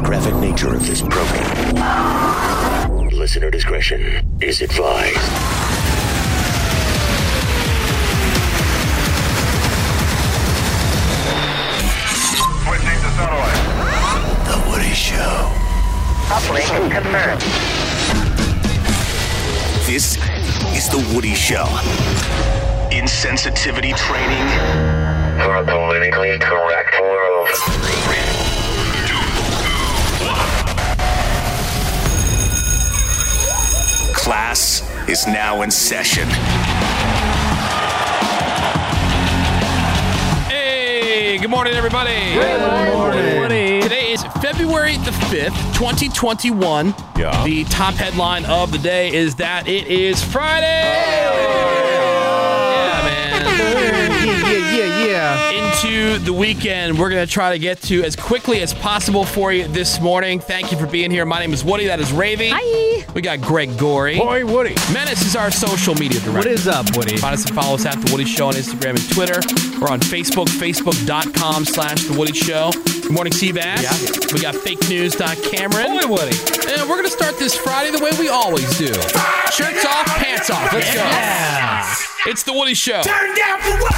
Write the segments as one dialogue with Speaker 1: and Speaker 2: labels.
Speaker 1: graphic nature of this program. Listener discretion is advised.
Speaker 2: Switching to satellite.
Speaker 1: The Woody Show.
Speaker 3: Uplink confirmed.
Speaker 1: This is The Woody Show. Insensitivity training
Speaker 2: for a politically correct world.
Speaker 1: Class is now in session.
Speaker 4: Hey, good morning, everybody.
Speaker 5: Good morning.
Speaker 4: Today is February the 5th, 2021.
Speaker 5: Yeah.
Speaker 4: The top headline of the day is that it is Friday. Yeah, man.
Speaker 5: yeah, yeah.
Speaker 4: Into the weekend, we're going to try to get to as quickly as possible for you this morning. Thank you for being here. My name is Woody. That is Ravy.
Speaker 6: Hi.
Speaker 4: We got Greg Gorey.
Speaker 5: Boy, Woody.
Speaker 4: Menace is our social media director.
Speaker 5: What is up, Woody?
Speaker 4: Find us and follow us at The Woody Show on Instagram and Twitter. We're on Facebook, facebook.com slash The Woody Show. Good morning, Seabass. Yeah. We got fake news. Cameron.
Speaker 5: Boy, Woody.
Speaker 4: And we're going to start this Friday the way we always do. Shirts off, pants off. Let's go.
Speaker 5: Yeah.
Speaker 4: It's The Woody Show.
Speaker 1: Turn down for what?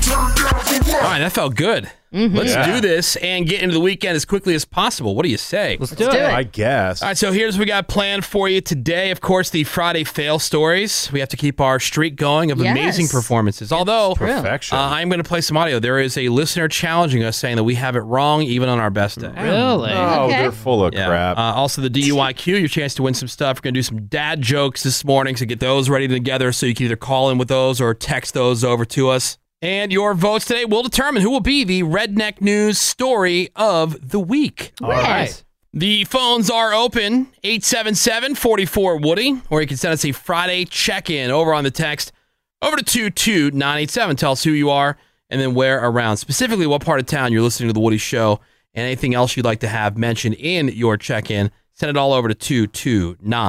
Speaker 4: Turn down for what? All right, that felt good.
Speaker 5: Mhm.
Speaker 4: Let's
Speaker 5: Yeah.
Speaker 4: do this and get into the weekend as quickly as possible. What do you say? Let's
Speaker 5: do it. I guess.
Speaker 4: All right, so here's what we got planned for you today. Of course, the Friday fail stories. We have to keep our streak going of
Speaker 5: Yes.
Speaker 4: amazing performances. Although,
Speaker 5: true. Perfection.
Speaker 4: uh, I'm going to play some audio. There is a listener challenging us saying that we have it wrong even on our best day.
Speaker 5: Really? Oh, Okay. they're full of
Speaker 4: crap. Uh, also, the DUIQ, your chance to win some stuff. We're going to do some dad jokes this morning, so get those ready together so you can either call in with those or text those over to us. And your votes today will determine who will be the redneck news story of the week.
Speaker 5: All right.
Speaker 4: The phones are open 877 44 Woody, or you can send us a Friday check in over on the text over to 22987. Tell us who you are and then where around, specifically what part of town you're listening to The Woody Show and anything else you'd like to have mentioned in your check in. Send it all over to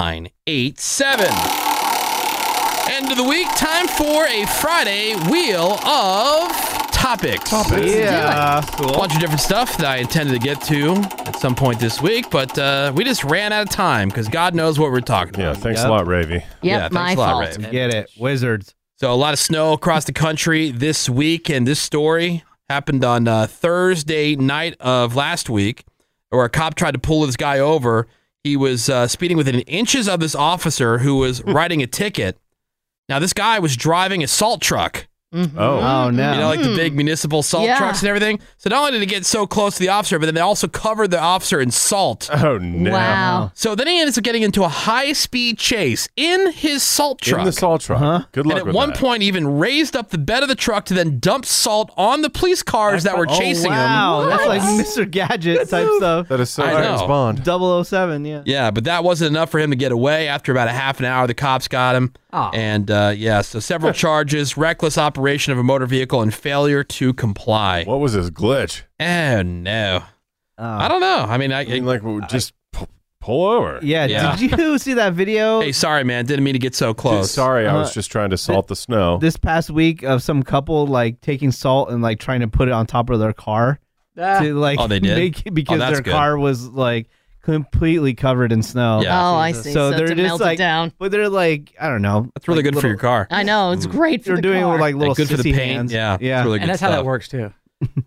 Speaker 4: 22987. End of the week, time for a Friday Wheel of Topics.
Speaker 5: Topics. Yeah. Let's do it.
Speaker 4: A bunch of different stuff that I intended to get to at some point this week, but uh, we just ran out of time because God knows what we're talking about. Yeah,
Speaker 7: thanks a Yep. lot, Ravy.
Speaker 4: yeah, thanks
Speaker 7: Yep, my
Speaker 4: a lot,
Speaker 7: fault.
Speaker 4: Ravy.
Speaker 7: Get it.
Speaker 4: Wizards. So a lot of snow across the country this week, and this story happened on uh, Thursday night of last week, where a cop tried to pull this guy over. He was uh, speeding within inches of this officer who was
Speaker 7: Hmm.
Speaker 4: writing a ticket. Now this guy was driving a salt truck.
Speaker 7: Oh. Oh, no.
Speaker 4: You know, like the big municipal salt
Speaker 7: Yeah.
Speaker 4: trucks and everything. So not only did it get so close to the officer, but then they also covered the officer in salt.
Speaker 7: Oh no! Wow.
Speaker 4: So then he ends up getting into a high speed chase in his salt
Speaker 7: In
Speaker 4: truck.
Speaker 7: the salt truck. Huh? Good luck
Speaker 4: And at
Speaker 7: with
Speaker 4: one
Speaker 7: that.
Speaker 4: point, even raised up the bed of the truck to then dump salt on the police cars that were
Speaker 8: Oh,
Speaker 4: chasing
Speaker 8: wow.
Speaker 4: him.
Speaker 8: that's like Mr. Gadget type stuff. That
Speaker 7: is
Speaker 4: so I James know. Bond.
Speaker 8: 007, yeah.
Speaker 4: Yeah, but that wasn't enough for him to get away. After about a half an hour, the cops got him.
Speaker 8: Aw.
Speaker 4: And uh, yeah, so several charges reckless operation of a motor vehicle and failure to comply. What was his glitch? Oh, no.
Speaker 8: Oh.
Speaker 4: I don't know. I mean, I, like just pull over.
Speaker 8: Yeah, Did you see that video
Speaker 4: Hey, sorry, man. Didn't mean to get so close.
Speaker 7: sorry, I was
Speaker 8: Uh,
Speaker 7: just trying to salt the snow.
Speaker 8: this past week of some couple like taking salt and like trying to put it on top of their car
Speaker 6: Ah.
Speaker 8: to like
Speaker 6: Oh, they did?
Speaker 8: make
Speaker 6: Oh,
Speaker 8: it because
Speaker 6: that's
Speaker 8: their
Speaker 6: good.
Speaker 8: car was like completely covered in snow.
Speaker 6: Yeah. Oh, I see. So
Speaker 8: they're
Speaker 6: it's
Speaker 8: just
Speaker 6: melted
Speaker 8: like
Speaker 6: down.
Speaker 8: but they're like I don't know.
Speaker 4: That's really
Speaker 8: like,
Speaker 4: good for
Speaker 8: little-
Speaker 4: your car.
Speaker 6: I know. It's great for
Speaker 8: They're
Speaker 6: the
Speaker 8: doing it
Speaker 6: car.
Speaker 8: with like little
Speaker 4: Yeah, good for the
Speaker 8: sissy
Speaker 4: paint.
Speaker 8: hands.
Speaker 4: Yeah.
Speaker 8: yeah.
Speaker 4: It's really good
Speaker 9: and that's how
Speaker 4: stuff.
Speaker 9: that works too.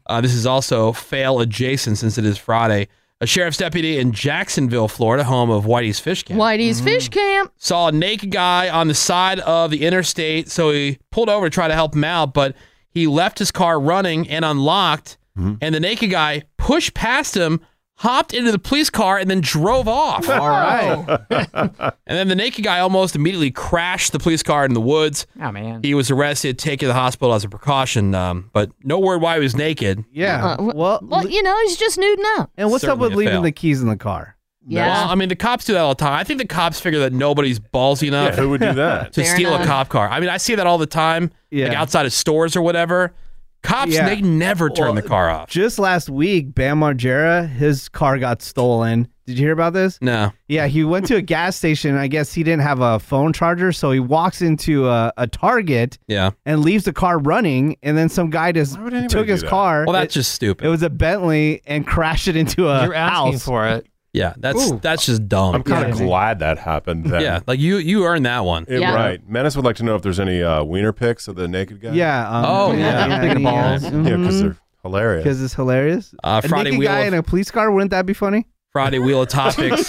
Speaker 4: Uh, this is also fail adjacent since it is Friday. A sheriff's deputy in Jacksonville, Florida, home of Whitey's Fish Camp,
Speaker 6: Whitey's
Speaker 8: Mm-hmm.
Speaker 6: Fish Camp.
Speaker 4: saw a naked guy on the side of the interstate. So he pulled over to try to help him out, but he left his car running and unlocked.
Speaker 8: Mm-hmm.
Speaker 4: And the naked guy pushed past him, hopped into the police car, and then drove off.
Speaker 8: All right.
Speaker 4: and then the naked guy almost immediately crashed the police car in the woods.
Speaker 9: Oh man.
Speaker 4: He was arrested, taken to the hospital as a precaution, um, but no word why he was naked.
Speaker 8: Yeah. well,
Speaker 6: Uh, Well, you know, he's just nuding up.
Speaker 8: And what's up
Speaker 4: Certainly
Speaker 8: with
Speaker 4: a
Speaker 8: leaving
Speaker 4: fail.
Speaker 8: the keys in the car?
Speaker 6: Yeah.
Speaker 4: Well, I mean, the cops do that all the time. I think the cops figure that nobody's ballsy enough.
Speaker 7: Yeah, who would do that?
Speaker 4: To
Speaker 7: Fair
Speaker 4: steal
Speaker 7: enough.
Speaker 4: a cop car. I mean, I see that all the time, like outside of stores or whatever. Cops,
Speaker 8: Yeah.
Speaker 4: they never turn
Speaker 8: Well,
Speaker 4: the car off.
Speaker 8: Just last week, Bam Margera, his car got stolen. Did you hear about this?
Speaker 4: No.
Speaker 8: Yeah, he went to a gas station. And I guess he didn't have a phone charger, so he walks into a, a Target.
Speaker 4: Yeah.
Speaker 8: And leaves the car running, and then some guy just took his car.
Speaker 4: Well, that's
Speaker 8: it,
Speaker 4: just stupid.
Speaker 8: It was a Bentley and crashed it into a
Speaker 7: Uh,
Speaker 4: You're asking
Speaker 8: house.
Speaker 4: for it. Yeah, that's
Speaker 8: Ooh.
Speaker 4: that's just dumb.
Speaker 7: I'm kind of glad that happened. Then.
Speaker 4: Yeah, like you you earned that one.
Speaker 7: It-
Speaker 4: Yeah.
Speaker 7: Right. Menace would like to know if there's any uh, wiener pics of the naked guy.
Speaker 8: Yeah, um, Oh, yeah. yeah, Bigger yeah. balls.
Speaker 7: Yeah, because they're hilarious.
Speaker 8: Because it's hilarious.
Speaker 4: Uh, Friday
Speaker 8: a naked
Speaker 4: Wheel
Speaker 8: guy
Speaker 4: of-
Speaker 8: in a police car. Wouldn't that be funny?
Speaker 4: Friday Wheel of Topics.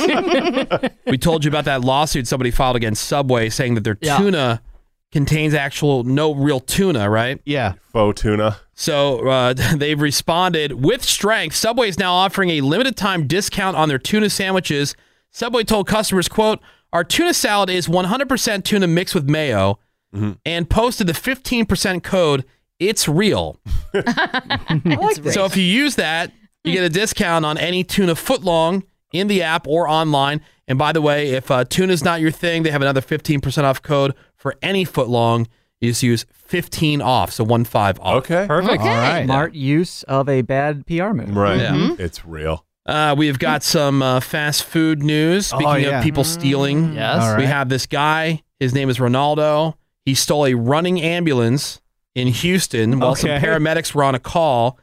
Speaker 4: we told you about that lawsuit somebody filed against Subway saying that their
Speaker 8: Yeah.
Speaker 4: tuna contains actual no real tuna, right?
Speaker 8: Yeah.
Speaker 7: Faux tuna.
Speaker 4: So uh, they've responded with strength. Subway is now offering a limited time discount on their tuna sandwiches. Subway told customers, "quote Our tuna salad is 100% tuna mixed with mayo,"
Speaker 7: Mm-hmm.
Speaker 4: and posted the 15% code. It's real. So if you use that, you get a discount on any tuna footlong in the app or online. And by the way, if uh, tuna's not your thing, they have another 15% off code for any footlong. You just use 15 off, so one five off. Okay,
Speaker 9: Perfect. Smart
Speaker 4: Mark.
Speaker 9: use of a bad PR move.
Speaker 7: Right.
Speaker 4: Yeah. Mhm.
Speaker 7: It's real.
Speaker 4: Uh, we've got some uh, fast food news. Speaking
Speaker 7: Oh, yeah.
Speaker 4: of people stealing,
Speaker 9: Mm, Yes. All
Speaker 4: we
Speaker 9: right.
Speaker 4: have this guy. His name is Ronaldo. He stole a running ambulance in Houston while some
Speaker 9: Okay.
Speaker 4: paramedics were on a call,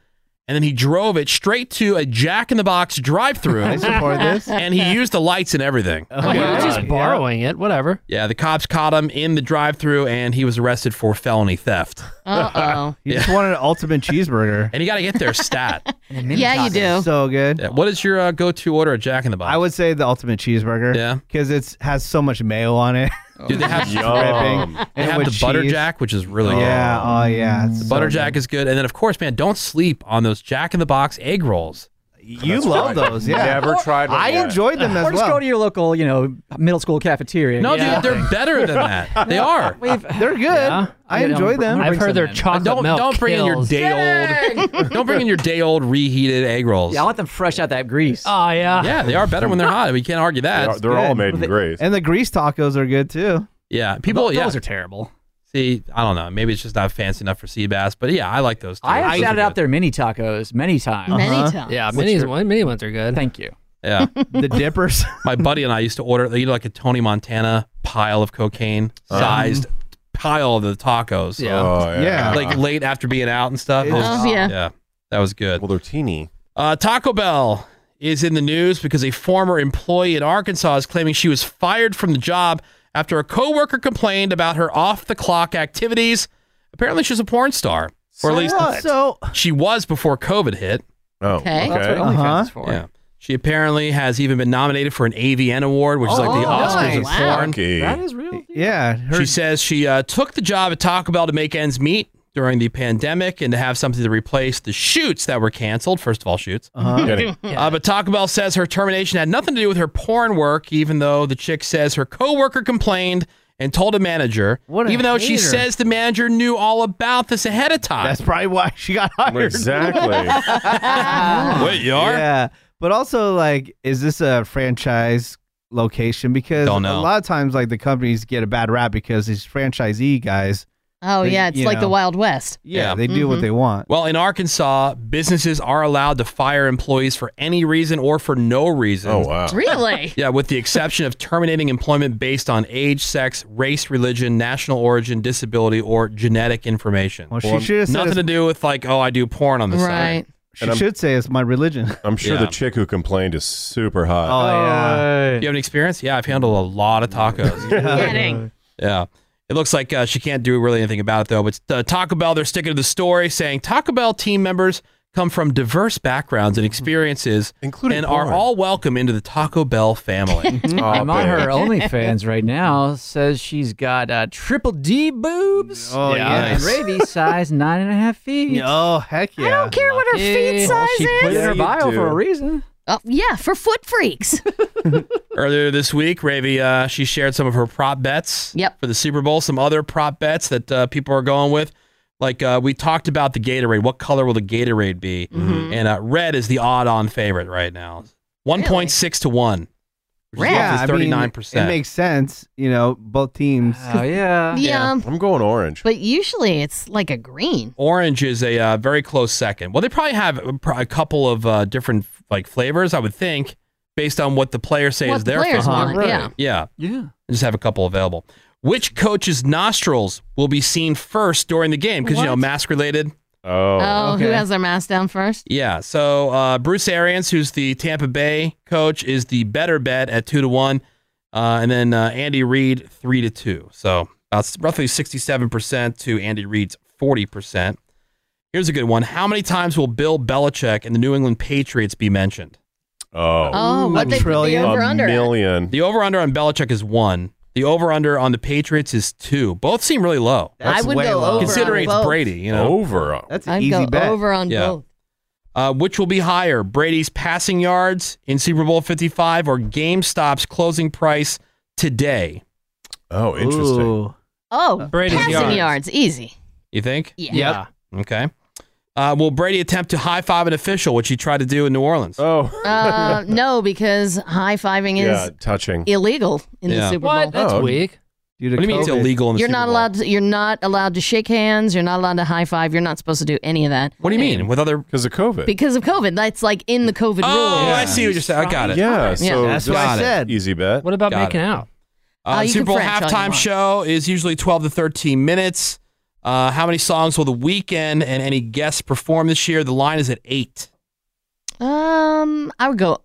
Speaker 4: and then he drove it straight to a Jack in the Box drive-through.
Speaker 9: I support this.
Speaker 4: And he used the lights and everything.
Speaker 9: Oh, yeah. We're just borrowing it. Whatever.
Speaker 4: Yeah, the cops caught him in the drive-through, and he was arrested for felony theft.
Speaker 6: Uh-oh.
Speaker 8: He just wanted an ultimate cheeseburger.
Speaker 4: And you got to get their stat.
Speaker 6: Yeah, you do.
Speaker 8: So good.
Speaker 4: What is your uh, go-to order at Jack in the Box?
Speaker 8: I would say the ultimate cheeseburger.
Speaker 4: Yeah.
Speaker 8: Because it has so much mayo on it.
Speaker 4: Dude, they have
Speaker 8: Dripping.
Speaker 4: They
Speaker 8: And
Speaker 4: have the
Speaker 8: with
Speaker 4: butter
Speaker 8: cheese.
Speaker 4: jack, which is really
Speaker 8: Yeah.
Speaker 4: good.
Speaker 8: Oh, yeah.
Speaker 4: The butter jack is good, and then of course, man, don't sleep on those Jack in the Box egg rolls.
Speaker 8: You That's love right. those, yeah. Never tried one I yet. enjoyed them as
Speaker 9: or just
Speaker 8: well.
Speaker 9: go to your local, you know, middle school cafeteria.
Speaker 4: No,
Speaker 9: Get
Speaker 4: dude,
Speaker 9: something.
Speaker 4: they're better than that. They are.
Speaker 8: They're good. I
Speaker 9: Yeah,
Speaker 8: enjoy
Speaker 9: I'm-
Speaker 8: them.
Speaker 9: I've heard they're chocolate
Speaker 4: don't
Speaker 9: milk.
Speaker 4: don't bring
Speaker 9: kills.
Speaker 4: in your day old. don't bring in your day old reheated egg rolls.
Speaker 9: Yeah, I want them fresh out that grease. Oh yeah.
Speaker 4: Yeah, they are better when they're hot. We can't argue that.
Speaker 7: grease.
Speaker 8: And the grease tacos are good too.
Speaker 4: Yeah, people.
Speaker 9: Those
Speaker 4: yeah.
Speaker 9: are terrible.
Speaker 4: See, I don't know. Maybe it's just not fancy enough for sea bass, but yeah, I like those. Too.
Speaker 9: I have
Speaker 4: Those are
Speaker 9: shouted
Speaker 4: good.
Speaker 9: out their mini tacos many times.
Speaker 10: Many Uh-huh. times. Yeah, minis-
Speaker 9: mini ones are good. Thank you.
Speaker 4: Yeah.
Speaker 8: the dippers.
Speaker 4: My buddy and I used to order they eat like a Tony Montana pile of cocaine sized pile of the tacos.
Speaker 7: Yeah. Uh-huh. Oh, yeah. Yeah.
Speaker 4: Like late after being out and stuff.
Speaker 7: It's- Oh, yeah.
Speaker 4: Yeah. That was good.
Speaker 7: Well, they're teeny.
Speaker 4: Uh, Taco Bell is in the news because a former employee in Arkansas is claiming she was fired from the job after a coworker complained about her off the clock activities. Apparently, she's a porn star, or
Speaker 8: So
Speaker 4: at least
Speaker 8: what? So-
Speaker 4: she was before COVID hit.
Speaker 7: Oh,
Speaker 8: Okay. Uh-huh. Well, that's what OnlyFans is for.
Speaker 4: Yeah. She apparently has even been nominated for an AVN award, which is like the Oscars of porn.
Speaker 8: Oh, is real. Yeah.
Speaker 4: She says she uh, took the job at Taco Bell to make ends meet during the pandemic and to have something to replace the shoots that were canceled. First of all, shoots.
Speaker 8: Uh-huh. Kidding.
Speaker 4: Uh, but Taco Bell says her termination had nothing to do with her porn work, even though the chick says her coworker complained and told a manager.
Speaker 8: a
Speaker 4: even though she
Speaker 8: hater.
Speaker 4: says the manager knew all about this ahead of time.
Speaker 8: That's probably why she got hired.
Speaker 4: Wait, you are?
Speaker 8: Yeah. But also, like, is this a franchise location? Because
Speaker 4: Don't know.
Speaker 8: a lot of times, like, the companies get a bad rap because these franchisee guys.
Speaker 6: Oh,
Speaker 8: they-
Speaker 6: yeah. It's
Speaker 8: you
Speaker 6: like the
Speaker 8: know,
Speaker 6: Wild West.
Speaker 8: Yeah, they do
Speaker 4: Mm-hmm.
Speaker 8: what
Speaker 6: Mhm.
Speaker 8: they want.
Speaker 4: Well, in Arkansas, businesses are allowed to fire employees for any reason or for no reason. Oh, wow.
Speaker 6: Really?
Speaker 4: yeah, with the exception of terminating employment based on age, sex, race, religion, national origin, disability, or genetic information.
Speaker 8: Well, she should have said
Speaker 4: Nothing
Speaker 8: it's-
Speaker 4: to do with, like, oh, I do porn on the side.
Speaker 8: She should say it's my religion.
Speaker 7: I'm sure
Speaker 4: Yeah.
Speaker 7: the chick who complained is super hot.
Speaker 8: Oh, yeah.
Speaker 4: Do you have any experience? Yeah, I've handled a lot of tacos.
Speaker 6: Kidding.
Speaker 4: Yeah. It looks like uh, she can't do really anything about it, though. But uh, Taco Bell, they're sticking to the story, saying Taco Bell team members come from diverse backgrounds and experiences, including and are
Speaker 9: porn.
Speaker 4: all welcome into the Taco Bell family.
Speaker 9: I'm on Oh, her OnlyFans right now. Says she's got uh, triple D boobs.
Speaker 8: Oh,
Speaker 9: yeah.
Speaker 8: yes.
Speaker 9: Ravy size nine and a half feet.
Speaker 8: Oh, heck yeah. I don't
Speaker 6: care what her feet
Speaker 9: Well,
Speaker 6: size
Speaker 9: she put
Speaker 6: is.
Speaker 9: it in her bio for a reason.
Speaker 6: Oh, yeah, for foot freaks.
Speaker 4: Earlier this week, Ravi uh, she shared some of her prop bets
Speaker 6: Yep.
Speaker 4: for the Super Bowl. Some other prop bets that uh, people are going with, like uh, we talked about the Gatorade. What color will the Gatorade be?
Speaker 6: Mm-hmm.
Speaker 4: And uh, red is the odd-on favorite right now, one point six to one. Which
Speaker 8: Yeah,
Speaker 4: is
Speaker 8: I mean,
Speaker 4: thirty nine percent.
Speaker 8: It makes uh, sense, you know, both teams.
Speaker 9: Oh, yeah.
Speaker 6: Yeah.
Speaker 7: I'm going orange.
Speaker 6: but usually it's like a green.
Speaker 4: Orange is a uh, very close second. Well, they probably have a, pr- a couple of uh, different like flavors, I would think, based on what the players say
Speaker 6: What
Speaker 4: is
Speaker 6: the
Speaker 4: their
Speaker 6: players
Speaker 4: phone.
Speaker 6: want, Right. yeah.
Speaker 4: yeah,
Speaker 9: Yeah.
Speaker 4: I just have a couple available. Which coach's nostrils will be seen first during the game? Because you know,
Speaker 6: What?
Speaker 4: mask related. Oh,
Speaker 6: Oh, who has their mask down first?
Speaker 4: Yeah. So uh, Bruce Arians, who's the Tampa Bay coach, is the better bet at two to one, uh, and then uh, Andy Reid three to two. So about roughly sixty-seven percent to Andy Reid's forty percent. Here's a good one. How many times will Bill Belichick and the New England Patriots be mentioned? Oh,
Speaker 6: Oh, what they trillion. the over-under at?
Speaker 4: million. The over/under on Belichick is one. The over/under on the Patriots is two. Both seem really low.
Speaker 6: That's I would way go low. over on
Speaker 4: considering it's
Speaker 6: both.
Speaker 4: Brady. You know, over.
Speaker 8: That's
Speaker 6: I'd go over on
Speaker 4: Yeah.
Speaker 6: both.
Speaker 4: Uh, which will be higher, Brady's passing yards in Super Bowl 55 or GameStop's closing price today? Oh,
Speaker 6: interesting. Oh,
Speaker 4: Brady's
Speaker 6: passing
Speaker 4: yards.
Speaker 6: yards. easy.
Speaker 4: You think?
Speaker 6: Yeah. Yeah.
Speaker 4: Okay. Uh, will Brady attempt to high five an official, which he tried to do in New Orleans? Oh.
Speaker 6: Uh, no, because high fiving is
Speaker 4: touching. Oh,
Speaker 6: illegal in
Speaker 4: Yeah.
Speaker 6: the Super Bowl.
Speaker 9: What? That's
Speaker 8: Oh,
Speaker 9: weak.
Speaker 4: what do you mean it's illegal in the
Speaker 6: you're
Speaker 4: Super
Speaker 6: not
Speaker 4: Bowl?
Speaker 6: allowed. To, you're not allowed to shake hands. You're not allowed to high five. You're not supposed to do any of that.
Speaker 4: What do you mean? With other because of COVID?
Speaker 6: Because of COVID, that's like in the COVID
Speaker 4: oh,
Speaker 6: rules.
Speaker 4: I see what you're saying. I got it.
Speaker 7: Yeah, so
Speaker 4: that's
Speaker 7: just
Speaker 4: what I said.
Speaker 7: Easy bet.
Speaker 9: What about
Speaker 4: Got
Speaker 9: making
Speaker 4: it.
Speaker 9: out?
Speaker 4: Uh,
Speaker 6: Uh, you
Speaker 4: Super
Speaker 6: can
Speaker 4: Bowl
Speaker 6: French all you
Speaker 4: halftime
Speaker 6: want.
Speaker 4: show is usually 12 to 13 minutes. Uh, how many songs will the weekend and any guests perform this year? The line is at eight.
Speaker 6: Um, I would go.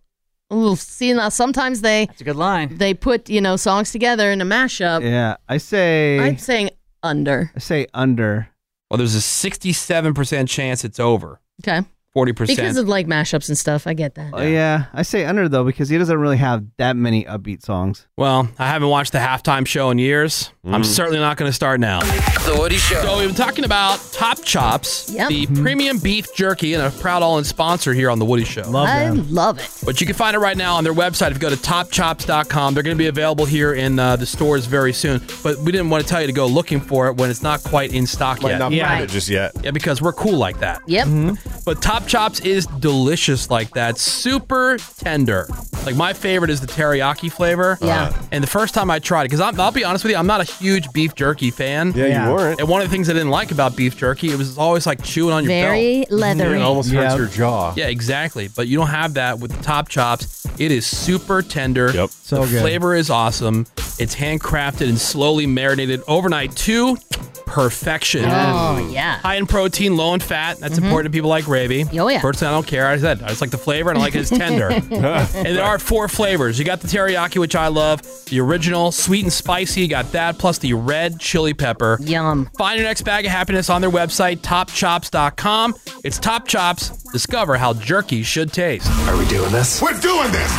Speaker 6: Ooh, see now, sometimes they. That's
Speaker 9: a good line.
Speaker 6: They put you know songs together in a mashup.
Speaker 8: Yeah, I say.
Speaker 6: I'm saying under.
Speaker 8: I say under.
Speaker 4: Well, there's a 67% chance it's over.
Speaker 6: Okay.
Speaker 4: 40%.
Speaker 6: Because of like mashups and stuff, I get that.
Speaker 8: Oh, yeah, I say under though because he doesn't really have that many upbeat songs.
Speaker 4: well, I haven't watched the halftime show in years.
Speaker 7: Mm.
Speaker 4: I'm certainly not going to start now.
Speaker 10: The Woody Show.
Speaker 4: So we've been talking about Top Chops,
Speaker 6: Yep.
Speaker 4: the premium beef jerky, and a proud all-in sponsor here on The Woody Show.
Speaker 6: I love it.
Speaker 4: But you can find it right now on their website. If you go to topchops.com, they're going to be available here in uh, the stores very soon. But we didn't want to tell you to go looking for it when it's not quite in stock
Speaker 7: Might
Speaker 4: yet.
Speaker 7: not find it just yet. Mm-hmm.
Speaker 4: Yeah, because we're cool like that.
Speaker 6: Yep.
Speaker 4: But Top Chops is delicious like that. Super tender. Like my favorite is the teriyaki flavor.
Speaker 6: Yeah.
Speaker 7: Uh-huh.
Speaker 4: And the first time I tried it, because I'll be honest with you, I'm not a huge beef jerky fan.
Speaker 7: Yeah, you Yeah. weren't.
Speaker 4: And one of the things I didn't like about beef jerky, it was always like chewing on your
Speaker 6: Very
Speaker 4: belt.
Speaker 6: leathery.
Speaker 4: It almost
Speaker 7: Mm-hmm. hurts your jaw.
Speaker 4: Yeah, exactly. But you don't have that with the Top Chops. It is super tender. Yep.
Speaker 5: So
Speaker 4: the
Speaker 5: good.
Speaker 4: flavor is awesome. It's handcrafted and slowly marinated overnight to perfection.
Speaker 6: Oh yeah. Mm-hmm.
Speaker 4: High in protein, low in fat. That's important to people like Raby.
Speaker 6: Oh, yeah.
Speaker 4: Personally, I don't care. I said I just like the flavor and I like it's tender. and there are four flavors. You got the teriyaki, which I love. The original, sweet and spicy. You got that plus the red chili pepper.
Speaker 6: Yum.
Speaker 4: Find your next bag of happiness on their website, topchops.com. It's Top Chops. Discover how jerky should taste. Are we doing this?
Speaker 2: We're doing this.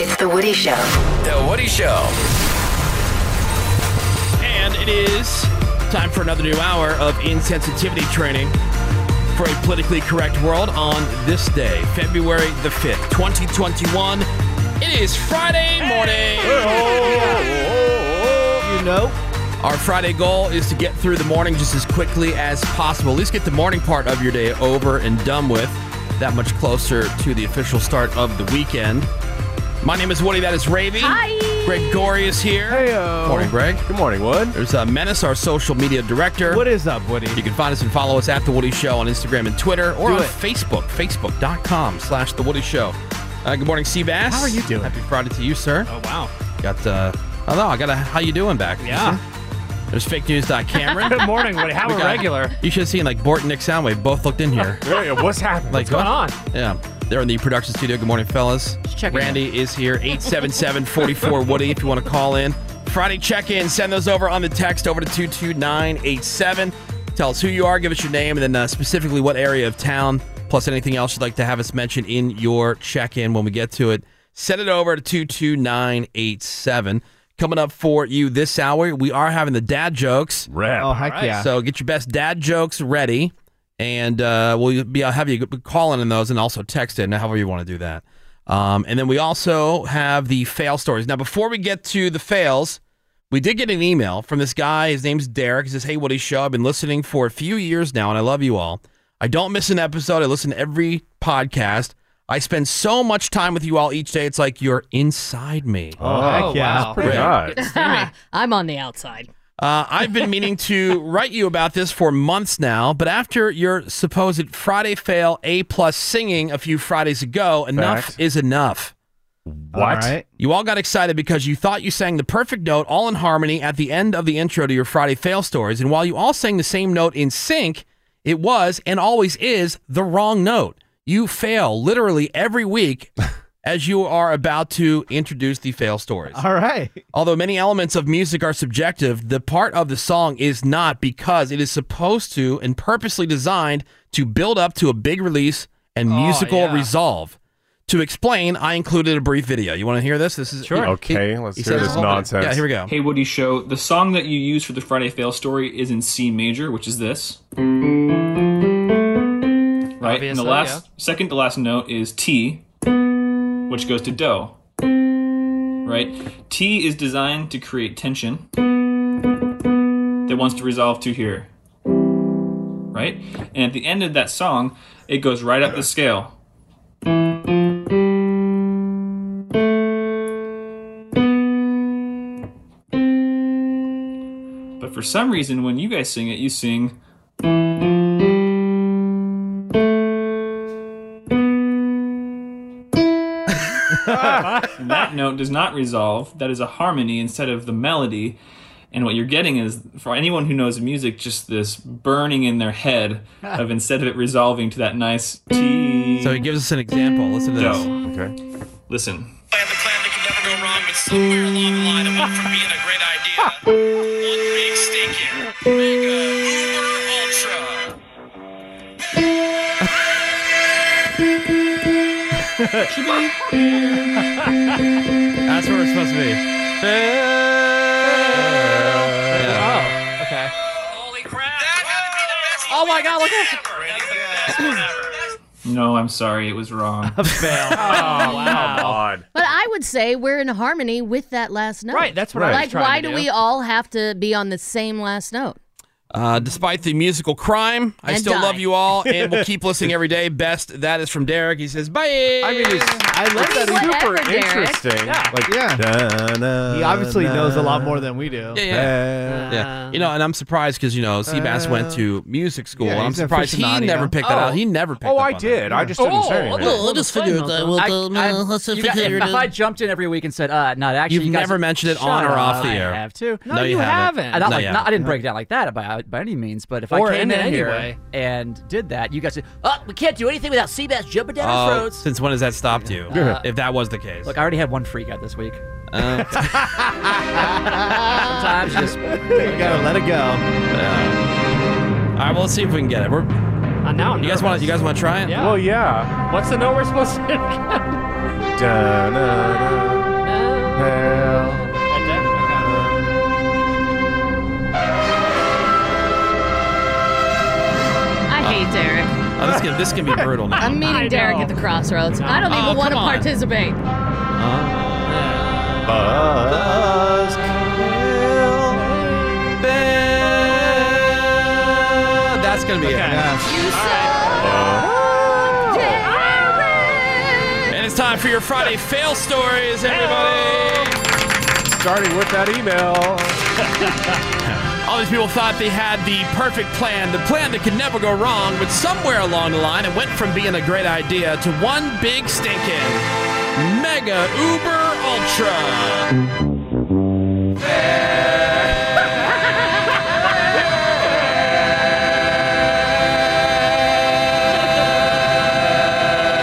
Speaker 3: It's the Woody Show.
Speaker 10: The Woody Show.
Speaker 4: And it is time for another new hour of insensitivity training for a politically correct world on this day, February the 5th, 2021. It is Friday morning.
Speaker 8: You know.
Speaker 4: Our Friday goal is to get through the morning just as quickly as possible. At least get the morning part of your day over and done with. That much closer to the official start of the weekend. My name is Woody. That is Ravy. Hi. Greg Gorey is here. Hey. Morning, Greg. Good morning, Wood. There's uh, Menace, our social media director. What
Speaker 8: is up, Woody?
Speaker 4: You can find us and follow us at The Woody Show on Instagram and Twitter or
Speaker 5: Do
Speaker 4: on
Speaker 5: it.
Speaker 4: Facebook, facebook.com slash The Woody Show. Uh, good morning, Seabass.
Speaker 5: How are you doing?
Speaker 4: Happy Friday to you, sir. Oh, wow. Got, uh, oh, no, I got a how you doing back.
Speaker 5: Yeah.
Speaker 4: There's fake news. uh, Cameron.
Speaker 5: Good morning, Woody. How
Speaker 4: We
Speaker 5: a
Speaker 4: got-
Speaker 5: regular.
Speaker 4: You should have seen like Bort and Nick Soundwave both looked in here.
Speaker 5: What's happening?
Speaker 4: Like,
Speaker 5: What's going on?
Speaker 4: Yeah. They're in the production studio. Good morning, fellas.
Speaker 5: checking
Speaker 4: Randy is here, 877-44 Woody, if you want to call in. Friday check-in, send those over on the text over to 22987. Tell us who you are, give us your name, and then uh, specifically what area of town, plus anything else you'd like to have us mention in your check-in when we get to it. Send it over to 22987. Coming up for you this hour, we are having the dad jokes. Rap.
Speaker 8: Oh, heck yeah.
Speaker 4: So get your best dad jokes ready, and uh, we'll be I'll have you calling in those, and also text in however you want to do that. Um, and then we also have the fail stories. Now, before we get to the fails, we did get an email from this guy. His name's Derek. He says, "Hey, Woody Show, I've been listening for a few years now, and I love you all. I don't miss an episode. I listen to every podcast." I spend so much time with you all each day. It's like you're inside me.
Speaker 8: Oh, heck yeah. That's pretty
Speaker 4: Right.
Speaker 6: I'm on the outside.
Speaker 4: Uh, I've been meaning to write you about this for months now, but after your supposed Friday fail A plus singing a few Fridays ago, enough
Speaker 7: Fact.
Speaker 4: is enough.
Speaker 8: What? All right.
Speaker 4: You all got excited because you thought you sang the perfect note all in harmony at the end of the intro to your Friday fail stories. And while you all sang the same note in sync, it was and always is the wrong note. You fail literally every week as you are about to introduce the fail stories.
Speaker 8: All right.
Speaker 4: Although many elements of music are subjective, the part of the song is not because it is supposed to and purposely designed to build up to a big release
Speaker 8: Oh,
Speaker 4: and musical
Speaker 9: yeah.
Speaker 4: resolve. To explain, I included a brief video. You want to hear this? This is
Speaker 11: Sure.
Speaker 7: Okay,
Speaker 4: he-
Speaker 7: let's
Speaker 4: he
Speaker 7: hear
Speaker 4: says-
Speaker 7: this
Speaker 4: hold on.
Speaker 7: nonsense.
Speaker 4: Yeah, here we go.
Speaker 11: Hey, Woody Show. The song that you use for the Friday Fail story is in C major, which is this. Right? and the
Speaker 4: Obviously,
Speaker 11: last, second to last note is T, which goes to Do. Right? T is designed to create tension that wants to resolve to here. Right? And at the end of that song, it goes right up the scale. But for some reason, when you guys sing it, you sing. And that note does not resolve. That is a harmony instead of the melody. And what you're getting is, for anyone who knows music, just this burning in their head of instead of it resolving to that nice T. So
Speaker 4: he gives us an example. Listen to this.
Speaker 7: Okay.
Speaker 11: Listen.
Speaker 12: Somewhere along the line, it went from being a great idea, one big stinking mega uber ultra.
Speaker 4: That's where it's supposed to be.
Speaker 12: Yeah.
Speaker 9: Oh, okay.
Speaker 12: Oh my god, look at
Speaker 11: No, I'm sorry, it was wrong. Oh,
Speaker 9: Fail. wow.
Speaker 6: But I would say we're in harmony with that last note.
Speaker 9: Right, that's what I was
Speaker 6: Like,
Speaker 4: trying
Speaker 6: why
Speaker 4: to
Speaker 6: do
Speaker 4: do.
Speaker 6: we all have to be on the same last note?
Speaker 4: Uh, despite the musical crime, I
Speaker 6: And
Speaker 4: still
Speaker 6: die.
Speaker 4: love you all and will keep listening every day. Best that is from Derek. He says, "Bye." I mean,
Speaker 8: I
Speaker 6: love that he's super Whatever, Derek.
Speaker 7: interesting.
Speaker 8: Yeah.
Speaker 7: Like,
Speaker 8: yeah. He obviously knows a lot more than we do.
Speaker 4: Yeah, yeah.
Speaker 9: Uh.
Speaker 4: yeah. You know, and I'm surprised because you know Seabass went to music school.
Speaker 8: Yeah,
Speaker 4: and I'm
Speaker 8: he's an
Speaker 4: surprised he
Speaker 8: aficionado.
Speaker 4: never picked that
Speaker 8: Oh.
Speaker 4: out. He never picked.
Speaker 7: Oh,
Speaker 4: up
Speaker 7: I
Speaker 4: on
Speaker 7: did.
Speaker 4: That.
Speaker 7: I just
Speaker 9: oh,
Speaker 7: didn't say anything.
Speaker 9: I- I- you got- if I jumped in every week and said, uh, not actually.
Speaker 4: You've
Speaker 9: you guys-
Speaker 4: never mentioned it
Speaker 9: Shut
Speaker 4: on or
Speaker 9: up.
Speaker 4: off the
Speaker 9: I
Speaker 4: air.
Speaker 9: have to.
Speaker 4: No, No, you you haven't. haven't.
Speaker 9: And not
Speaker 4: No,
Speaker 9: like,
Speaker 4: you
Speaker 9: not- I didn't
Speaker 4: haven't.
Speaker 9: break it down like that by, by any means, but if
Speaker 4: Or
Speaker 9: I came
Speaker 4: in
Speaker 9: in,
Speaker 4: any
Speaker 9: here
Speaker 4: way.
Speaker 9: and did that, you guys said, oh, we can't do anything without Seabass jumping down our
Speaker 4: Oh,
Speaker 9: throats.
Speaker 4: since when has that stopped you?
Speaker 9: Uh,
Speaker 4: if that was the case.
Speaker 9: Look, I already had one freak out this week.
Speaker 4: Uh,
Speaker 9: Sometimes you just
Speaker 8: you gotta let it go.
Speaker 4: yeah. All right, well, let's see if we can get it. We're
Speaker 13: Uh, now I'm
Speaker 4: you guys want you guys want to try it?
Speaker 13: Yeah.
Speaker 7: Well, yeah.
Speaker 13: What's the note we're supposed to?
Speaker 6: I hate Derek.
Speaker 4: Oh, Uh, this can this can be brutal now.
Speaker 6: I'm meeting Derek at the crossroads. I don't even
Speaker 4: Oh,
Speaker 6: want to
Speaker 4: come on.
Speaker 6: participate.
Speaker 4: That's gonna be it. And it's time for your Friday fail stories, everybody.
Speaker 7: Starting with that
Speaker 4: email. All these people thought they had the perfect plan, the plan that could never go wrong, but somewhere along the line, it went from being a great idea to one big stinking mega uber ultra.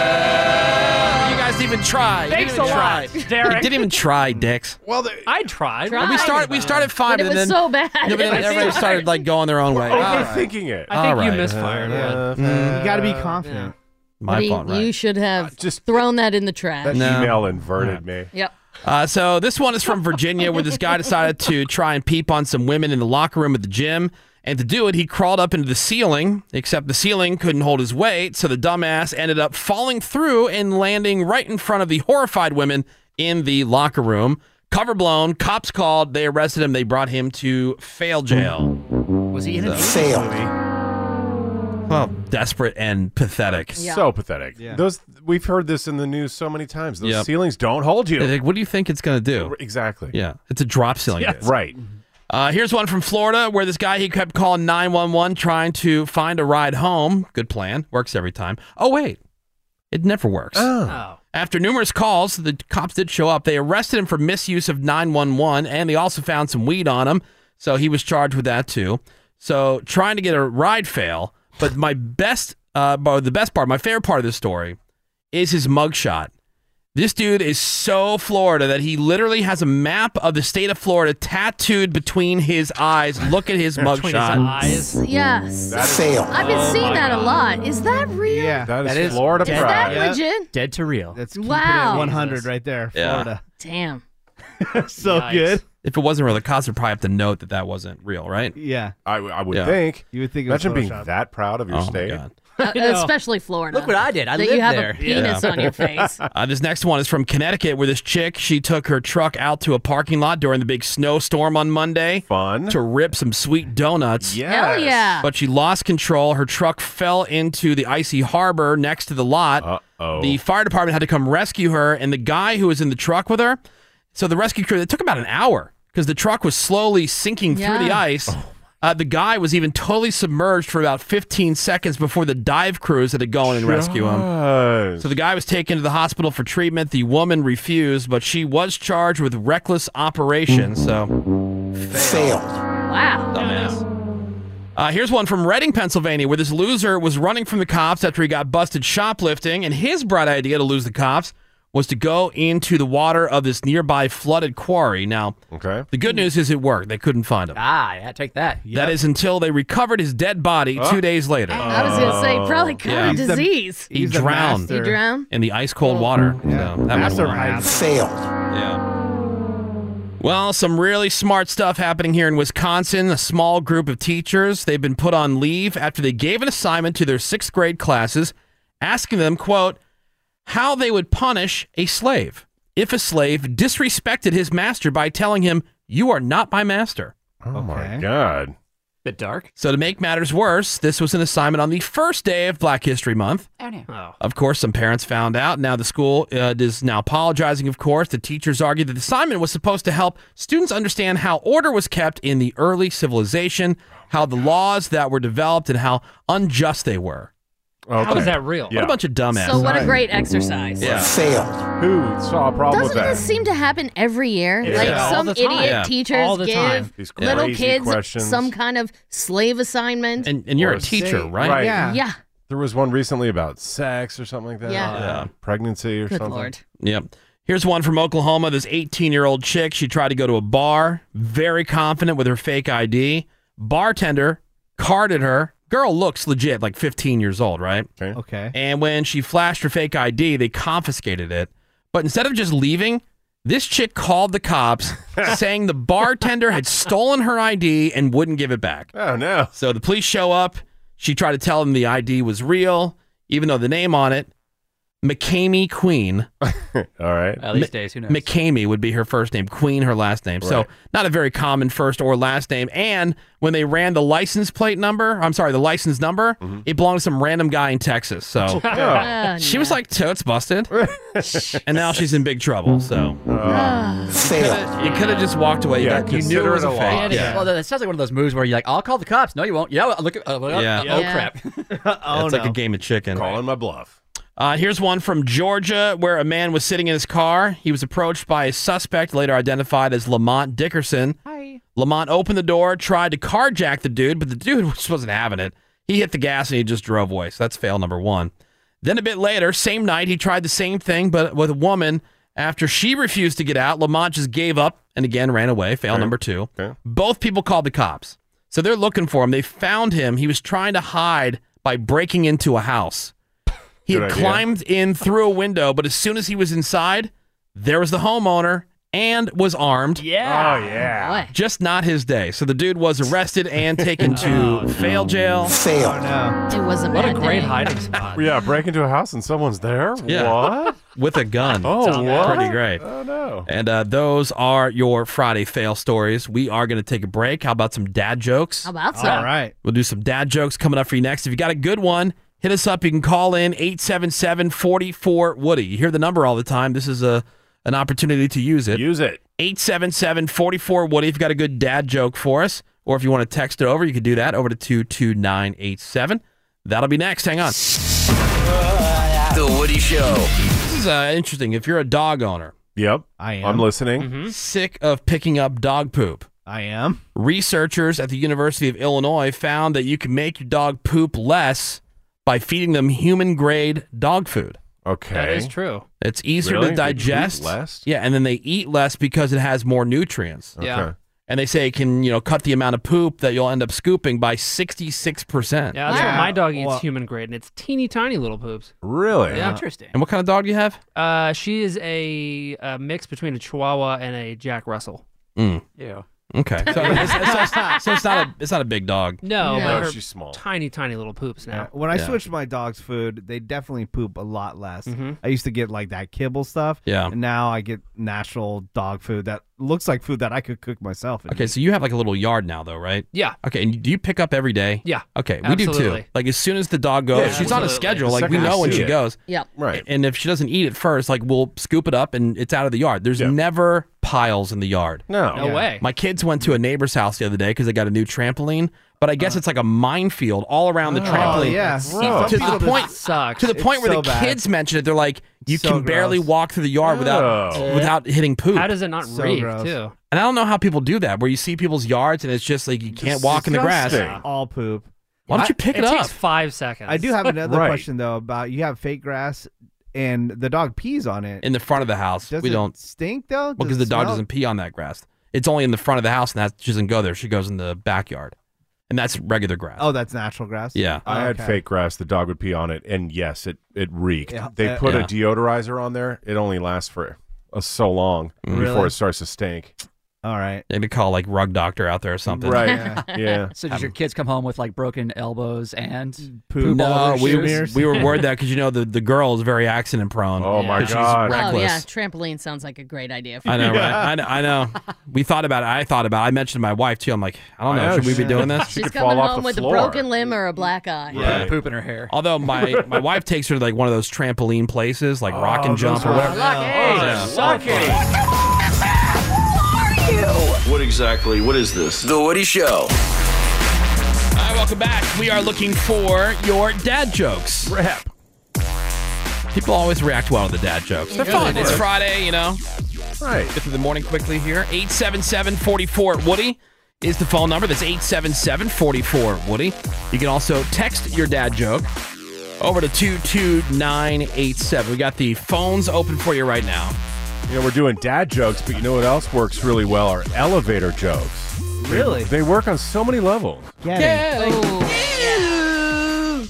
Speaker 4: You guys Even try. You
Speaker 13: Thanks
Speaker 4: didn't even
Speaker 13: a
Speaker 4: try.
Speaker 13: lot, Derek.
Speaker 4: You didn't even try, Dicks.
Speaker 13: Well, I tried.
Speaker 4: We started. We started five, and then Yeah, but then everybody started like going their own way.
Speaker 7: We're
Speaker 4: All right.
Speaker 7: overthinking it.
Speaker 8: I think you
Speaker 7: misfired, yeah.
Speaker 4: Mm.
Speaker 8: You gotta be confident.
Speaker 4: My
Speaker 6: Woody,
Speaker 4: fault, right?
Speaker 6: You should have thrown that in the trash.
Speaker 7: Uh, That
Speaker 4: No.
Speaker 7: email inverted me.
Speaker 6: Yep.
Speaker 4: Uh, so this one is from Virginia, where this guy decided to try and peep on some women in the locker room at the gym. And to do it, he crawled up into the ceiling, except the ceiling couldn't hold his weight, so the dumbass ended up falling through and landing right in front of the horrified women in the locker room. Cover blown, cops called, they arrested him, they brought him to fail jail.
Speaker 9: Was he in a
Speaker 4: Well, desperate and pathetic.
Speaker 7: So pathetic. Those we've heard this in the news so many times. Those
Speaker 4: Yep.
Speaker 7: ceilings don't hold you.
Speaker 4: Like, what do you think it's going to do?
Speaker 7: Exactly.
Speaker 4: Yeah, it's a drop ceiling.
Speaker 7: Yes.
Speaker 4: dude.
Speaker 7: Right.
Speaker 4: Uh, here's one from Florida where this guy he kept calling 911 trying to find a ride home. Good plan, works every time. Oh wait, It never works.
Speaker 12: Oh.
Speaker 4: After numerous calls, the cops did show up. They arrested him for misuse of 911, and they also found some weed on him. So he was charged with that too. So trying to get a ride fail. But my best, uh, but the best part, my favorite part of this story, is his mugshot. This dude is so Florida that he literally has a map of the state of Florida tattooed between his eyes. Look at his mugshot.
Speaker 13: Between his eyes.
Speaker 6: Yes. I've
Speaker 7: Oh
Speaker 6: been seeing that a lot. Is that real?
Speaker 8: Yeah,
Speaker 7: That is Florida
Speaker 6: dead-
Speaker 7: pride.
Speaker 6: Is that legit?
Speaker 8: Dead to real. That's keeping it
Speaker 6: Wow.
Speaker 8: at 100 right there,
Speaker 4: Yeah.
Speaker 8: Florida.
Speaker 6: Damn.
Speaker 8: so good.
Speaker 4: If it wasn't real, the cops would probably have to note that that wasn't real, right?
Speaker 8: Yeah.
Speaker 4: I, I
Speaker 7: would think.
Speaker 8: You would think.
Speaker 7: it was Imagine being Photoshop. that proud
Speaker 4: Oh
Speaker 7: of your state.
Speaker 6: Uh,
Speaker 4: You know,
Speaker 6: especially Florida.
Speaker 4: look what I did. I
Speaker 6: that you
Speaker 4: lived
Speaker 6: have
Speaker 4: there.
Speaker 6: a penis
Speaker 4: Yeah.
Speaker 6: on your face.
Speaker 4: Uh, this next one is from Connecticut, where this chick she took her truck out to a parking lot during the big snowstorm on Monday.
Speaker 7: Fun
Speaker 4: to rip some sweet donuts.
Speaker 6: Yes. Hell yeah.
Speaker 4: But she lost control. Her truck fell into the icy harbor next to the lot.
Speaker 7: Uh-oh.
Speaker 4: The fire department had to come rescue her, and the guy who was in the truck with her. So the rescue crew. It took about an hour because the truck was slowly sinking through the
Speaker 12: Yeah.
Speaker 4: ice.
Speaker 7: Oh.
Speaker 4: Uh, the guy was even totally submerged for about 15 seconds before the dive crews had to go in and rescue him. So the guy was taken to the hospital for treatment. The woman refused, but she was charged with reckless operation. So failed.
Speaker 6: Wow.
Speaker 4: Dumbass. Uh, here's one from Reading, Pennsylvania, where this loser was running from the cops after he got busted shoplifting, and his bright idea to lose the cops was to go into the water of this nearby flooded quarry. Now,
Speaker 7: okay.
Speaker 4: the good news is it worked. They couldn't find him.
Speaker 9: Ah, yeah, take that.
Speaker 4: That is until they recovered his dead body
Speaker 9: Huh?
Speaker 4: two days later.
Speaker 6: I was gonna say probably caught
Speaker 4: Oh. Yeah.
Speaker 6: a
Speaker 4: He's the-
Speaker 6: disease.
Speaker 4: He drowned.
Speaker 6: He drowned.
Speaker 4: in the ice cold water. So that was
Speaker 8: Master
Speaker 4: one.
Speaker 8: failed.
Speaker 4: Yeah. Well, some really smart stuff happening here in Wisconsin. A small group of teachers, they've been put on leave after they gave an assignment to their 6th grade classes asking them, quote, how they would punish a slave if a slave disrespected his master by telling him, "You are not my master."
Speaker 7: Oh my god.
Speaker 4: Bit dark. So to make matters worse, this was an assignment on the first day of Black History Month.
Speaker 9: Oh, no. Oh.
Speaker 4: Of course, some parents found out. Now the school uh, is now apologizing. Of course, the teachers argued that the assignment was supposed to help students understand how order was kept in the early civilization, how the laws that were developed, and how unjust they were.
Speaker 7: How
Speaker 9: is that real?
Speaker 4: What
Speaker 9: Yeah.
Speaker 4: a bunch of dumbasses!
Speaker 6: So what a great exercise.
Speaker 4: Yeah.
Speaker 7: Failed. Who saw a problem
Speaker 6: Doesn't
Speaker 7: with
Speaker 6: this
Speaker 7: that?
Speaker 6: seem to happen every year?
Speaker 7: Yeah.
Speaker 6: Like
Speaker 7: Yeah.
Speaker 6: some
Speaker 7: All the time.
Speaker 6: idiot
Speaker 7: Yeah. All
Speaker 6: teachers
Speaker 7: the time.
Speaker 6: give
Speaker 7: These
Speaker 6: little
Speaker 7: crazy
Speaker 6: kids
Speaker 7: questions.
Speaker 6: some kind of slave assignment.
Speaker 4: And, and you're
Speaker 7: Or
Speaker 4: a teacher,
Speaker 7: state,
Speaker 4: right?
Speaker 6: yeah. yeah.
Speaker 7: There was one recently about sex or something like that.
Speaker 6: Yeah.
Speaker 4: Yeah.
Speaker 7: Uh, Pregnancy or
Speaker 6: Good
Speaker 7: something.
Speaker 6: lord.
Speaker 4: Yep. Here's one from Oklahoma. This 18 year old chick, she tried to go to a bar, very confident with her fake ID. Bartender carded her. Girl looks legit, like 15 years old, right?
Speaker 7: Okay.
Speaker 8: Okay.
Speaker 4: And when she flashed her fake ID, they confiscated it. But instead of just leaving, this chick called the cops saying the bartender had stolen her ID and wouldn't give it back.
Speaker 7: Oh, no.
Speaker 4: So the police show up. She tried to tell them the ID was real, even though the name on it, McCamey Queen.
Speaker 7: All right.
Speaker 9: Well, these days, who knows?
Speaker 4: McCamey would be her first name, Queen her last name. So
Speaker 9: Right.
Speaker 4: not a very common first or last name. And when they ran the license plate number, I'm sorry, the license number, it belonged to some random guy in Texas. So
Speaker 12: Oh.
Speaker 4: she was like totes busted, and now she's in big trouble. So you could have just walked away.
Speaker 9: Yeah,
Speaker 4: Yeah, you knew it was a fake. Yeah.
Speaker 9: Well, that sounds like one of those moves where you're like, I'll call the cops. No, you won't. Yeah, well, look at. Uh, well,
Speaker 4: Yeah.
Speaker 9: uh, oh,
Speaker 4: Yeah.
Speaker 9: crap.
Speaker 4: it's like a game of chicken.
Speaker 7: Calling my bluff.
Speaker 4: Uh, here's one from Georgia where a man was sitting in his car. He was approached by a suspect, later identified as Lamont Dickerson. Hi. Lamont opened the door, tried to carjack the dude, but the dude just wasn't having it. He hit the gas and he just drove away. So that's fail number one. Then a bit later, same night, he tried the same thing, but with a woman. After she refused to get out, Lamont just gave up and again ran away. Fail number two. Both people called the cops. So they're looking for him. They found him. He was trying to hide by breaking into a house. He
Speaker 12: Good
Speaker 4: had
Speaker 12: idea.
Speaker 4: climbed in through a window, but as soon as he was inside, there was the homeowner and was armed.
Speaker 12: Yeah. Oh, yeah. Boy.
Speaker 4: Just not his day. So the dude was arrested and taken to
Speaker 12: Oh,
Speaker 4: fail jail. Fail.
Speaker 6: It wasn't
Speaker 7: What a great
Speaker 9: hiding spot.
Speaker 7: yeah, break into a house and someone's there.
Speaker 4: Yeah.
Speaker 7: What?
Speaker 4: With a gun.
Speaker 7: Oh, what?
Speaker 4: Pretty great.
Speaker 7: Oh, no.
Speaker 4: And uh, those are your Friday fail stories. We are going to take a break. How about some dad jokes?
Speaker 6: How about some? All
Speaker 4: right. We'll do some dad jokes coming up for you next. If you got a good one, hit us up. You can call in 877 44 Woody. You hear the number all the time. This is a an opportunity to use it.
Speaker 7: Use it.
Speaker 4: 877 44 Woody. If you got a good dad joke for us, or if you want to text it over, you can do that over to 22987. That'll be next. Hang on.
Speaker 10: The Woody Show.
Speaker 4: This is uh, interesting. If you're a dog owner,
Speaker 7: yep,
Speaker 4: I am.
Speaker 7: I'm listening.
Speaker 13: Mm-hmm.
Speaker 4: Sick of picking up dog poop.
Speaker 8: I am.
Speaker 4: Researchers at the University of Illinois found that you can make your dog poop less by feeding them human grade dog food.
Speaker 7: Okay.
Speaker 13: That is true.
Speaker 4: It's easier
Speaker 13: Really?
Speaker 4: to
Speaker 13: They poop
Speaker 4: digest.
Speaker 13: less?
Speaker 4: Yeah, and then they eat less because it has more nutrients.
Speaker 13: Yeah. Okay.
Speaker 4: And they say it can, you know, cut the amount of poop that you'll end up scooping by sixty six percent.
Speaker 13: Yeah, that's what my dog eats
Speaker 4: Well-
Speaker 13: human grade, and it's teeny tiny little poops.
Speaker 4: Really?
Speaker 13: Yeah. Interesting.
Speaker 4: And what kind of dog do you have?
Speaker 13: Uh, she is a, a mix between a Chihuahua and a Jack Russell.
Speaker 4: Mm.
Speaker 13: Yeah.
Speaker 4: Okay. So it's, it's- so- so it's not a it's not a big dog.
Speaker 13: No,
Speaker 8: Yeah.
Speaker 13: but
Speaker 8: No,
Speaker 13: her
Speaker 8: she's small.
Speaker 13: Tiny, tiny little poops now.
Speaker 8: When I switched my dog's food, they definitely poop a lot less.
Speaker 13: Mhm.
Speaker 8: I used to get like that kibble stuff.
Speaker 4: Yeah.
Speaker 8: And now I get natural dog food that looks like food that I could cook myself.
Speaker 4: Okay, so you have like a little yard now, though, right?
Speaker 13: Yeah.
Speaker 4: Okay, and do you pick up every day?
Speaker 13: Yeah.
Speaker 4: Okay, we do
Speaker 13: Absolutely.
Speaker 4: too. Like as soon as the dog goes,
Speaker 13: Yeah,
Speaker 4: she's on a
Speaker 13: absolutely.
Speaker 4: schedule.
Speaker 13: The
Speaker 4: Like we
Speaker 13: second I
Speaker 4: know when
Speaker 13: see
Speaker 4: she
Speaker 13: it.
Speaker 4: goes.
Speaker 6: Yep.
Speaker 4: Right. And if she doesn't eat it first, like we'll scoop it up and it's out of the yard. There's never piles in the yard.
Speaker 7: No.
Speaker 13: No Yeah. way.
Speaker 4: My kids went to a neighbor's house the other day because they got a new trampoline. But I
Speaker 13: Uh.
Speaker 4: guess it's like a minefield all around the
Speaker 8: Oh,
Speaker 4: trampoline.
Speaker 8: yeah. Gross.
Speaker 4: To
Speaker 8: Some
Speaker 4: the
Speaker 8: people-
Speaker 4: point,
Speaker 13: sucks.
Speaker 4: to the point
Speaker 8: It's
Speaker 4: where
Speaker 8: so
Speaker 4: the
Speaker 8: bad.
Speaker 4: kids mentioned it. They're like, you
Speaker 8: So
Speaker 4: can barely
Speaker 8: gross.
Speaker 4: walk through the yard without
Speaker 13: Oh.
Speaker 4: without hitting poop.
Speaker 13: How does it not reek, too?
Speaker 4: And I don't know how people do that, where you see people's yards and it's just like you can't walk in the grass.
Speaker 8: All poop.
Speaker 4: Why don't you pick it,
Speaker 13: it
Speaker 4: up?
Speaker 13: takes five seconds.
Speaker 8: I do have another
Speaker 4: Right.
Speaker 8: question though about you have fake grass and the dog pees on it.
Speaker 4: in the front of the house.
Speaker 8: Does
Speaker 4: we
Speaker 8: it
Speaker 4: don't
Speaker 8: stink though?
Speaker 4: well because
Speaker 8: Does
Speaker 4: the
Speaker 8: it
Speaker 4: dog
Speaker 8: smell?
Speaker 4: doesn't pee on that grass. It's only in the front of the house, and that she doesn't go there. She goes in the backyard, and that's regular grass.
Speaker 8: Oh, that's natural grass.
Speaker 4: Yeah.
Speaker 7: I had
Speaker 8: Okay.
Speaker 7: fake grass. The dog would pee on it, and yes, it it reeked.
Speaker 8: Yeah.
Speaker 7: They
Speaker 8: Uh,
Speaker 7: put
Speaker 8: Yeah.
Speaker 7: a deodorizer on there. It only lasts for uh, so long before
Speaker 8: Really?
Speaker 7: it starts to stink.
Speaker 8: All right.
Speaker 4: Mm-hmm. They need to call like rug doctor out there or something.
Speaker 7: Right. yeah.
Speaker 14: So did your kids come home with like broken elbows and poop? all
Speaker 4: Mm, No,
Speaker 14: over
Speaker 4: we,
Speaker 14: their
Speaker 4: were-
Speaker 14: shoes?
Speaker 4: we were worried that because you know the, the girl is very accident prone.
Speaker 7: Oh
Speaker 14: my
Speaker 4: She's
Speaker 7: God.
Speaker 6: Oh yeah,
Speaker 4: reckless.
Speaker 6: trampoline sounds like a great idea. For
Speaker 4: I know,
Speaker 6: me.
Speaker 4: right? I know, I know. We thought about it. I thought about. it. I mentioned to my wife too. I'm like, I don't know. should we be doing this?
Speaker 6: She's coming home with a broken limb or a black eye.
Speaker 4: Yeah.
Speaker 14: poop in her hair.
Speaker 4: Although my my wife takes her to like one of those trampoline places, like rock and jump
Speaker 12: Oh,
Speaker 4: or
Speaker 12: are-
Speaker 4: whatever.
Speaker 12: Rock and
Speaker 4: Yeah.
Speaker 12: Suck
Speaker 10: What exactly? What is this? The Woody Show.
Speaker 4: All right, welcome back. We are looking for your dad jokes. Rap. People always react well to the dad jokes. They're
Speaker 12: Yeah,
Speaker 4: fun.
Speaker 12: they
Speaker 4: It's
Speaker 12: do.
Speaker 4: Friday, you know.
Speaker 7: Right.
Speaker 4: Get through the morning quickly here. 877 44 Woody is the phone number. That's 877 44 Woody. You can also text your dad joke over to 22987. We got the phones open for you right now.
Speaker 7: You know, we're doing dad jokes, but you know what else works really well are elevator jokes. They-
Speaker 8: Really?
Speaker 7: They, work on so many levels.
Speaker 4: Yeah. they don't call them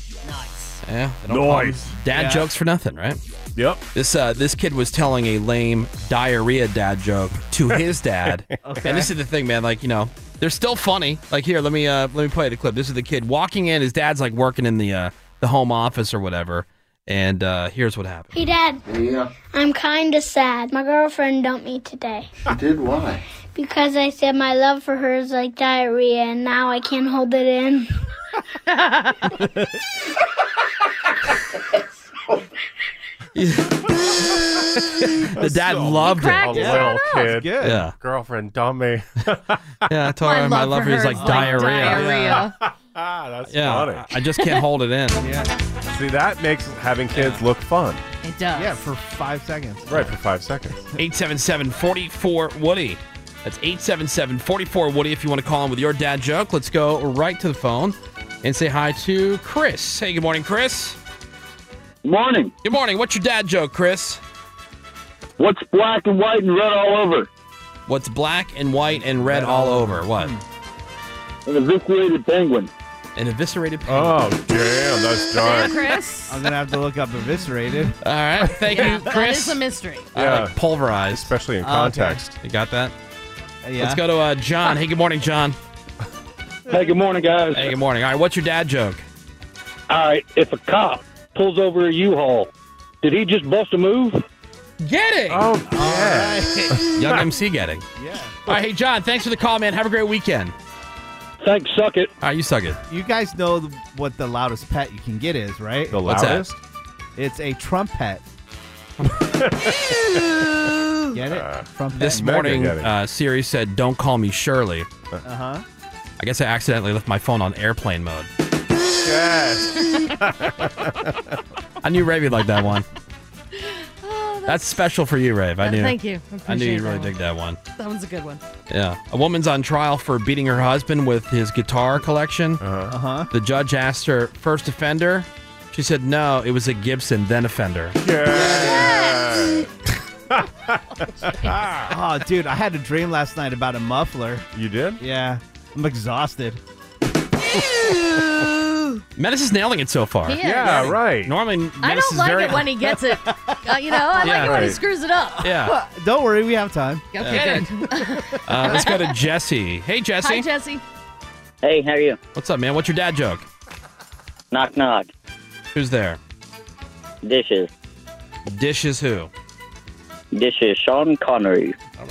Speaker 7: Nice.
Speaker 4: Dad
Speaker 7: Yeah.
Speaker 4: jokes for nothing, right?
Speaker 7: Yep.
Speaker 4: This uh, this kid was telling a lame diarrhea dad joke to his dad,
Speaker 12: Okay.
Speaker 4: and this is the thing, man. Like you know, they're still funny. Like here, let me uh, let me play the clip. This is the kid walking in. His dad's like working in the uh, the home office or whatever, and uh, here's what happened.
Speaker 15: Hey, Dad.
Speaker 16: Yeah.
Speaker 15: I'm kind of sad. My girlfriend dumped me today
Speaker 16: You did why?
Speaker 15: because I said my love for her is like diarrhea, and now I can't hold it in.
Speaker 4: The dad loved it.
Speaker 7: A little kid.
Speaker 4: good. Yeah.
Speaker 7: Girlfriend, dumb me.
Speaker 4: Yeah, I told her my love for her is like diarrhea.
Speaker 7: ah, that's
Speaker 4: Yeah,
Speaker 7: funny.
Speaker 4: I just can't hold it in.
Speaker 7: Yeah. See, that makes having kids look fun.
Speaker 6: It does.
Speaker 8: Yeah, for five seconds.
Speaker 7: Right, for five seconds.
Speaker 4: 877 44 Woody. That's 877 44 Woody if you want to call in with your dad joke. Let's go right to the phone and say hi to Chris. Hey, good morning, Chris. Morning. Good morning. What's your dad joke, Chris? What's black and white and red all over? What's black and white and red, all over? What? An eviscerated penguin. An eviscerated penguin.
Speaker 7: Oh, damn, that's dark.
Speaker 6: Chris.
Speaker 8: I'm gonna have to look up eviscerated.
Speaker 4: All right, thank
Speaker 6: Yeah,
Speaker 4: you,
Speaker 6: That
Speaker 4: Chris.
Speaker 6: is a mystery.
Speaker 4: Yeah, pulverized,
Speaker 7: especially in
Speaker 4: Oh, okay.
Speaker 7: context.
Speaker 4: You got that?
Speaker 8: yeah.
Speaker 4: Let's go to uh, John. Hey, good morning, John. Hey, good morning, guys. Hey, good morning. All right, what's your dad joke?
Speaker 17: All right, if a cop pulls over a U-Haul, did he just bust a move?
Speaker 4: Getting.
Speaker 7: Oh,
Speaker 4: yeah. Young MC getting. Yeah. All right, hey, John, thanks for the call, man. Have a great weekend.
Speaker 8: Thanks,
Speaker 17: suck it.
Speaker 4: All right, you suck it.
Speaker 8: You guys know th- what the loudest pet you can get is, right? The
Speaker 4: What's that? loudest?
Speaker 8: It's a trumpet. get it? Trumpet.
Speaker 4: This morning, uh, Siri said, Don't call me Shirley.
Speaker 8: Uh
Speaker 4: Uh-huh.
Speaker 8: huh.
Speaker 4: I guess I accidentally left my phone on airplane mode.
Speaker 7: Yes.
Speaker 4: I knew Rave would like that one. that's, special for you, Rave. I
Speaker 6: Uh,
Speaker 4: knew.
Speaker 6: Oh, thank you. I
Speaker 4: I knew
Speaker 6: appreciate
Speaker 4: you'd really
Speaker 6: that
Speaker 4: dig that one.
Speaker 6: That one's a good one.
Speaker 4: Yeah. A woman's on trial for beating her husband with his guitar collection. Uh huh. The judge asked her, first offender? She said, no, it was a Gibson, then offender.
Speaker 8: oh, dude, I had a dream last night about a muffler. You did? Yeah. I'm exhausted.
Speaker 4: Menace is nailing it so far.
Speaker 6: He is. Yeah,
Speaker 4: right. Normally,
Speaker 6: I
Speaker 4: Menace
Speaker 6: don't
Speaker 4: is
Speaker 6: like
Speaker 4: very-
Speaker 6: it when he gets it. Uh, you know, I
Speaker 4: Yeah,
Speaker 6: like it when he
Speaker 4: right.
Speaker 6: screws it up.
Speaker 4: Yeah.
Speaker 8: Don't worry, we have time.
Speaker 6: Okay,
Speaker 4: Yeah.
Speaker 6: good.
Speaker 4: Uh, let's go to Jesse. Hey, Jesse.
Speaker 6: Hi, Jesse.
Speaker 4: Hey, how are you? What's up, man? What's your dad joke? Knock knock. Who's there?
Speaker 16: Dishes.
Speaker 4: Dishes who?
Speaker 16: Dishes. Sean Connery.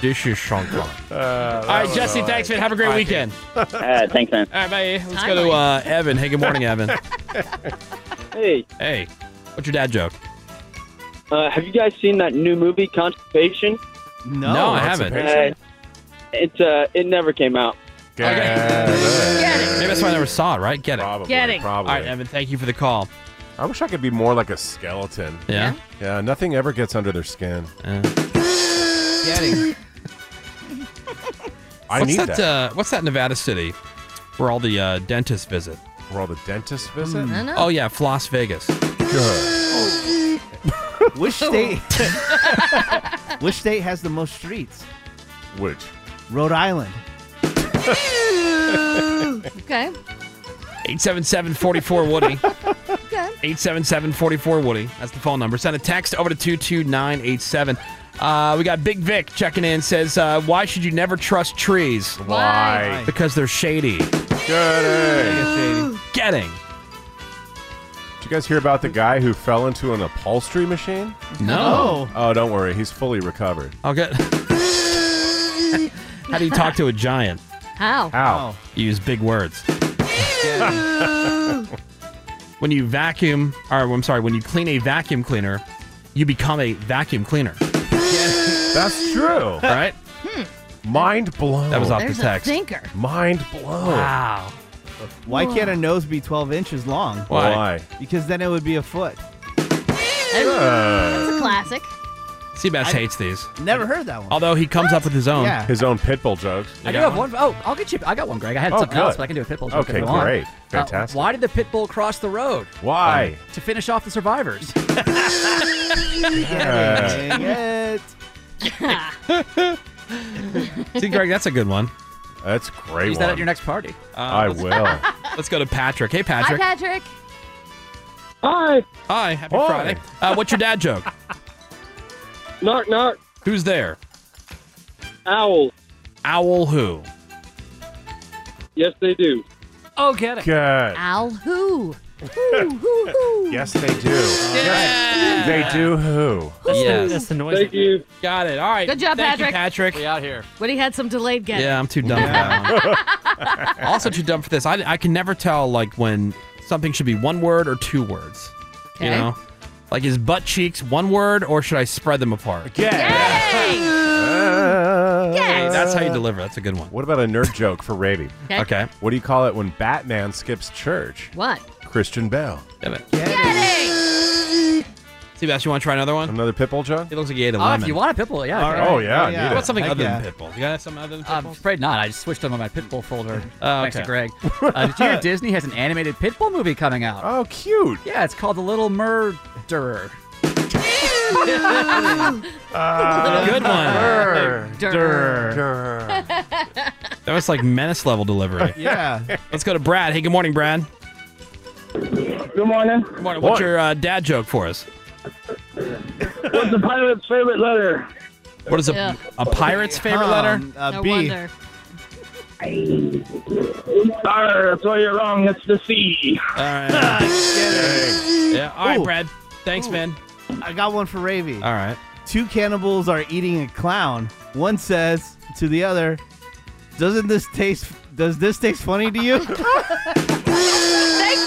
Speaker 4: Dishes Sean Connery. All right, Jesse, thanks, man. Have a great weekend.
Speaker 16: All right, thanks, man.
Speaker 4: All right, bye. Let's go to uh, Evan. Hey, good morning, Evan.
Speaker 18: Hey.
Speaker 4: Hey, what's your dad joke?
Speaker 18: Uh, have you guys seen that new movie, Constipation?
Speaker 4: No, No, I haven't. Constipation?
Speaker 18: Uh, it, uh, it never came out.
Speaker 4: Maybe that's why I never saw it, right? Get it. Probably.
Speaker 18: Get it.
Speaker 4: All right, Evan, thank you for the call.
Speaker 7: I wish I could be more like a skeleton.
Speaker 4: Yeah?
Speaker 7: Yeah, nothing ever gets under their skin. I
Speaker 4: what's
Speaker 7: need that.
Speaker 4: Uh, what's that Nevada city where all the uh, dentists visit? Where all the dentists
Speaker 7: visit? Mm, I know.
Speaker 4: Oh, yeah, Floss Vegas.
Speaker 8: Which state? Which state has the most streets?
Speaker 7: Which?
Speaker 8: Rhode Island.
Speaker 6: okay.
Speaker 4: 877 44 Woody. 877 44 Woody. That's the phone number. Send a text over to 22987. Uh, we got Big Vic checking in. Says, uh, why should you never trust trees?
Speaker 7: Why?
Speaker 4: Because they're shady.
Speaker 7: Getting.
Speaker 4: Getting.
Speaker 7: Did you guys hear about the guy who fell into an upholstery machine?
Speaker 4: No.
Speaker 7: Oh, don't worry. He's fully recovered.
Speaker 4: I'll get. How do you talk to a giant?
Speaker 7: Oh.
Speaker 6: How?
Speaker 4: You use big words. when you vacuum, or I'm sorry, when you clean a vacuum cleaner, you become a vacuum cleaner.
Speaker 7: That's true. Hmm.
Speaker 4: Right?
Speaker 7: Mind blown.
Speaker 4: That was off
Speaker 6: There's
Speaker 4: the
Speaker 6: a
Speaker 4: text.
Speaker 6: thinker.
Speaker 7: Mind blown.
Speaker 4: Wow.
Speaker 8: Why
Speaker 6: Whoa.
Speaker 8: can't a nose be 12 inches long?
Speaker 7: Why? Why?
Speaker 8: Because then it would be a foot.
Speaker 6: That's a classic.
Speaker 4: Seabass
Speaker 8: I-
Speaker 4: hates these.
Speaker 8: Never heard that one.
Speaker 4: Although he comes up with his own.
Speaker 8: Yeah.
Speaker 7: His own pit bull jokes.
Speaker 14: I do have one. Oh, I'll get you. I got one, Greg. I had
Speaker 7: Oh,
Speaker 14: something else,
Speaker 7: good.
Speaker 14: but I can do a pit bull.
Speaker 7: Okay, great. Fantastic.
Speaker 14: why did the pit bull cross the road?
Speaker 7: Why?
Speaker 14: Um, to finish off the survivors.
Speaker 7: Dang
Speaker 4: See, Greg, that's a good one.
Speaker 7: That's a great
Speaker 14: Use that at your next party. Uh,
Speaker 7: I will.
Speaker 4: Let's go to Patrick. Hey, Patrick.
Speaker 6: Hi, Patrick.
Speaker 4: Hi. Hi. Happy
Speaker 6: Hi.
Speaker 4: Friday. Uh, what's your dad joke?
Speaker 18: knock, knock.
Speaker 4: Who's there?
Speaker 18: Owl.
Speaker 4: Owl who?
Speaker 18: Yes, they do.
Speaker 13: Oh, get it.
Speaker 7: Good.
Speaker 6: Al who? Who, who, who?
Speaker 7: Yes, they do. Yes, they do who?
Speaker 4: Yeah. That's the
Speaker 18: noise. Thank you.
Speaker 4: Got it. All right.
Speaker 6: Good job,
Speaker 4: Thank you,
Speaker 6: Patrick.
Speaker 4: Patrick. We
Speaker 14: out here.
Speaker 6: Woody had some delayed get.
Speaker 4: Yeah, I'm too dumb for that one. also too dumb for this. I, I can never tell like when something should be one word or two words. You
Speaker 6: Okay.
Speaker 4: know? Like is butt cheeks one word or should I spread them apart? Hey, that's how you deliver. That's a good one.
Speaker 7: What about a nerd joke for Ravy?
Speaker 6: 'Kay. Okay.
Speaker 7: What do you call it when Batman skips church?
Speaker 6: What?
Speaker 7: Christian Bell.
Speaker 4: Damn it. Seabass, you want to try another one?
Speaker 7: Another pitbull joke?
Speaker 4: It looks like you ate a
Speaker 14: Oh,
Speaker 4: lemon.
Speaker 14: if you want a pitbull, yeah.
Speaker 4: All
Speaker 14: okay.
Speaker 4: right. Oh, yeah, I need it. What's something other than pit bull? You got something other than
Speaker 14: I'm afraid not. I just switched over my pitbull folder
Speaker 4: Oh,
Speaker 14: next to
Speaker 4: okay.
Speaker 14: Greg. Uh, did you hear Disney has an animated pitbull movie coming out?
Speaker 7: Oh, cute.
Speaker 14: Yeah, it's called The Little Murderer.
Speaker 4: Good one.
Speaker 14: Durr.
Speaker 4: That was like menace level delivery.
Speaker 8: Yeah.
Speaker 4: Let's go to Brad. Hey, good morning, Brad.
Speaker 17: Good morning. Good
Speaker 4: morning. What's your uh, dad joke for us?
Speaker 17: What's the pilot's favorite letter?
Speaker 4: What is a,
Speaker 17: Yeah.
Speaker 4: a pirate's favorite letter?
Speaker 17: Um, uh, No B. wonder. Arr, that's why you're wrong. It's the C.
Speaker 4: All right. yeah. All right,
Speaker 8: Ooh.
Speaker 4: Brad. Thanks, man.
Speaker 8: I got one for Ravy. All
Speaker 4: right.
Speaker 8: Two cannibals are eating a clown. One says to the other, "Doesn't this taste? Does this taste funny to you?"
Speaker 6: Thank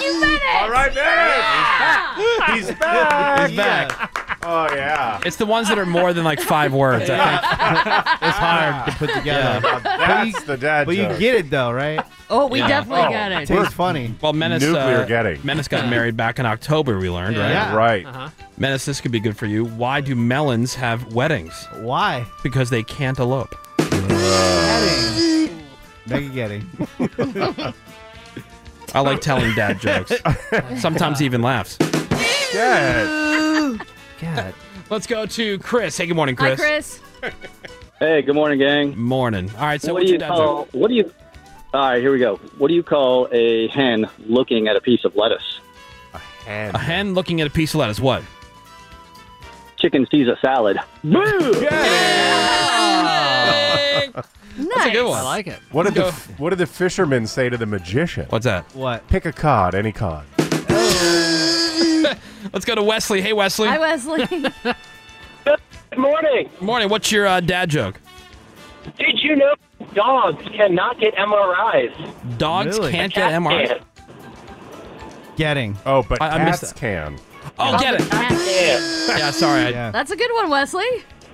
Speaker 6: you, Menace. All
Speaker 7: right, Menace.
Speaker 6: Yeah.
Speaker 7: He's back.
Speaker 8: He's back.
Speaker 4: Oh yeah. It's the ones that are more than like five words. I think
Speaker 8: It's hard to put together.
Speaker 4: Yeah.
Speaker 8: That's the dad But you
Speaker 4: joke.
Speaker 8: get it though, right?
Speaker 6: Oh, we
Speaker 4: Yeah.
Speaker 6: definitely
Speaker 4: Oh,
Speaker 6: got it.
Speaker 8: Tastes funny.
Speaker 4: Well, Menace.
Speaker 8: Nuclear
Speaker 4: uh,
Speaker 8: getting.
Speaker 4: Menace got married back in October. We learned, right?
Speaker 8: Yeah. Right. Uh-huh.
Speaker 4: Menace, this could be good for you. Why do melons have weddings?
Speaker 8: Why?
Speaker 4: Because they can't elope.
Speaker 8: Mega getting.
Speaker 4: I like telling dad jokes. Sometimes he even laughs. Yeah. God. Let's go to Chris. Hey, good morning, Chris.
Speaker 18: Hey, good morning, gang.
Speaker 4: Morning. All right, so
Speaker 18: what
Speaker 4: what's
Speaker 18: do you
Speaker 4: your dad
Speaker 18: call? What do you? All right, here we go. What do you call a hen looking at a piece of lettuce?
Speaker 4: A hen looking at a piece of lettuce. What?
Speaker 18: Chicken Caesar salad. Boo!
Speaker 4: That's a good one.
Speaker 7: What
Speaker 4: Let's
Speaker 7: did the f- What did the fisherman say to the magician?
Speaker 4: What's that?
Speaker 8: What?
Speaker 7: Pick a cod, any cod.
Speaker 4: go- Let's go to Wesley. Hey, Wesley.
Speaker 12: Hi, Wesley.
Speaker 4: Good morning. Morning. What's your uh, dad joke?
Speaker 19: Did you know dogs cannot get MRIs?
Speaker 4: Dogs
Speaker 19: Really?
Speaker 4: can't
Speaker 19: A cat
Speaker 4: get MRIs.
Speaker 19: can.
Speaker 8: Getting.
Speaker 7: Oh, but
Speaker 4: I- I missed
Speaker 7: cats
Speaker 4: that.
Speaker 7: can.
Speaker 4: Oh, get it. Yeah, sorry. I-
Speaker 6: That's a good one, Wesley.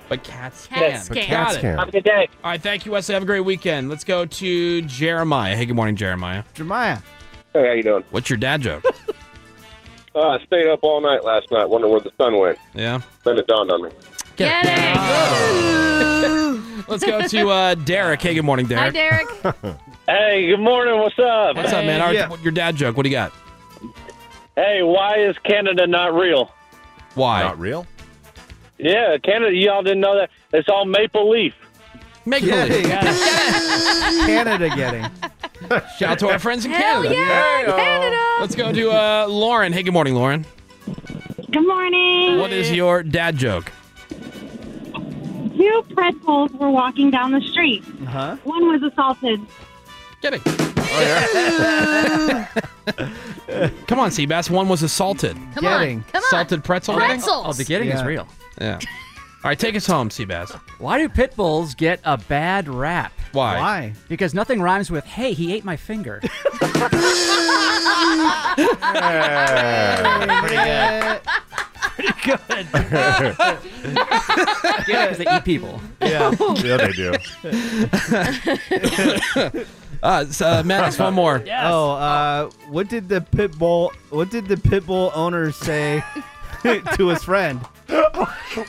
Speaker 4: But cats
Speaker 6: Cats
Speaker 4: can.
Speaker 6: can. But cats
Speaker 4: Got it.
Speaker 6: can. Have a
Speaker 4: good day. All right, thank you, Wesley. Have a great weekend. Let's go to Jeremiah. Hey, good morning, Jeremiah.
Speaker 8: Jeremiah.
Speaker 20: Hey, how you doing?
Speaker 4: What's your dad joke?
Speaker 20: Uh, I stayed up all night last night wondering where the sun went.
Speaker 4: yeah.
Speaker 20: Then it dawned on me.
Speaker 6: Get it.
Speaker 4: Let's go to uh, Derek. Hey, good morning, Derek.
Speaker 6: Hi, Derek.
Speaker 4: hey, good morning. What's up? What's up, man? All right,
Speaker 20: Yeah.
Speaker 4: what- Your dad joke. What do you got?
Speaker 20: Hey, why is Canada not real?
Speaker 4: Why?
Speaker 7: Not real?
Speaker 20: Yeah, Canada. Y'all didn't know that. It's all maple leaf.
Speaker 4: Make
Speaker 20: believe.
Speaker 8: Canada getting.
Speaker 4: Shout out to our friends in
Speaker 12: Hell
Speaker 4: Canada.
Speaker 12: yeah, Hey-o.
Speaker 4: Canada. Let's go to uh, Lauren. Hey, good morning, Lauren.
Speaker 21: Good morning.
Speaker 4: What is your dad joke?
Speaker 21: Two pretzels were walking down the street.
Speaker 8: Huh?
Speaker 21: One was assaulted.
Speaker 4: Get it. Come on, Seabass. One was assaulted.
Speaker 21: Come on, Getting. come on.
Speaker 4: Salted pretzel. getting?
Speaker 21: Pretzels. Oh, the
Speaker 14: getting is Yeah. real.
Speaker 4: Yeah. All right, take us home, Seabass.
Speaker 14: Why do pit bulls get a bad rap?
Speaker 4: Why?
Speaker 8: Why?
Speaker 14: Because nothing rhymes with "Hey, he ate my finger."
Speaker 12: Pretty
Speaker 8: good.
Speaker 14: yeah, because they eat people.
Speaker 4: Yeah.
Speaker 7: Yeah, they do.
Speaker 4: uh, so, uh, Maddox, one more.
Speaker 8: Oh, uh, what did the pit bull? What did the pit bull owner say to his friend?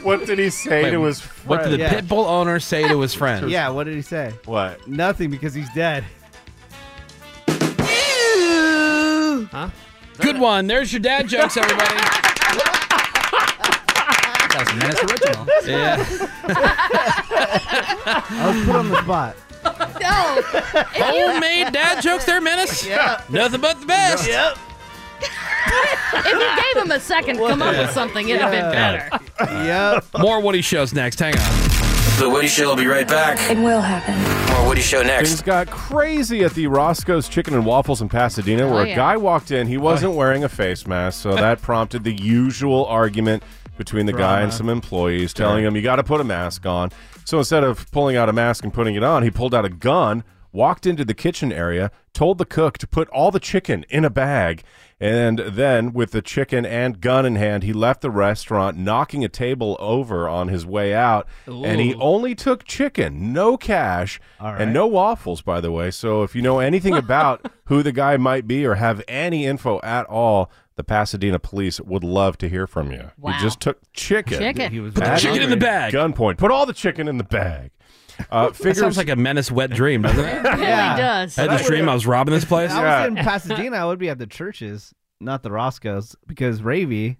Speaker 7: what did he say
Speaker 4: Wait,
Speaker 7: to his
Speaker 4: What did the pit bull owner say to his friend?
Speaker 8: Yeah, what did he say?
Speaker 7: What?
Speaker 8: Nothing because he's dead.
Speaker 4: Huh? Good one. There's your dad jokes, everybody.
Speaker 14: That was a Menace original.
Speaker 4: Yeah.
Speaker 8: I was put on the spot.
Speaker 6: No.
Speaker 4: Homemade dad jokes, there, Menace.
Speaker 6: Yeah.
Speaker 4: Nothing but the best.
Speaker 6: Yep. if you gave him a second to come up
Speaker 4: Yeah.
Speaker 6: with something, it'd have been better.
Speaker 8: Yep.
Speaker 4: More Woody shows next. Hang on.
Speaker 10: The Woody Show will be right back.
Speaker 3: It will happen.
Speaker 10: More Woody Show
Speaker 7: Things got crazy at the Roscoe's Chicken and Waffles in Pasadena, where
Speaker 3: Oh,
Speaker 7: a
Speaker 3: yeah.
Speaker 7: guy walked in. He wasn't wearing a face mask, so that prompted the usual argument between the guy and
Speaker 5: Drama.
Speaker 7: some employees, telling him, "You got to put a mask on." So instead of pulling out a mask and putting it on, he pulled out a gun, walked into the kitchen area, told the cook to put all the chicken in a bag, and then, with the chicken and gun in hand, he left the restaurant, knocking a table over on his way out, and he
Speaker 5: Ooh.
Speaker 7: only took chicken, no cash, and no waffles, by the way. So if you know anything about who the guy might be or have any info at all, the Pasadena police would love to hear from you. You just took chicken.
Speaker 5: Chicken. He was
Speaker 7: At
Speaker 5: Put the chicken in the
Speaker 4: bag.
Speaker 7: Gunpoint. Put all the chicken in the bag. Uh,
Speaker 4: That
Speaker 7: figures
Speaker 4: sounds like a menace wet dream, doesn't it?
Speaker 8: really Yeah. does.
Speaker 4: I had this dream I was robbing this place.
Speaker 8: If I was in Pasadena, I would be at the churches, not the Roscoe's, because Ravy,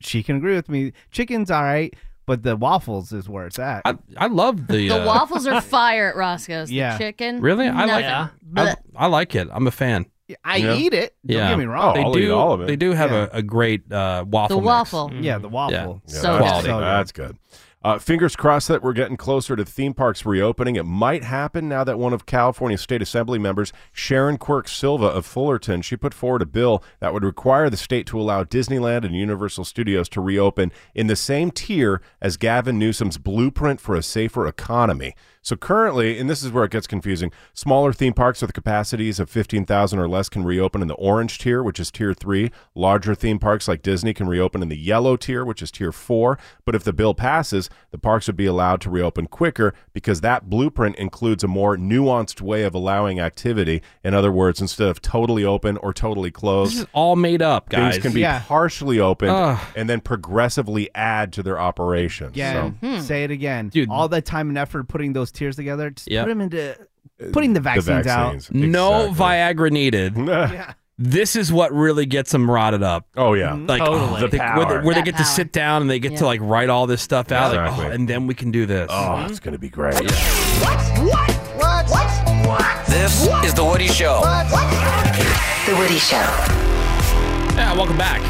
Speaker 8: she can agree with me. Chicken's all right, but the waffles is where it's at.
Speaker 4: I, I love the.
Speaker 6: The
Speaker 4: uh,
Speaker 6: waffles are fire at Roscoe's.
Speaker 8: Yeah.
Speaker 6: The chicken.
Speaker 4: Really? I like.
Speaker 6: nothing.
Speaker 4: I, I like it. I'm a fan.
Speaker 6: I
Speaker 4: Yeah.
Speaker 6: eat it.
Speaker 8: Don't
Speaker 4: yeah.
Speaker 8: get me wrong.
Speaker 4: They
Speaker 8: Oh, I'll
Speaker 4: do.
Speaker 8: eat all of it.
Speaker 4: They do have a, a great uh, waffle.
Speaker 8: The
Speaker 4: mix.
Speaker 8: waffle. Yeah, the waffle.
Speaker 4: Yeah.
Speaker 8: So
Speaker 4: Quality.
Speaker 8: good. So good.
Speaker 7: Mm. That's good. Uh, fingers crossed that we're getting closer to theme parks reopening. It might happen now that one of California State Assembly members, Sharon Quirk Silva of Fullerton, she put forward a bill that would require the state to allow Disneyland and Universal Studios to reopen in the same tier as Gavin Newsom's blueprint for a safer economy. So currently, and this is where it gets confusing, smaller theme parks with capacities of 15,000 or less can reopen in the orange tier, which is tier 3. Larger theme parks like Disney can reopen in the yellow tier, which is tier 4, but if the bill passes, the parks would be allowed to reopen quicker because that blueprint includes a more nuanced way of allowing activity. In other words, instead of totally open or totally closed,
Speaker 4: This is all made up, guys.
Speaker 7: Things can be partially opened and then progressively add to their operation.
Speaker 8: Again,
Speaker 7: Hmm.
Speaker 8: say it again. All that time and effort putting those tiers together, just
Speaker 7: Yep.
Speaker 8: put them into
Speaker 7: Uh,
Speaker 8: putting the vaccines, out.
Speaker 4: No Viagra needed. This is what really gets them rotted up.
Speaker 7: Oh yeah,
Speaker 8: Mm-hmm.
Speaker 4: like
Speaker 7: Totally. The
Speaker 4: they- where
Speaker 7: power.
Speaker 4: they, where they
Speaker 7: That
Speaker 4: get
Speaker 7: power.
Speaker 4: to sit down and they get
Speaker 7: Yeah.
Speaker 4: to like write all this stuff out, like,
Speaker 7: Exactly.
Speaker 4: oh, and then we can do this.
Speaker 7: Oh, it's gonna be great.
Speaker 12: What? What? What? What?
Speaker 4: This
Speaker 12: is The Woody Show.
Speaker 4: The Woody Show. Yeah, welcome back.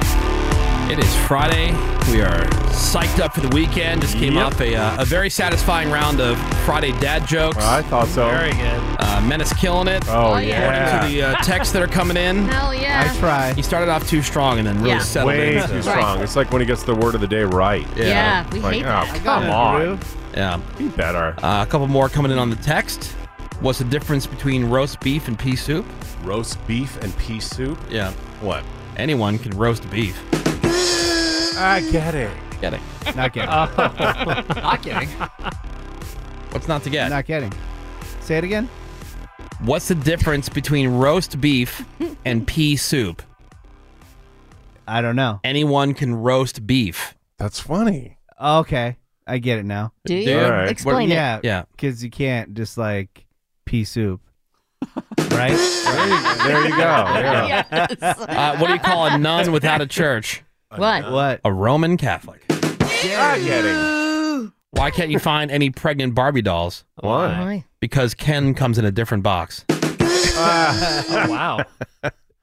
Speaker 4: Hi. It is Friday. We are psyched up for the weekend. Just came
Speaker 7: Yep.
Speaker 4: off a, uh, a very satisfying round of Friday dad jokes.
Speaker 7: I thought so. Very
Speaker 4: good. Uh, Menace killing it.
Speaker 7: Oh, yeah.
Speaker 4: According to the uh, texts that are coming in.
Speaker 6: Hell yeah. I
Speaker 7: tried.
Speaker 4: He started off too strong and then really
Speaker 6: Yeah.
Speaker 4: settled
Speaker 7: Way
Speaker 4: into-
Speaker 7: too strong. It's like when he gets the word of the day right.
Speaker 4: Yeah. Yeah, we
Speaker 7: like,
Speaker 4: hate
Speaker 7: oh,
Speaker 4: that. I got
Speaker 7: Come
Speaker 4: it,
Speaker 7: on.
Speaker 4: Yeah.
Speaker 7: Be better.
Speaker 4: Uh, a couple more coming in on the text. What's the difference between roast beef and pea soup?
Speaker 7: Roast beef and pea soup?
Speaker 4: Yeah.
Speaker 7: What?
Speaker 4: Anyone can roast beef.
Speaker 7: I get it.
Speaker 4: Get it.
Speaker 8: Not kidding.
Speaker 14: Not kidding.
Speaker 4: What's not to get?
Speaker 8: Oh. Not kidding. Say it again.
Speaker 4: What's the difference between roast beef and pea soup?
Speaker 8: I don't know.
Speaker 4: Anyone can roast beef.
Speaker 7: That's funny.
Speaker 8: Okay, I get it now.
Speaker 4: Do you? All right. Explain it.
Speaker 8: Yeah,
Speaker 4: Yeah.
Speaker 8: Because you can't just like pea soup, right?
Speaker 7: there you go.
Speaker 4: Yeah. Uh, what do you call a nun without a church?
Speaker 6: What?
Speaker 8: What?
Speaker 4: A Roman Catholic.
Speaker 7: I get it.
Speaker 4: Why can't you find any pregnant Barbie dolls?
Speaker 7: Why?
Speaker 6: Why?
Speaker 4: Because Ken comes in a different box.
Speaker 7: oh,
Speaker 13: wow.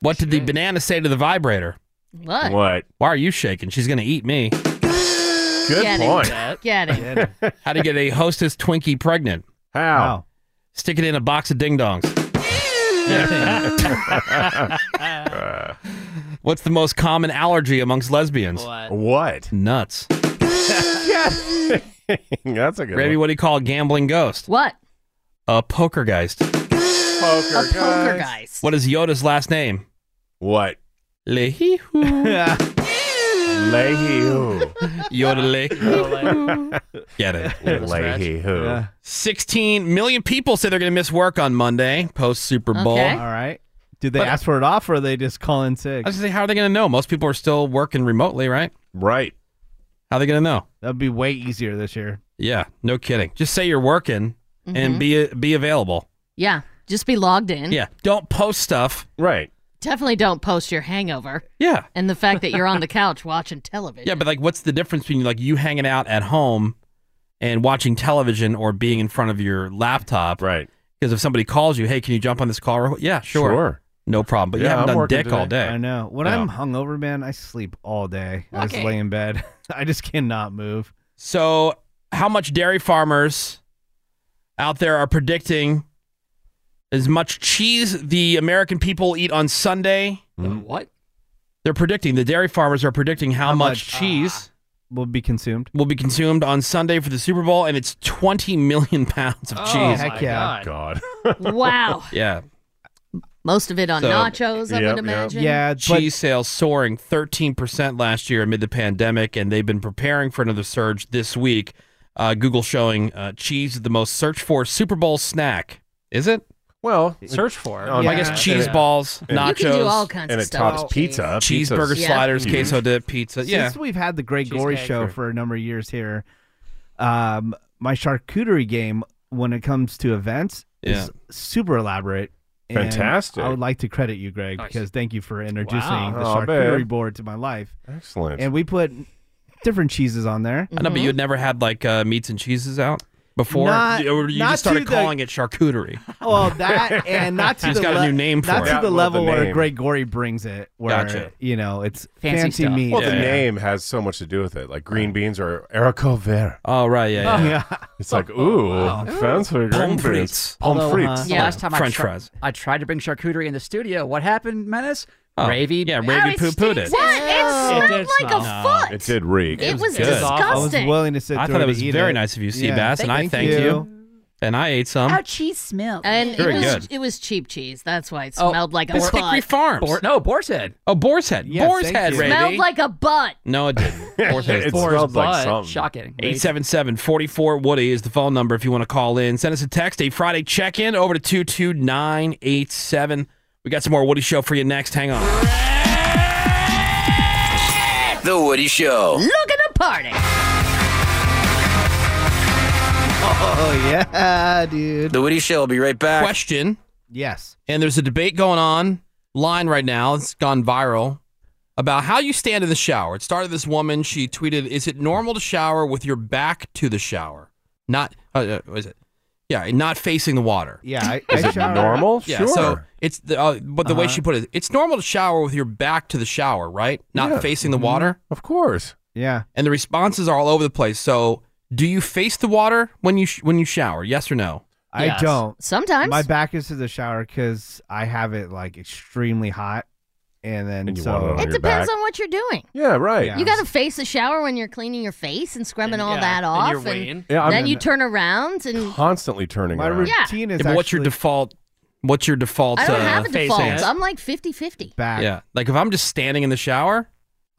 Speaker 4: What did the banana say to the vibrator?
Speaker 6: What?
Speaker 4: Why are you shaking? She's going to eat me.
Speaker 7: Good
Speaker 6: Get
Speaker 4: point.
Speaker 6: It. Get it.
Speaker 4: How to get a hostess Twinkie pregnant?
Speaker 7: How?
Speaker 4: Stick it in a box of ding dongs. What's the most common allergy amongst lesbians?
Speaker 13: What?
Speaker 7: What?
Speaker 4: Nuts.
Speaker 7: That's a good
Speaker 4: Maybe what do you call a gambling ghost?
Speaker 6: What?
Speaker 4: A pokergeist.
Speaker 6: a poker guys.
Speaker 4: What is Yoda's last name?
Speaker 7: What?
Speaker 4: Lehi.
Speaker 7: Lehi.
Speaker 4: Yoda Lehi. Get it.
Speaker 7: Lehi who?
Speaker 4: Yeah. 16 million people say they're going to miss work on Monday, post Super Bowl.
Speaker 8: All right. Did they ask for it off, or are they just call in sick?
Speaker 4: I was going to say, how are they going to know? Most people are still working remotely, right?
Speaker 7: Right.
Speaker 4: How are they going to know?
Speaker 8: That'd be way easier this year.
Speaker 4: Yeah, no kidding. Just say you're working and be be available.
Speaker 6: Yeah. Just be logged in.
Speaker 4: Yeah, don't post stuff.
Speaker 7: Right.
Speaker 6: Definitely don't post your hangover.
Speaker 4: Yeah.
Speaker 6: And the fact that you're on the couch watching television.
Speaker 4: Yeah, but like, what's the difference between like you hanging out at home and watching television or being in front of your laptop?
Speaker 7: Right.
Speaker 4: Because if somebody calls you, hey, can you jump on this call? real quick?" Yeah, sure.
Speaker 7: Sure.
Speaker 4: No problem. But you
Speaker 7: Yeah,
Speaker 4: haven't
Speaker 7: I'm
Speaker 4: done
Speaker 7: working
Speaker 4: dick all
Speaker 7: today.
Speaker 4: day.
Speaker 8: I know. When
Speaker 4: No.
Speaker 8: I'm hungover, man, I sleep all day. I just
Speaker 4: Okay.
Speaker 8: lay in bed. I just cannot move.
Speaker 4: So, how much dairy farmers out there are predicting as much cheese the American people eat on Sunday?
Speaker 14: What?
Speaker 4: They're predicting the dairy farmers are predicting how, much, cheese
Speaker 8: will be consumed
Speaker 4: will be consumed on Sunday for the Super Bowl, and it's 20 million pounds of
Speaker 6: Oh,
Speaker 4: cheese.
Speaker 6: heck yeah.
Speaker 7: God.
Speaker 6: Wow.
Speaker 4: yeah.
Speaker 6: Most of it on
Speaker 4: So-
Speaker 6: nachos, I would imagine.
Speaker 4: cheese sales soaring 13% last year amid the pandemic, and they've been preparing for another surge this week. Uh, Google showing uh, cheese is the most searched for Super Bowl snack. Is it?
Speaker 7: Well,
Speaker 13: search for.
Speaker 4: Oh, I guess cheese balls,
Speaker 7: and-
Speaker 4: nachos,
Speaker 7: You can do all kinds and of it stuff tops with cheese. pizza.
Speaker 4: cheeseburger
Speaker 7: Pizza's Mm-hmm.
Speaker 4: sliders,
Speaker 7: huge.
Speaker 4: queso dip, pizza. Yeah,
Speaker 8: Since we've had the Great Gory
Speaker 4: Cheesecake.
Speaker 8: Show
Speaker 4: Sure.
Speaker 8: for a number of years here, um, my charcuterie game when it comes to events is super elaborate. and
Speaker 7: Fantastic.
Speaker 8: I would like to credit you, Greg, because thank you for introducing the
Speaker 7: Aw,
Speaker 8: charcuterie
Speaker 7: babe.
Speaker 8: board to my life.
Speaker 7: Excellent.
Speaker 8: And we put different cheeses on there.
Speaker 4: I
Speaker 7: mm-hmm.
Speaker 4: know, but you had never had like uh, meats and cheeses out before,
Speaker 8: Not-
Speaker 4: or you
Speaker 8: not
Speaker 4: just started
Speaker 8: to the-
Speaker 4: calling it charcuterie.
Speaker 8: Well, that and not to
Speaker 4: He's
Speaker 8: the
Speaker 4: got a
Speaker 8: le-
Speaker 4: new name for
Speaker 8: not
Speaker 4: it.
Speaker 8: to
Speaker 4: Yeah,
Speaker 8: Mm-hmm. the
Speaker 4: well,
Speaker 8: level
Speaker 4: the
Speaker 8: where
Speaker 4: name.
Speaker 8: Greg Gory brings it, where
Speaker 7: Gotcha.
Speaker 8: you know it's
Speaker 7: Fancy
Speaker 8: fancy, meat.
Speaker 7: Well, the name has so much to do with it. Like green beans are Ericovera.
Speaker 4: Oh, right.
Speaker 7: yeah, yeah. It's like, ooh, fancy green
Speaker 4: Pommes
Speaker 7: beans.
Speaker 4: frites.
Speaker 7: Pommes
Speaker 14: Although, uh,
Speaker 7: frites.
Speaker 14: yeah, last time
Speaker 4: French
Speaker 14: I, tri-
Speaker 4: fries.
Speaker 14: I tried to bring charcuterie in the studio. What happened, Menace?
Speaker 4: Ravy? Oh. Yeah,
Speaker 7: Now
Speaker 4: Ravy
Speaker 7: it
Speaker 4: poo pooed
Speaker 7: stinks.
Speaker 4: it.
Speaker 7: What? Oh
Speaker 4: It did smell. No.
Speaker 7: It did reek.
Speaker 4: It It was was good. disgusting.
Speaker 7: I
Speaker 4: I
Speaker 7: was
Speaker 4: was
Speaker 7: willing to sit
Speaker 4: I thought it was very nice of you, Seabass, Bass, and I thank you. And I ate some.
Speaker 6: How cheese smells. And
Speaker 4: Very
Speaker 6: it was
Speaker 4: good.
Speaker 6: it was cheap cheese. That's why it
Speaker 4: Oh,
Speaker 6: smelled like a
Speaker 4: Pacific
Speaker 6: butt.
Speaker 4: Farms. no, Boar's Head. Oh, Boar's Head.
Speaker 6: Yes,
Speaker 4: boar's
Speaker 6: thank
Speaker 4: Head,
Speaker 6: you.
Speaker 4: Ravy.
Speaker 6: Smelled like a butt.
Speaker 4: No, it didn't. Fourth
Speaker 14: It
Speaker 4: is-
Speaker 14: smells like But something. shocking.
Speaker 4: 877 44 Woody is the phone number if you want to call in. Send us a text, a Friday check in over to 22987. We got some more Woody Show for you next. Hang on.
Speaker 10: The Woody
Speaker 4: Oh.
Speaker 10: Show.
Speaker 6: Look at the party.
Speaker 8: Oh yeah, dude.
Speaker 4: The Woody Show will be right back. Question.
Speaker 8: Yes.
Speaker 4: And there's a debate going on line right now. It's gone viral about how you stand in the shower. It started this woman. She tweeted, "Is it normal to shower with your back to the shower? Not uh, uh, what is it? Yeah, not facing the water.
Speaker 8: Yeah, I, I shower. Uh-huh.
Speaker 4: Yeah. So it's the uh, but the way she put it, it's normal to shower with your back to the shower, right? Not
Speaker 8: Yeah.
Speaker 4: facing the
Speaker 8: Mhm.
Speaker 4: water.
Speaker 7: Of course.
Speaker 8: Yeah.
Speaker 4: And the responses are all over the place. So, do you face the water when you sh- when you shower? Yes or no?
Speaker 8: I don't.
Speaker 6: Sometimes.
Speaker 8: My back is to the shower because I have it like extremely hot, and then
Speaker 7: you
Speaker 8: so
Speaker 7: want it on
Speaker 6: It depends on what you're doing.
Speaker 7: Yeah, right.
Speaker 6: You got to face the shower when you're cleaning your face and scrubbing all
Speaker 7: yeah,
Speaker 6: that
Speaker 7: and
Speaker 6: off,
Speaker 7: you're weighing. Yeah, I'm-
Speaker 6: then you turn around and
Speaker 7: Constantly turning
Speaker 8: My
Speaker 7: around.
Speaker 8: routine is
Speaker 4: Yeah, but what's your default? What's your default?
Speaker 6: I don't
Speaker 4: uh,
Speaker 6: have a default.
Speaker 4: stance?
Speaker 6: I'm like 50-50.
Speaker 8: Back.
Speaker 4: Yeah. Like if I'm just standing in the shower,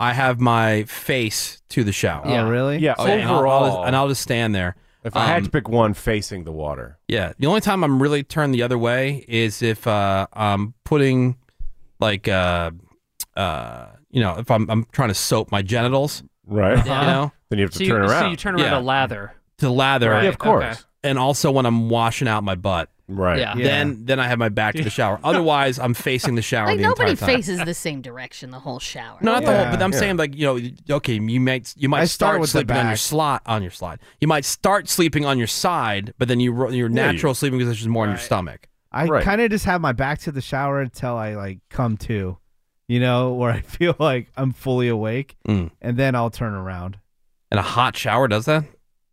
Speaker 4: I have my face to the shower.
Speaker 8: Oh, Yeah. really? Yeah,
Speaker 4: and I'll- I'll,
Speaker 7: overall.
Speaker 4: just, and I'll just stand there.
Speaker 7: If I had
Speaker 4: Um,
Speaker 7: to pick one, facing the water.
Speaker 4: yeah. The only time I'm really turned the other way is if uh, I'm putting like uh, uh, you know, if I'm I'm trying to soap my genitals.
Speaker 7: Right.
Speaker 4: You know?
Speaker 7: Then you have to
Speaker 13: Uh-huh. So you-
Speaker 7: turn
Speaker 13: so
Speaker 7: around.
Speaker 13: you turn around
Speaker 4: Yeah.
Speaker 13: to lather.
Speaker 4: To lather.
Speaker 13: Right, Yeah, of course. okay.
Speaker 4: And also when I'm washing out my butt.
Speaker 7: Right.
Speaker 13: Yeah.
Speaker 4: Then then I have my back to the shower. Otherwise I'm facing the shower
Speaker 6: Like
Speaker 4: the
Speaker 6: nobody
Speaker 4: entire time.
Speaker 6: faces the same direction the whole shower.
Speaker 4: No, not the whole. But I'm
Speaker 6: Yeah.
Speaker 4: saying like you know, okay, you might you might
Speaker 6: I start
Speaker 4: start,
Speaker 6: with the
Speaker 4: sleeping on your
Speaker 6: back.
Speaker 4: slot on your slide. You might start sleeping on your side, but then you ro- your
Speaker 8: Yeah, you-
Speaker 4: natural sleeping position is more on your stomach.
Speaker 8: I kind of just have my back to the shower until I like come to, you know, where I feel like I'm fully awake,
Speaker 4: Mm.
Speaker 8: and then I'll turn around.
Speaker 4: And a hot shower does that?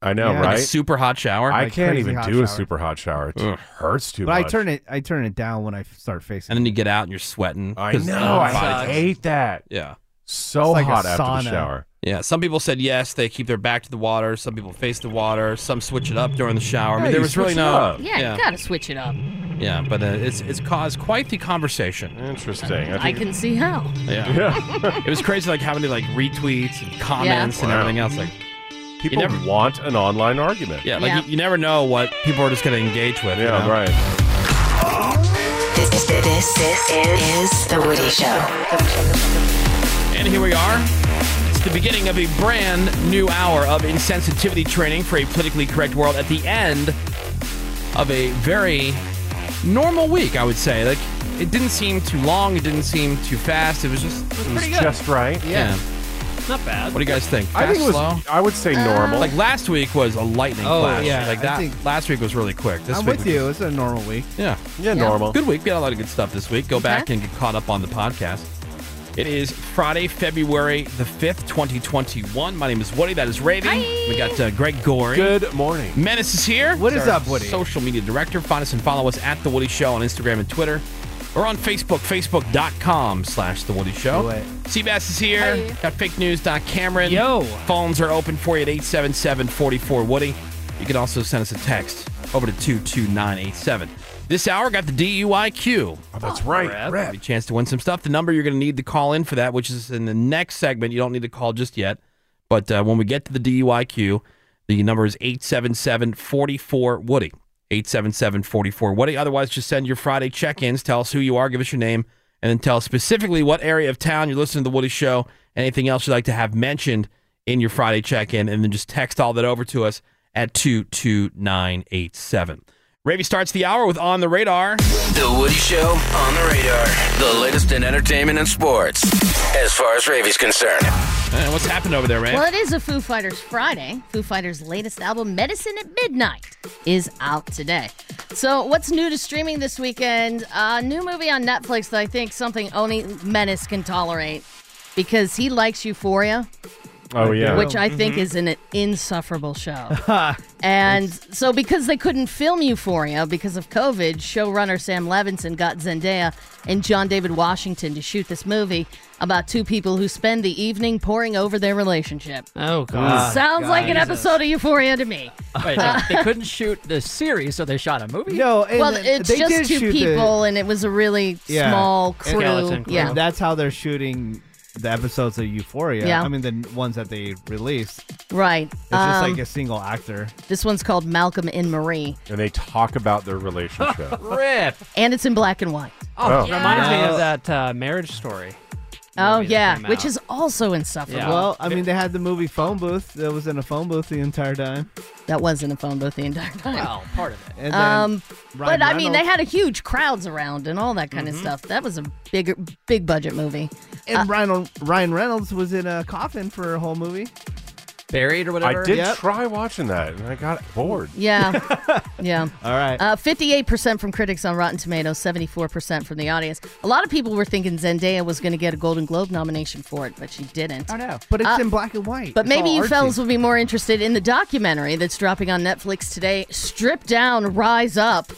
Speaker 7: I know,
Speaker 8: Yeah.
Speaker 4: Like
Speaker 7: right?
Speaker 4: a super hot shower.
Speaker 7: I
Speaker 8: Like
Speaker 7: can't
Speaker 8: crazy
Speaker 7: even
Speaker 8: hot
Speaker 7: do a
Speaker 8: shower.
Speaker 7: super hot shower. It
Speaker 4: Ugh.
Speaker 7: hurts too
Speaker 8: but
Speaker 7: much.
Speaker 8: I turn it. I turn it down when I f- start facing.
Speaker 4: And then you get out and you're sweating.
Speaker 7: I
Speaker 4: 'cause-
Speaker 7: know. I
Speaker 4: Body-
Speaker 7: hate that.
Speaker 4: Yeah.
Speaker 7: So
Speaker 8: It's like a
Speaker 7: hot after
Speaker 8: sauna.
Speaker 7: the shower.
Speaker 4: Yeah, some people said yes, they keep their back to the water. Some people face the water. Some switch it up during the shower. I
Speaker 6: Yeah,
Speaker 4: mean, there
Speaker 6: you
Speaker 4: was really
Speaker 6: switch it
Speaker 4: no.
Speaker 6: up. Yeah, you gotta switch it up.
Speaker 4: Yeah, but uh, it's it's caused quite the conversation.
Speaker 7: Interesting.
Speaker 6: I can see how.
Speaker 4: Yeah. it was crazy, like how many like retweets and comments and
Speaker 7: Wow.
Speaker 4: everything else. Like
Speaker 7: People
Speaker 4: never-
Speaker 7: want an online argument.
Speaker 4: yeah, like You, you never know what people are just going to engage with.
Speaker 7: Yeah, right.
Speaker 3: This, this, this is The Woody Show.
Speaker 4: And here we are. It's the beginning of a brand new hour of insensitivity training for a politically correct world. At the end of a very normal week, I would say. Like it didn't seem too long. It didn't seem too fast. It was just it was pretty good.
Speaker 7: just right.
Speaker 4: Yeah.
Speaker 13: Not bad.
Speaker 4: What do you guys think?
Speaker 7: I think it was.
Speaker 4: Fast, slow?
Speaker 7: I would say normal.
Speaker 4: Like last week was a lightning
Speaker 7: Oh,
Speaker 4: flash.
Speaker 7: yeah.
Speaker 4: like
Speaker 7: I
Speaker 4: that.
Speaker 7: think-
Speaker 4: last week was really quick. This
Speaker 8: I'm
Speaker 4: week
Speaker 8: with
Speaker 4: was-
Speaker 8: you. It's a normal week.
Speaker 4: Yeah.
Speaker 8: Yeah, Yeah. normal.
Speaker 4: Good week. Got a lot of good stuff this week. Go back and get caught up on the podcast. It is Friday, February the 5th, 2021. My name is Woody. That is Ravy. We got uh, Greg Gorey.
Speaker 7: Good morning.
Speaker 4: Menace is here. What
Speaker 8: is
Speaker 4: is
Speaker 8: up, Woody?
Speaker 4: Social media director. Find us and follow us at The Woody Show on Instagram and Twitter. Or on Facebook, facebook.com slash The Woody Show.
Speaker 8: Do it.
Speaker 4: Seabass is here. Got fake news. Doc Cameron. Yo. Phones are open for you at 877 44 Woody. You can also send us a text over to 22987. This hour got the DUIQ. Oh,
Speaker 7: that's right.
Speaker 4: Have a chance to win some stuff. The number you're going to need to call in for that, which is in the next segment. You don't need to call just yet. But uh, when we get to the DUIQ, the number is 877 44 Woody. 877 44 Woody. Otherwise, just send your Friday check ins. Tell us who you are, give us your name, and then tell us specifically what area of town you're listening to The Woody Show, anything else you'd like to have mentioned in your Friday check in, and then just text all that over to us at 22987. Ravy starts the hour with On the Radar.
Speaker 10: The Woody Show on the radar. The latest in entertainment and sports, as far as Ravy's concerned.
Speaker 4: Uh, what's happened over there, Ray?
Speaker 6: Well, it is a Foo Fighters Friday. Foo Fighters' latest album, Medicine at Midnight, is out today. So, what's new to streaming this weekend? A new movie on Netflix that I think something only Menace can tolerate because he likes Euphoria.
Speaker 7: Oh, yeah.
Speaker 6: Which I think
Speaker 7: Mhm.
Speaker 6: is an insufferable show. and so because they couldn't film Euphoria because of COVID, showrunner Sam Levinson got Zendaya and John David Washington to shoot this movie about two people who spend the evening poring over their relationship.
Speaker 13: Oh
Speaker 14: God.
Speaker 6: Sounds
Speaker 14: God.
Speaker 6: like an
Speaker 14: Jesus.
Speaker 6: episode of Euphoria to me.
Speaker 14: Wait,
Speaker 6: Uh,
Speaker 14: they, they couldn't shoot the series, so they shot a movie.
Speaker 8: No, and
Speaker 6: well,
Speaker 8: th-
Speaker 6: it's
Speaker 8: they
Speaker 6: just
Speaker 8: did
Speaker 6: two
Speaker 8: shoot the-
Speaker 6: people, and it was a really small
Speaker 8: And-
Speaker 6: crew. Yeah.
Speaker 8: that's how they're shooting the episodes of Euphoria.
Speaker 6: Yeah.
Speaker 8: I mean the n- ones that they released. It's
Speaker 6: Right.
Speaker 8: just
Speaker 6: Um,
Speaker 8: like a single actor.
Speaker 6: This one's called Malcolm and Marie,
Speaker 7: And they talk about their relationship.
Speaker 13: Rip.
Speaker 6: and it's in black and white.
Speaker 13: Oh,
Speaker 7: Oh.
Speaker 13: reminds me
Speaker 7: Yeah.
Speaker 13: of that uh, marriage story.
Speaker 6: Oh yeah,
Speaker 13: came
Speaker 6: which
Speaker 13: out.
Speaker 6: is also insufferable.
Speaker 8: Well, I mean they had the movie phone booth that was in a phone booth the entire time.
Speaker 6: That was in a phone booth the entire time.
Speaker 14: Well, part of it.
Speaker 8: And then
Speaker 6: um,
Speaker 8: Ryan
Speaker 6: but I mean, they
Speaker 8: Reynolds-
Speaker 6: had a huge crowds around and all that kind of stuff. That was a bigger, big budget movie. Uh,
Speaker 8: and Ryan Ryan Reynolds was in a coffin for a whole movie.
Speaker 14: Buried or
Speaker 7: I did
Speaker 8: Yep.
Speaker 7: try watching that, and I got bored.
Speaker 6: Yeah, yeah.
Speaker 7: All right.
Speaker 6: Uh, 58% from critics on Rotten Tomatoes, 74% from the audience. A lot of people were thinking Zendaya was going to get a Golden Globe nomination for it, but she didn't. Uh,
Speaker 8: Oh no, but it's in black and white.
Speaker 6: But
Speaker 8: It's
Speaker 6: maybe
Speaker 8: all
Speaker 6: you
Speaker 8: artsy.
Speaker 6: fellas would be more interested in the documentary that's dropping on Netflix today, Strip Down, Rise Up,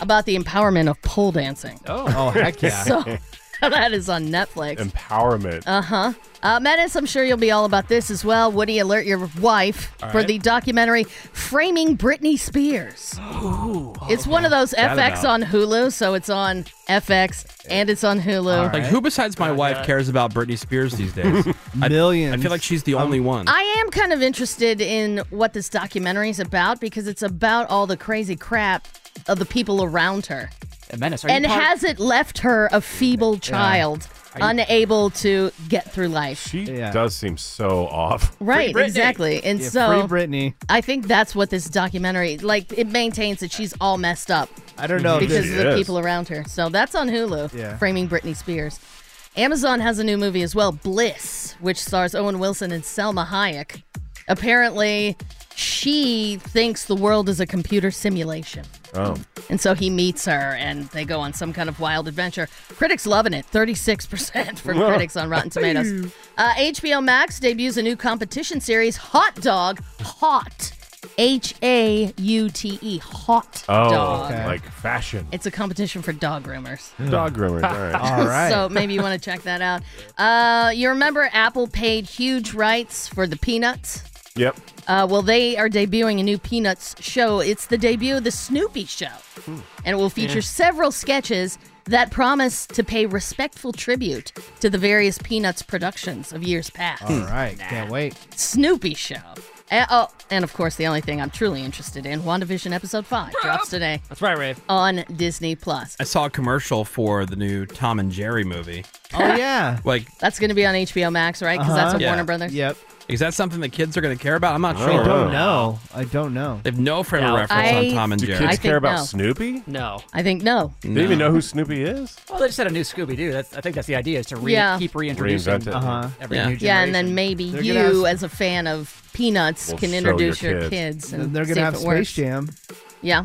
Speaker 6: about the empowerment of pole dancing.
Speaker 7: Oh. Oh, heck yeah.
Speaker 6: so that is on Netflix.
Speaker 7: Empowerment.
Speaker 6: Uh-huh. Uh Menace, I'm sure you'll be all about this as well. Woody, alert your wife
Speaker 7: All
Speaker 6: for
Speaker 7: right.
Speaker 6: the documentary Framing Britney Spears. it's one of those
Speaker 4: That
Speaker 6: FX
Speaker 4: about.
Speaker 6: on Hulu, so it's on FX and it's on Hulu.
Speaker 4: Like who besides my wife
Speaker 6: that.
Speaker 4: cares about Britney Spears these days? Millions. I, feel like she's the only one.
Speaker 6: I am kind of interested in what this documentary is about because it's about all the crazy crap of the people around her.
Speaker 14: And Menace, are
Speaker 6: and
Speaker 14: you part-
Speaker 6: has it left her a feeble child,
Speaker 14: Are you-
Speaker 6: unable to get through life?
Speaker 7: She Does seem so off.
Speaker 6: Right, exactly. And
Speaker 8: Yeah,
Speaker 6: so
Speaker 8: free Britney.
Speaker 6: I think that's what this documentary like it maintains that she's all messed up.
Speaker 8: I don't know if
Speaker 6: because
Speaker 8: this-
Speaker 6: of the
Speaker 8: Yes.
Speaker 6: people around her. So that's on Hulu.
Speaker 8: Yeah.
Speaker 6: Framing Britney Spears. Amazon has a new movie as well, Bliss, which stars Owen Wilson and Selma Hayek. Apparently, she thinks the world is a computer simulation.
Speaker 7: Oh.
Speaker 6: And so he meets her and they go on some kind of wild adventure. Critics loving it. 36% from
Speaker 3: Whoa.
Speaker 6: critics on Rotten Tomatoes. Uh, HBO Max debuts a new competition series, Hot Dog Hot. H A U T E. Hot
Speaker 7: Oh,
Speaker 6: Dog.
Speaker 7: like fashion.
Speaker 6: It's a competition for dog groomers.
Speaker 7: Dog groomers. All right. All right.
Speaker 6: so maybe you want to check that out. Uh, you remember Apple paid huge rights for the Peanuts?
Speaker 7: Yep.
Speaker 6: Uh, well, they are debuting a new Peanuts show. It's the debut of the Snoopy Show, and it will feature
Speaker 3: Yeah.
Speaker 6: several sketches that promise to pay respectful tribute to the various Peanuts productions of years past.
Speaker 8: All right, can't wait.
Speaker 6: Snoopy Show. And, oh, and of course, the only thing I'm truly interested in, WandaVision episode five drops today
Speaker 13: That's right, Rave.
Speaker 6: on Disney Plus.
Speaker 4: I saw a commercial for the new Tom and Jerry movie.
Speaker 6: Oh,
Speaker 8: yeah.
Speaker 4: Like,
Speaker 6: That's going to be on HBO Max, right? Because that's
Speaker 4: Uh-huh.
Speaker 6: a
Speaker 4: Yeah.
Speaker 6: Warner Brothers.
Speaker 8: Yep.
Speaker 4: is that something the kids are going to care about? I'm not
Speaker 8: I
Speaker 4: sure.
Speaker 8: don't know. I don't know.
Speaker 4: They have no frame of
Speaker 8: No.
Speaker 4: reference
Speaker 6: I-
Speaker 4: on Tom and
Speaker 6: Do
Speaker 4: Jerry.
Speaker 6: kids I care think about no.
Speaker 7: Snoopy?
Speaker 14: No.
Speaker 6: I think no.
Speaker 7: They even know who Snoopy is?
Speaker 14: Well, they just had a new Scooby Doo. That's I think that's the idea is to re-
Speaker 6: Yeah.
Speaker 14: keep reintroducing
Speaker 7: Reinvent it. Uh-huh.
Speaker 14: every
Speaker 7: Yeah.
Speaker 14: new
Speaker 6: Yeah,
Speaker 14: generation.
Speaker 6: and then maybe
Speaker 14: They're gonna
Speaker 6: you,
Speaker 14: have-
Speaker 6: as a fan of Peanuts,
Speaker 14: We'll
Speaker 6: can
Speaker 14: show
Speaker 6: introduce
Speaker 14: your
Speaker 6: your kids.
Speaker 14: kids.
Speaker 6: and
Speaker 8: They're
Speaker 6: see
Speaker 8: gonna
Speaker 6: if
Speaker 8: have
Speaker 6: it
Speaker 8: Space
Speaker 6: works.
Speaker 8: Jam.
Speaker 6: Yeah.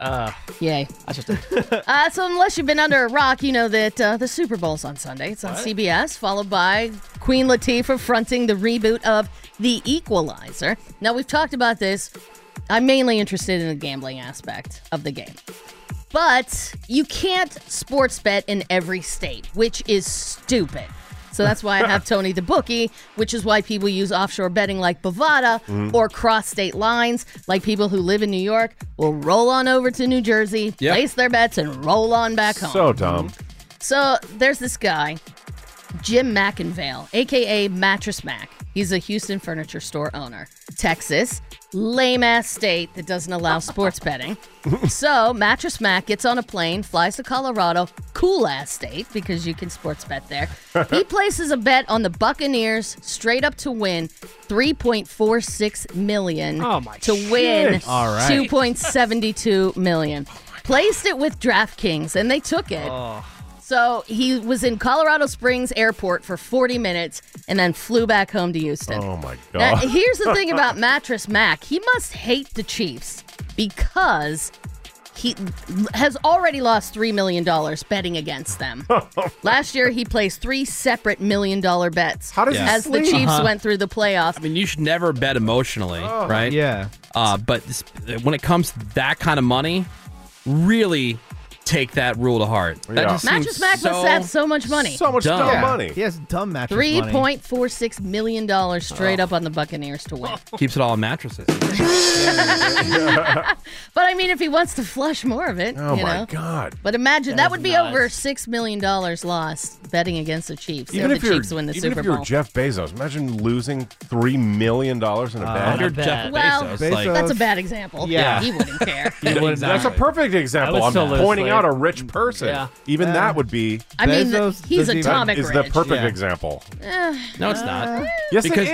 Speaker 14: Uh,
Speaker 6: Yay.
Speaker 14: That's just a-
Speaker 6: Uh, so unless you've been under a rock, you know that uh, the Super Bowl's on Sunday. It's on
Speaker 14: What?
Speaker 6: CBS, followed by Queen Latifah fronting the reboot of The Equalizer. Now we've talked about this. I'm mainly interested in the gambling aspect of the game. But you can't sports bet in every state, which is stupid. So that's why I have Tony the Bookie, which is why people use offshore betting like Bovada
Speaker 3: Mm.
Speaker 6: Mm-hmm. or cross state lines, like people who live in New York will roll on over to New Jersey,
Speaker 7: Yep.
Speaker 6: place their bets, and roll on back home.
Speaker 7: So dumb.
Speaker 6: So there's this guy, Jim McInvale, aka Mattress Mac. He's a Houston furniture store owner, Texas, lame ass state that doesn't allow sports betting. so Mattress Mac gets on a plane, flies to Colorado, cool ass state because you can sports bet there. he places a bet on the Buccaneers straight up to win 3.46 million
Speaker 3: Oh, my
Speaker 6: to win
Speaker 3: shit. All right.
Speaker 6: 2.72 million. Placed it with DraftKings and they took it.
Speaker 3: Oh.
Speaker 6: So he was in Colorado Springs Airport for 40 minutes and then flew back home to Houston.
Speaker 7: Oh my god.
Speaker 6: Now, here's the thing about Mattress Mac. He must hate the Chiefs because He has already lost $3 million betting against them. Last year, he placed three separate million dollar bets. How
Speaker 4: does he
Speaker 6: As the
Speaker 4: sleep?
Speaker 6: Chiefs
Speaker 4: Uh-huh.
Speaker 6: went through the playoffs.
Speaker 4: I mean, you should never bet emotionally, right?
Speaker 8: Yeah.
Speaker 4: Uh, but this, when it comes to that kind of money, really take that rule to heart. That just seems
Speaker 6: Mattress Mac
Speaker 4: so
Speaker 6: must have so much money.
Speaker 4: So much dumb dumb. money.
Speaker 8: He has dumb matches.
Speaker 6: $3.46 million straight up on the Buccaneers to win.
Speaker 4: keeps it all in mattresses.
Speaker 6: But I mean, if he wants to flush more of it,
Speaker 4: Oh
Speaker 6: you
Speaker 4: my
Speaker 6: know.
Speaker 4: God.
Speaker 6: But imagine that,
Speaker 4: That is
Speaker 6: would be
Speaker 4: nuts.
Speaker 6: over six million dollars lost betting against the Chiefs
Speaker 7: Even
Speaker 6: if Mm-hmm.
Speaker 7: if
Speaker 6: the
Speaker 7: you're,
Speaker 6: Chiefs win the
Speaker 7: even
Speaker 6: Super
Speaker 7: if you're
Speaker 6: Bowl.
Speaker 7: Jeff Bezos, imagine losing three million dollars in a
Speaker 4: Uh,
Speaker 7: bag.
Speaker 4: If you're I Jeff bet.
Speaker 6: well,
Speaker 7: like-
Speaker 6: that's a bad example.
Speaker 7: Yeah.
Speaker 6: he wouldn't care.
Speaker 7: That's a perfect example. I'm pointing out a rich person.
Speaker 6: Yeah.
Speaker 7: Even
Speaker 6: Yeah.
Speaker 7: that would be.
Speaker 6: I mean, Bezos he's doesn't even- atomic
Speaker 7: That is the
Speaker 6: rich. Uh,
Speaker 7: perfect
Speaker 6: Yeah.
Speaker 7: example.
Speaker 4: No, it's not.
Speaker 7: Yes, it
Speaker 4: because,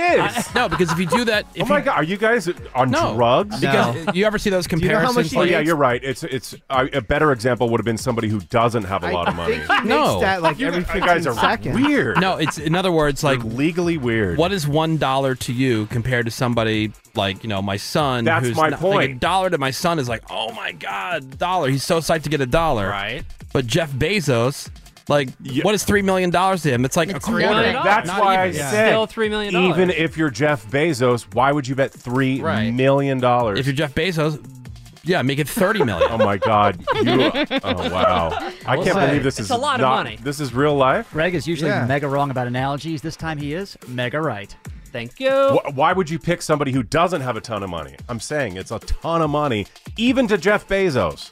Speaker 7: is.
Speaker 4: no, because if you do that, if
Speaker 7: oh my
Speaker 4: you-
Speaker 7: god, are you guys on
Speaker 4: No,
Speaker 7: drugs?
Speaker 4: because you ever see those
Speaker 7: Do you know how much
Speaker 4: comparisons?
Speaker 7: he oh yeah, you're right. It's it's I- a better example would have been somebody who doesn't have a lot of money.
Speaker 4: no,
Speaker 7: you guys are weird.
Speaker 4: No, it's in other words, like
Speaker 7: legally weird.
Speaker 4: What is one dollar to you compared to somebody like you know my son?
Speaker 7: That's
Speaker 4: who's
Speaker 7: my
Speaker 4: not- like, a
Speaker 7: point.
Speaker 4: dollar to my son is like, oh my god, dollar. He's so psyched to get a dollar. Right. But Jeff Bezos, like, what is three million dollars to him? It's like a quarter.
Speaker 7: That's
Speaker 4: Not
Speaker 7: why
Speaker 4: even.
Speaker 7: I said
Speaker 13: Still $3 million.
Speaker 7: Even if you're Jeff Bezos, why would you bet three million
Speaker 4: Right.
Speaker 7: dollars?
Speaker 4: If you're Jeff Bezos, yeah, make it thirty million.
Speaker 7: oh my god, you, oh wow, I
Speaker 14: We'll
Speaker 7: can't
Speaker 14: say.
Speaker 7: believe this
Speaker 14: It's
Speaker 7: is
Speaker 14: a lot of
Speaker 7: not-
Speaker 14: money.
Speaker 7: This is real life.
Speaker 14: Greg is usually
Speaker 7: Yeah.
Speaker 14: mega wrong about analogies. This time he is mega right. Thank you.
Speaker 7: Wh- Why would you pick somebody who doesn't have a ton of money? I'm saying it's a ton of money, even to Jeff Bezos.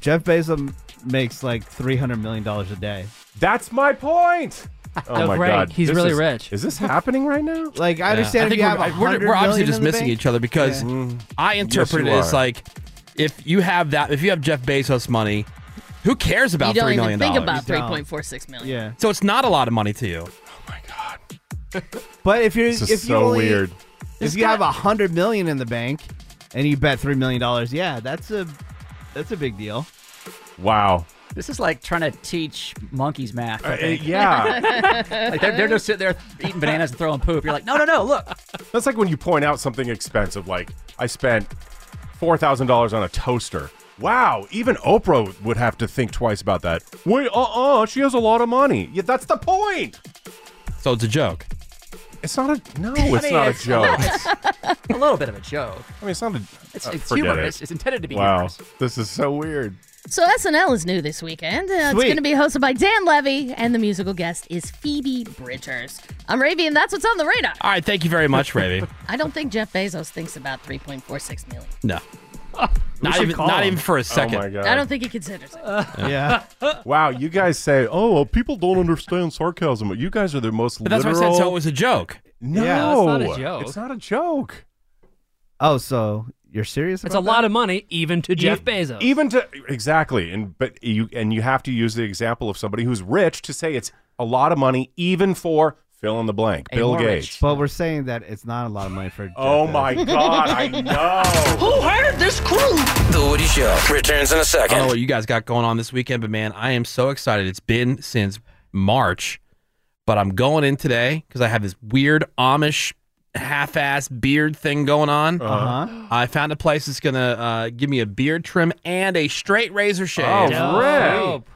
Speaker 8: Jeff Bezos makes like three hundred million dollars a day.
Speaker 7: That's my point. Oh
Speaker 8: No,
Speaker 7: my
Speaker 8: Greg,
Speaker 7: god,
Speaker 8: he's
Speaker 7: This
Speaker 8: really
Speaker 7: is-
Speaker 8: rich.
Speaker 7: Is this happening right now?
Speaker 8: Like I
Speaker 4: Yeah.
Speaker 8: understand if
Speaker 4: think
Speaker 8: you have
Speaker 4: we're,
Speaker 8: a
Speaker 4: we're,
Speaker 8: hundred
Speaker 4: we're obviously
Speaker 8: million
Speaker 4: just
Speaker 8: in the
Speaker 4: missing
Speaker 8: bank-
Speaker 4: each other because
Speaker 8: Yeah. Mm.
Speaker 4: I
Speaker 8: Yes,
Speaker 4: interpret
Speaker 8: you
Speaker 4: it as
Speaker 8: are.
Speaker 4: like if you have that, if you have Jeff Bezos money, who cares
Speaker 6: you
Speaker 4: about
Speaker 6: don't
Speaker 4: three
Speaker 6: even
Speaker 4: million
Speaker 6: think
Speaker 4: dollars?
Speaker 6: about three point four six million.
Speaker 4: Yeah. So it's not a lot of money to you.
Speaker 8: But if you're
Speaker 4: This is
Speaker 8: if you
Speaker 4: so
Speaker 8: only,
Speaker 4: weird.
Speaker 8: if you have a hundred million in the bank and you bet three million dollars, yeah, that's a that's a big deal.
Speaker 7: Wow.
Speaker 14: This is like trying to teach monkeys math. I
Speaker 8: Uh,
Speaker 14: think.
Speaker 7: yeah.
Speaker 14: like they're, they're just sitting there eating bananas and throwing poop. You're like, no, no, no, look.
Speaker 7: That's like when you point out something expensive, like I spent four thousand dollars on a toaster. Wow, even Oprah would have to think twice about that. Wait, uh, uh she has a lot of money. Yeah, that's the point.
Speaker 4: So it's a joke.
Speaker 7: It's not a no.
Speaker 14: I
Speaker 7: It's
Speaker 14: mean,
Speaker 7: not
Speaker 14: it's-
Speaker 7: a joke.
Speaker 14: a little bit of a joke.
Speaker 7: I mean, it's not a.
Speaker 14: It's,
Speaker 7: Uh,
Speaker 14: it's
Speaker 7: forget
Speaker 14: humorous.
Speaker 7: it.
Speaker 14: It's intended to be
Speaker 7: wow,
Speaker 14: humorous.
Speaker 7: this is so weird.
Speaker 6: So SNL is new this weekend. Uh, it's
Speaker 7: Sweet.
Speaker 6: going to be hosted by Dan Levy, and the musical guest is Phoebe Bridgers. I'm Ravi, and that's what's on the radar.
Speaker 4: All right, thank you very much, Ravi.
Speaker 6: I don't think Jeff Bezos thinks about three point four six million.
Speaker 4: No, not
Speaker 7: should
Speaker 4: even
Speaker 7: call
Speaker 4: not
Speaker 7: him.
Speaker 4: even for
Speaker 7: Oh
Speaker 4: a second.
Speaker 7: my God.
Speaker 6: I don't think he considers it.
Speaker 7: uh, Yeah. wow, you guys say, "Oh, well, people don't understand sarcasm," but you guys are the most
Speaker 4: But that's why I
Speaker 7: literal.
Speaker 4: said so it was a joke.
Speaker 7: No,
Speaker 13: a joke.
Speaker 7: It's not a joke.
Speaker 8: Oh, so you're serious?
Speaker 13: It's a lot of money, even to Jeff
Speaker 7: E-
Speaker 13: Bezos.
Speaker 7: Even to exactly, and but you and you have to use the example of somebody who's rich to say it's a lot of money, even for fill in the blank, Bill Gates.
Speaker 8: But we're saying that it's not a lot of money for.
Speaker 7: Oh my God, I know.
Speaker 10: Who hired this crew? The Woody Show returns in a
Speaker 4: I don't know
Speaker 10: second.
Speaker 4: what you guys got going on this weekend, but man, I am so excited. It's been since March, but I'm going in today because I have this weird Amish half-ass beard thing going on.
Speaker 8: Uh-huh.
Speaker 4: I found a place that's gonna uh, give me a beard trim and a straight razor shave.
Speaker 7: Oh, Dope.
Speaker 4: And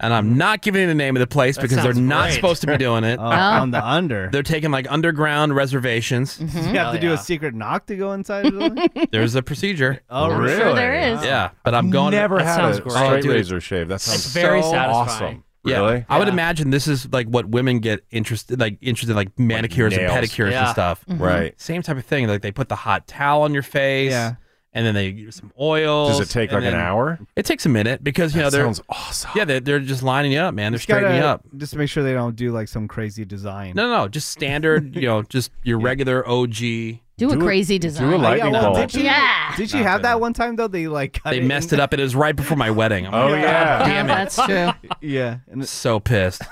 Speaker 7: Mm-hmm.
Speaker 4: I'm not giving you the name of the place
Speaker 8: That
Speaker 4: because they're
Speaker 8: sounds
Speaker 4: not
Speaker 8: great.
Speaker 4: supposed to be doing it.
Speaker 8: Oh, on the under.
Speaker 4: They're taking like underground reservations.
Speaker 8: You have to do a secret knock to go inside. Or something?
Speaker 4: There's a procedure.
Speaker 8: Oh, I'm sure there Really? is.
Speaker 4: Yeah, but I'm going.
Speaker 7: Never had a
Speaker 4: great.
Speaker 7: straight razor shave. That sounds so awesome.
Speaker 4: Yeah.
Speaker 7: Really?
Speaker 4: I would imagine this is like what women get interested, like interested, in, like manicures and
Speaker 7: nails.
Speaker 4: pedicures and
Speaker 7: Yeah.
Speaker 4: stuff.
Speaker 8: Mm-hmm.
Speaker 7: Mhm. Right.
Speaker 4: Same type of thing. Like they put the hot towel on your face. Yeah. And then they use some oil.
Speaker 7: Does it take like an hour?
Speaker 4: It takes a minute because you know
Speaker 7: That
Speaker 4: they're
Speaker 7: sounds awesome.
Speaker 4: Yeah, they're, they're just lining you up, man. They're
Speaker 8: Just
Speaker 4: straightening you
Speaker 8: gotta-
Speaker 4: up.
Speaker 8: Just make sure they don't do like some crazy design.
Speaker 4: No, no, no, just standard. you know, just your regular OG.
Speaker 6: Do, a crazy design.
Speaker 8: yeah, well, Did you,
Speaker 6: Yeah.
Speaker 8: did you have that one time though? They like cut
Speaker 4: They
Speaker 8: it
Speaker 4: messed it up. It was right before my wedding. I'm
Speaker 8: Oh,
Speaker 4: like,
Speaker 8: yeah.
Speaker 4: "God damn
Speaker 8: Yeah,
Speaker 4: it.
Speaker 8: that's true. Yeah.
Speaker 4: So pissed.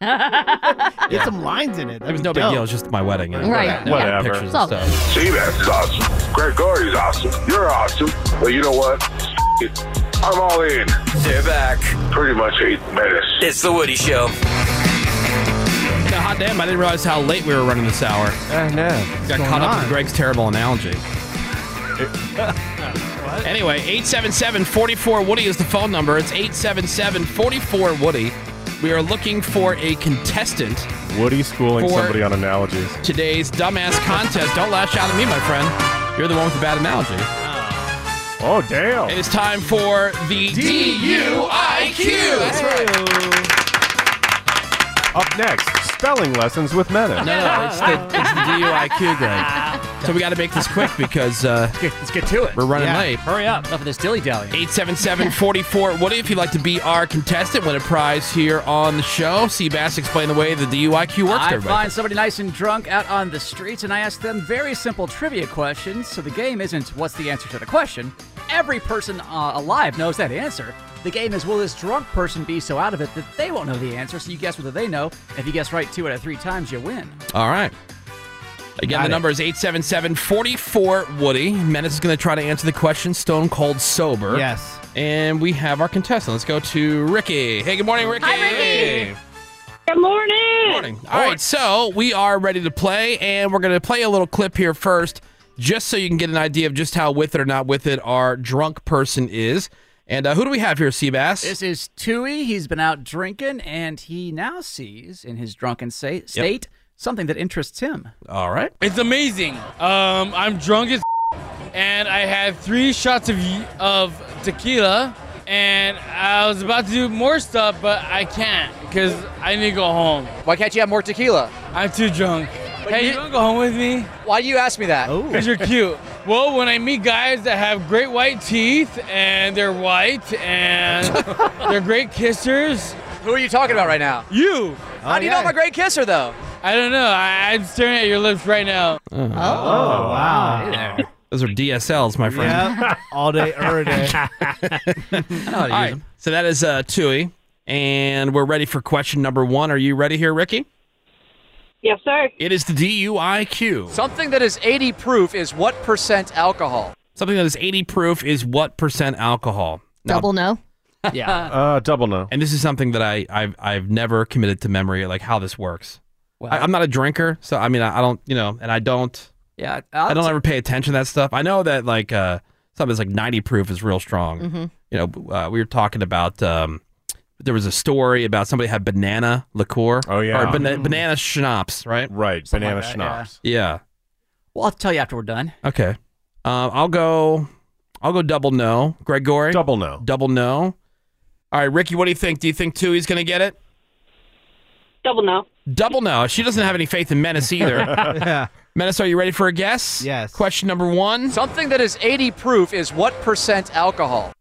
Speaker 8: Get some lines in it.
Speaker 4: It was no big deal. It was just my wedding. you know,
Speaker 8: Right.
Speaker 4: yeah,
Speaker 8: Whatever.
Speaker 4: Pictures
Speaker 8: It's
Speaker 4: and
Speaker 8: all
Speaker 4: stuff.
Speaker 2: See, that's awesome. Greg Gordy's awesome. You're awesome. But you know what? It. I'm all in.
Speaker 10: They're back.
Speaker 2: Pretty much eight minutes.
Speaker 10: It's the Woody Show.
Speaker 4: Now, hot damn, I didn't realize how late we were running this hour.
Speaker 8: I know.
Speaker 4: Got
Speaker 8: going
Speaker 4: caught up
Speaker 8: on?
Speaker 4: in Greg's terrible analogy. Anyway, 877 44 Woody is the phone number. It's 877 44 Woody. We are looking for a contestant
Speaker 7: Woody schooling
Speaker 4: For-
Speaker 7: somebody on analogies.
Speaker 4: today's dumbass contest. Don't lash out at me, my friend. You're the one with the bad analogy.
Speaker 7: Oh, damn.
Speaker 4: It is time for the D-U-I-Q. That's right.
Speaker 7: Up next, spelling lessons with Mena.
Speaker 4: No, no, it's the, it's the DUIQ, Greg. So we got to make this quick because uh, let's, get, to it. We're running
Speaker 14: Yeah.
Speaker 4: late.
Speaker 14: Hurry up. Enough of this dilly dally.
Speaker 4: 877-44 Woody, if you'd like to be our contestant, win a prize here on the show. Seabass, explain the way the DUIQ works to
Speaker 14: I
Speaker 4: everybody.
Speaker 14: find somebody nice and drunk out on the streets, and I ask them very simple trivia questions. So the game isn't what's the answer to the question. Every person uh, alive knows that answer. The game is will this drunk person be so out of it that they won't know the answer? So you guess whether they know. If you guess right two out of three times, you win.
Speaker 4: All right. Again,
Speaker 14: Got
Speaker 4: the
Speaker 14: it.
Speaker 4: number is 877-44-WOODY. Menace is going to try to answer the question stone cold sober.
Speaker 8: Yes.
Speaker 4: And we have our contestant. Let's go to Ricky. Hey, good morning, Ricky.
Speaker 12: Good morning.
Speaker 4: Morning. All right, so we are ready to play, and we're going to play a little clip here first, just so you can get an idea of just how with it or not with it our drunk person is. And uh, who do we have here, Seabass?
Speaker 14: This is Tui. He's been out drinking, and he now sees in his drunken sa- state something that interests him.
Speaker 4: All right.
Speaker 1: It's amazing. Um, I'm drunk as and I had three shots of of tequila, and I was about to do more stuff, but I can't because I need to go home. Why can't you have more tequila? I'm too drunk. hey, you, wanna go home with me? Why do you ask me that? Because you're cute. Well, when I meet guys that have great white teeth and they're white and they're great kissers. Who are you talking about right now? You.
Speaker 14: How do you know I'm a
Speaker 1: great kisser though? I don't know. I, I'm staring at your lips right now.
Speaker 4: Oh,
Speaker 8: wow.
Speaker 4: Those are DSLs, my friend.
Speaker 8: Yep. All day, every day.
Speaker 4: All right. So that is uh, Tui, and we're ready for question number one. Are you ready here, Ricky?
Speaker 1: Yes, sir.
Speaker 4: It is the DUIQ.
Speaker 14: Something that is 80 proof is what percent alcohol?
Speaker 4: Something that is 80 proof is what percent alcohol? Now,
Speaker 6: Double no.
Speaker 14: Yeah.
Speaker 4: Uh, double no. And this is something that I, I've I've never committed to memory, like how this works. I, am not a drinker, so I mean I, I don't you know, and I don't.
Speaker 14: Yeah,
Speaker 4: I'll I do not
Speaker 14: t-
Speaker 4: ever pay attention to that stuff. I know that like uh, something that's like 90 proof is real strong.
Speaker 14: Mhm.
Speaker 4: You know, uh, we were talking about um, there was a story about somebody had banana liqueur. Oh
Speaker 7: yeah.
Speaker 4: or
Speaker 14: Mm.
Speaker 4: bana- banana schnapps, right?
Speaker 7: Right, banana schnapps.
Speaker 4: Yeah.
Speaker 14: Well, I'll tell you after we're done.
Speaker 4: Okay. Um, I'll go. I'll go double no. Gregory. Double
Speaker 7: no.
Speaker 4: Double no. All right, Ricky. What do you think? Do you think Tui's going to get it?
Speaker 1: Double no.
Speaker 4: Double no. She doesn't have any faith in Menace either.
Speaker 14: Yeah.
Speaker 4: Menace, are you ready for a guess? Yes. Question number one.
Speaker 14: Something that is 80 proof is what percent alcohol?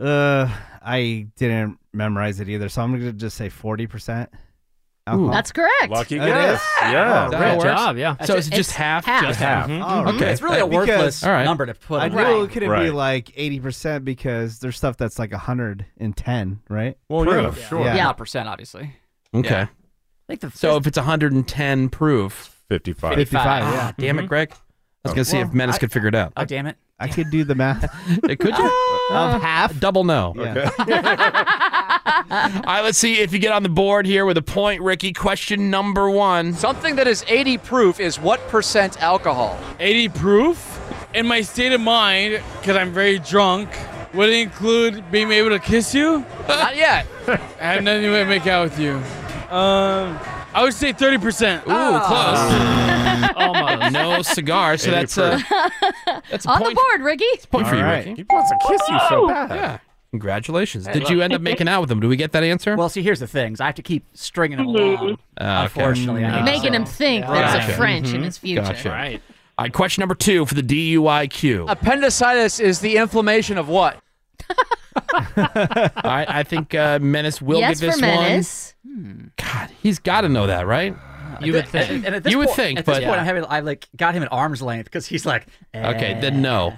Speaker 8: Uh, I didn't memorize it either, so I'm gonna just say forty percent.
Speaker 6: That's correct.
Speaker 8: Lucky guess. Yeah.
Speaker 6: That
Speaker 8: Oh, Great
Speaker 6: works.
Speaker 8: job, yeah.
Speaker 6: That's
Speaker 8: So
Speaker 6: it.
Speaker 8: is it just
Speaker 6: It's
Speaker 8: half?
Speaker 6: Half.
Speaker 8: Just half. Mm-hmm.
Speaker 6: Mhm.
Speaker 8: All right.
Speaker 6: Okay.
Speaker 14: It's really a
Speaker 8: Because-
Speaker 14: worthless All right. number to put
Speaker 8: I
Speaker 14: on
Speaker 8: knew
Speaker 14: there.
Speaker 8: it couldn't be
Speaker 14: Right.
Speaker 8: like eighty percent because there's stuff that's like hundred and ten, right?
Speaker 14: Well, yeah,
Speaker 8: Proof.
Speaker 14: sure. Yeah. Not percent, obviously.
Speaker 4: Okay.
Speaker 14: Yeah.
Speaker 4: so if it's 110 proof,
Speaker 7: 55.
Speaker 14: 55,
Speaker 4: Ah,
Speaker 14: yeah.
Speaker 4: Damn it,
Speaker 14: Mhm.
Speaker 4: Greg. I was gonna see
Speaker 14: Well,
Speaker 4: if Menace
Speaker 14: I-
Speaker 4: could figure it out.
Speaker 14: Oh, damn it.
Speaker 8: I could do the math.
Speaker 4: could you? Uh,
Speaker 8: of half.
Speaker 4: Double no.
Speaker 8: Yeah.
Speaker 4: All right, let's see if you get on the board here with a point, Ricky. Question number one.
Speaker 14: Something that is 80 proof is what percent alcohol?
Speaker 1: 80 proof in my state of mind because i'm very drunk would it include being able to kiss you not yet i have nothing to make out with you um i would say 30% ooh
Speaker 4: close Almost. no cigar so that's uh, that's
Speaker 6: on the board, Ricky.
Speaker 4: point for you, Ricky.
Speaker 7: He wants to kiss
Speaker 6: you so bad.
Speaker 4: Yeah. Congratulations.
Speaker 14: Hey,
Speaker 4: Did
Speaker 14: look.
Speaker 4: you end up making out with him? Do we get that answer?
Speaker 14: Well, see, here's the things. I have to keep stringing them along.
Speaker 4: Uh, Mm-hmm.
Speaker 14: Unfortunately, I
Speaker 6: Making him think there's
Speaker 4: Gotcha.
Speaker 6: a French in
Speaker 4: Mhm.
Speaker 6: his future.
Speaker 4: Gotcha. All right, question number two for the DUIQ.
Speaker 14: Appendicitis is the inflammation of what?
Speaker 4: All right, I think uh, Menace will
Speaker 14: Yes
Speaker 4: get this
Speaker 14: for Menace.
Speaker 4: one. God, he's got to know that, right?
Speaker 14: You would think. And at this
Speaker 4: You would
Speaker 14: point,
Speaker 4: think,
Speaker 14: at this
Speaker 4: but-
Speaker 14: point, I'm having, I like got him at arm's length because he's like,
Speaker 4: Okay,
Speaker 14: eh.
Speaker 4: then no.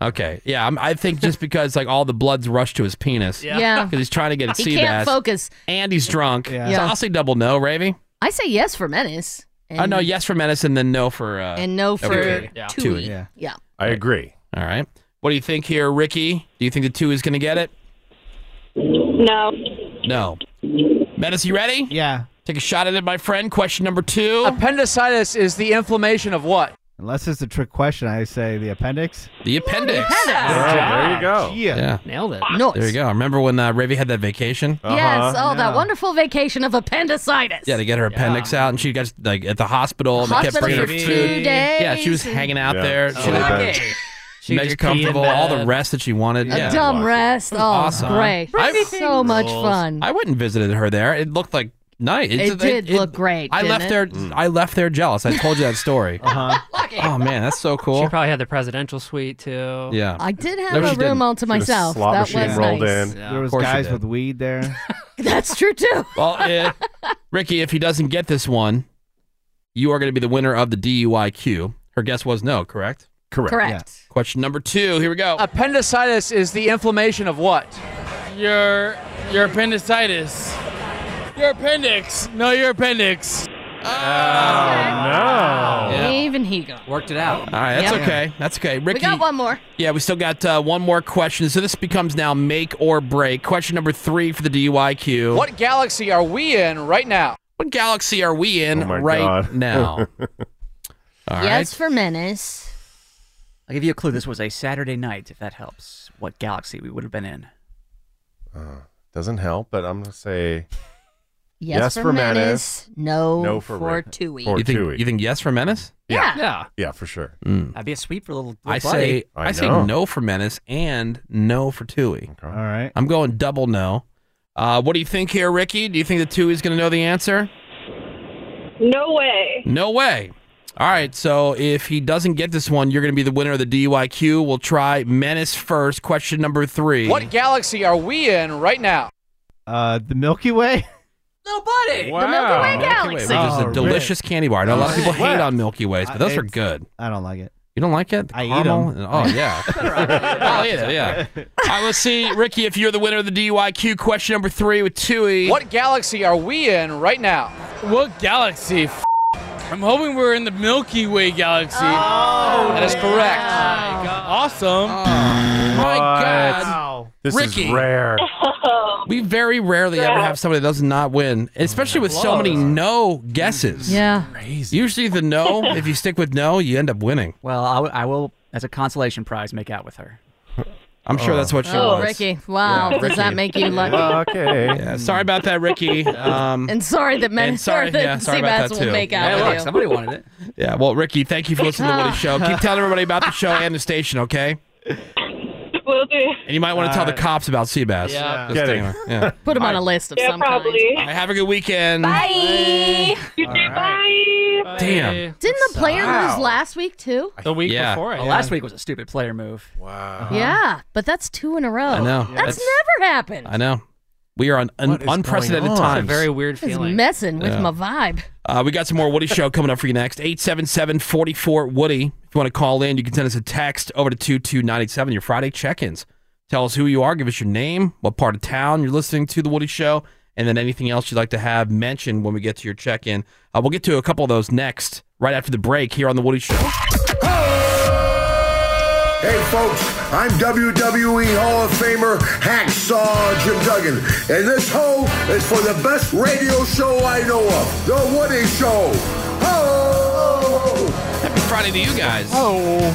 Speaker 4: Okay, yeah, I'm, I think just because like all the blood's rushed to his penis.
Speaker 6: Yeah. Yeah.
Speaker 4: Because he's trying to get at
Speaker 6: He can't
Speaker 4: Seabass.
Speaker 6: focus.
Speaker 4: And he's drunk. So
Speaker 6: Yeah.
Speaker 4: I'll say double no, Ravy.
Speaker 6: I say yes for menace. And,
Speaker 4: oh, no, yes for Menace and then no for. Uh,
Speaker 6: And no for
Speaker 4: Tui.
Speaker 6: Tui.
Speaker 4: Tui.
Speaker 6: Yeah. Yeah.
Speaker 4: I agree. All right. What do you think here, Ricky? Do you think the two is going to get it?
Speaker 1: No.
Speaker 4: No. Menace, you ready?
Speaker 8: Yeah.
Speaker 4: Take a shot at it, my friend. Question number two.
Speaker 14: Appendicitis is the inflammation of what?
Speaker 8: Unless it's a trick question, I say the appendix.
Speaker 4: The appendix.
Speaker 8: Yeah,
Speaker 4: there you go. Yeah.
Speaker 13: Nailed it.
Speaker 6: Nice.
Speaker 4: There you go. Remember when uh, Ravi had that vacation?
Speaker 6: Yes. Oh, that wonderful vacation of appendicitis.
Speaker 4: Yeah, to get her appendix out, and she got like at the hospital, and they kept
Speaker 6: Hospital
Speaker 4: bringing her
Speaker 6: for
Speaker 4: food.
Speaker 6: two days
Speaker 4: Yeah, she was hanging out
Speaker 6: and-
Speaker 4: there.
Speaker 6: Yeah.
Speaker 4: She
Speaker 6: Suck
Speaker 4: like,
Speaker 6: it.
Speaker 4: she makes
Speaker 6: your pee in
Speaker 4: comfortable, all the
Speaker 6: bed.
Speaker 4: rest that she wanted.
Speaker 6: A
Speaker 4: yeah.
Speaker 6: dumb rest. Oh,
Speaker 4: Awesome.
Speaker 6: great.
Speaker 4: I-
Speaker 6: so much
Speaker 4: Rules.
Speaker 6: fun.
Speaker 4: I went and visited her there. It looked like nice.
Speaker 6: It did look great,
Speaker 4: I
Speaker 6: didn't
Speaker 4: left
Speaker 6: it?
Speaker 4: there. I left there jealous. I told you that story. uh-huh. Oh man, that's so cool.
Speaker 13: She probably had the presidential suite too.
Speaker 4: Yeah.
Speaker 6: I did have
Speaker 4: No,
Speaker 6: a
Speaker 4: she
Speaker 6: room
Speaker 4: didn't.
Speaker 6: all to
Speaker 4: She had a
Speaker 6: myself.
Speaker 4: slot
Speaker 6: That
Speaker 4: machine
Speaker 6: was
Speaker 4: rolled
Speaker 6: nice.
Speaker 4: in.
Speaker 8: There
Speaker 4: Of
Speaker 8: was
Speaker 4: course you
Speaker 8: guys
Speaker 4: did.
Speaker 8: with weed there.
Speaker 6: That's true too.
Speaker 4: Well, eh, Ricky, if he doesn't get this one, you are going to be the winner of the DUIQ. Her guess was no, correct? Correct.
Speaker 1: Correct.
Speaker 4: Question number two. Here we go.
Speaker 1: Appendicitis is the inflammation of what? Your your appendicitis. Your appendix. No, your appendix.
Speaker 7: Oh,
Speaker 6: Even he got
Speaker 14: worked it out.
Speaker 4: All right, that's
Speaker 6: Yep.
Speaker 4: okay. That's okay. Ricky.
Speaker 6: We got one more.
Speaker 4: Yeah, we still got uh, one more question. So this becomes now make or break. Question number three for the DUIQ.
Speaker 11: What galaxy are we in right now?
Speaker 4: What galaxy are we in right
Speaker 7: Oh
Speaker 4: now? All right.
Speaker 6: yes for menace.
Speaker 14: I'll give you a clue. This was a Saturday night, if that helps. What galaxy we would have been in?
Speaker 7: Uh, doesn't help, but I'm gonna say
Speaker 6: Yes, for, menace. No, for, Tui.
Speaker 4: You think, you think yes Mm. for menace?
Speaker 6: Yeah. Yeah.
Speaker 7: Yeah, for sure.
Speaker 14: That'd be a sweep for little,
Speaker 4: I
Speaker 14: little
Speaker 4: say
Speaker 14: buddy.
Speaker 4: I, say no for menace and no for Tui. All
Speaker 8: right.
Speaker 4: I'm going double no. Uh, what do you think here, Ricky? Do you think that Tui's going to know the answer?
Speaker 22: No way.
Speaker 4: No way. All right, so if he doesn't get this one, you're going to be the winner of the DUIQ. We'll try menace first. Question number three.
Speaker 11: What galaxy are we in right now?
Speaker 8: Uh, the Milky Way.
Speaker 11: Nobody.
Speaker 8: Wow. Milky Way galaxy.
Speaker 4: Which is a
Speaker 8: Oh,
Speaker 4: delicious candy bar. I know a lot of people
Speaker 8: What?
Speaker 4: hate on Milky Ways, but those
Speaker 8: I-
Speaker 4: are good.
Speaker 8: I don't like it.
Speaker 4: You don't like it? The
Speaker 8: I eat
Speaker 4: caramel?
Speaker 8: 'em.
Speaker 4: Oh yeah. oh yeah, yeah. All right, let's see, Ricky, if you're the winner of the DUIQ. Question number three with Tui.
Speaker 11: What galaxy are we in right now?
Speaker 1: What galaxy? F- I'm hoping we're in the Milky Way galaxy. Oh,
Speaker 11: that is correct. Oh.
Speaker 1: Awesome.
Speaker 4: My God.
Speaker 1: This is
Speaker 4: Ricky.
Speaker 1: rare.
Speaker 4: We very rarely ever have somebody that does not win, especially with so many no guesses.
Speaker 6: Yeah.
Speaker 4: Usually the no, if you stick with no, you end up winning.
Speaker 14: Well, I, w- I will, as a consolation prize, make out with her.
Speaker 4: I'm sure that's what she
Speaker 6: Oh,
Speaker 4: wants.
Speaker 6: Ricky. Wow.
Speaker 4: Yeah,
Speaker 6: Does that
Speaker 4: Ricky.
Speaker 6: make you lucky?
Speaker 4: Yeah, sorry about that, Ricky. Um,
Speaker 6: And sorry that
Speaker 4: and
Speaker 6: menace
Speaker 4: sorry,
Speaker 6: or that
Speaker 4: yeah, sorry about
Speaker 6: Seabass
Speaker 4: that
Speaker 6: will
Speaker 4: too.
Speaker 6: make out with you.
Speaker 14: it.
Speaker 4: Yeah, well, Ricky, thank you for listening to the Woody Show. Keep telling everybody about the show and the station, okay?
Speaker 22: Will do.
Speaker 4: And you might want to tell the cops about Seabass.
Speaker 22: Yeah.
Speaker 4: Just
Speaker 22: Kidding.
Speaker 4: anyway, yeah.
Speaker 6: Put him on a list of
Speaker 22: Yeah,
Speaker 6: some
Speaker 22: probably.
Speaker 4: All right, have a good weekend.
Speaker 6: Bye.
Speaker 22: You too. Bye.
Speaker 4: Damn.
Speaker 6: Didn't the player
Speaker 14: Wow.
Speaker 6: lose last week too?
Speaker 14: The
Speaker 4: week Yeah. before it,
Speaker 14: Well,
Speaker 4: yeah.
Speaker 14: Oh, Last week was a stupid player move.
Speaker 7: Wow.
Speaker 6: Yeah, but that's two in a row.
Speaker 4: I know.
Speaker 6: That's,
Speaker 4: That's-
Speaker 6: never happened.
Speaker 4: I know. We are on un-
Speaker 6: is
Speaker 4: unprecedented
Speaker 6: going on?
Speaker 4: times.
Speaker 6: Very
Speaker 4: weird
Speaker 6: It's messing with
Speaker 4: Yeah.
Speaker 6: my vibe.
Speaker 4: Uh, we got some more Woody Show coming up for you next. 877 44 Woody. If you want to call in, you can send us a text over to 22987, your Friday check ins. Tell us who you are, give us your name, what part of town you're listening to The Woody Show, and then anything else you'd like to have mentioned when we get to your check in. Uh, we'll get to a couple of those next, right after the break here on The Woody Show.
Speaker 23: Hey folks, I'm WWE Hall of Famer Hacksaw Jim Duggan, and this hoe is for the best radio show I know of, The Woody Show. Ho!
Speaker 4: Happy Friday to you guys.
Speaker 23: Oh.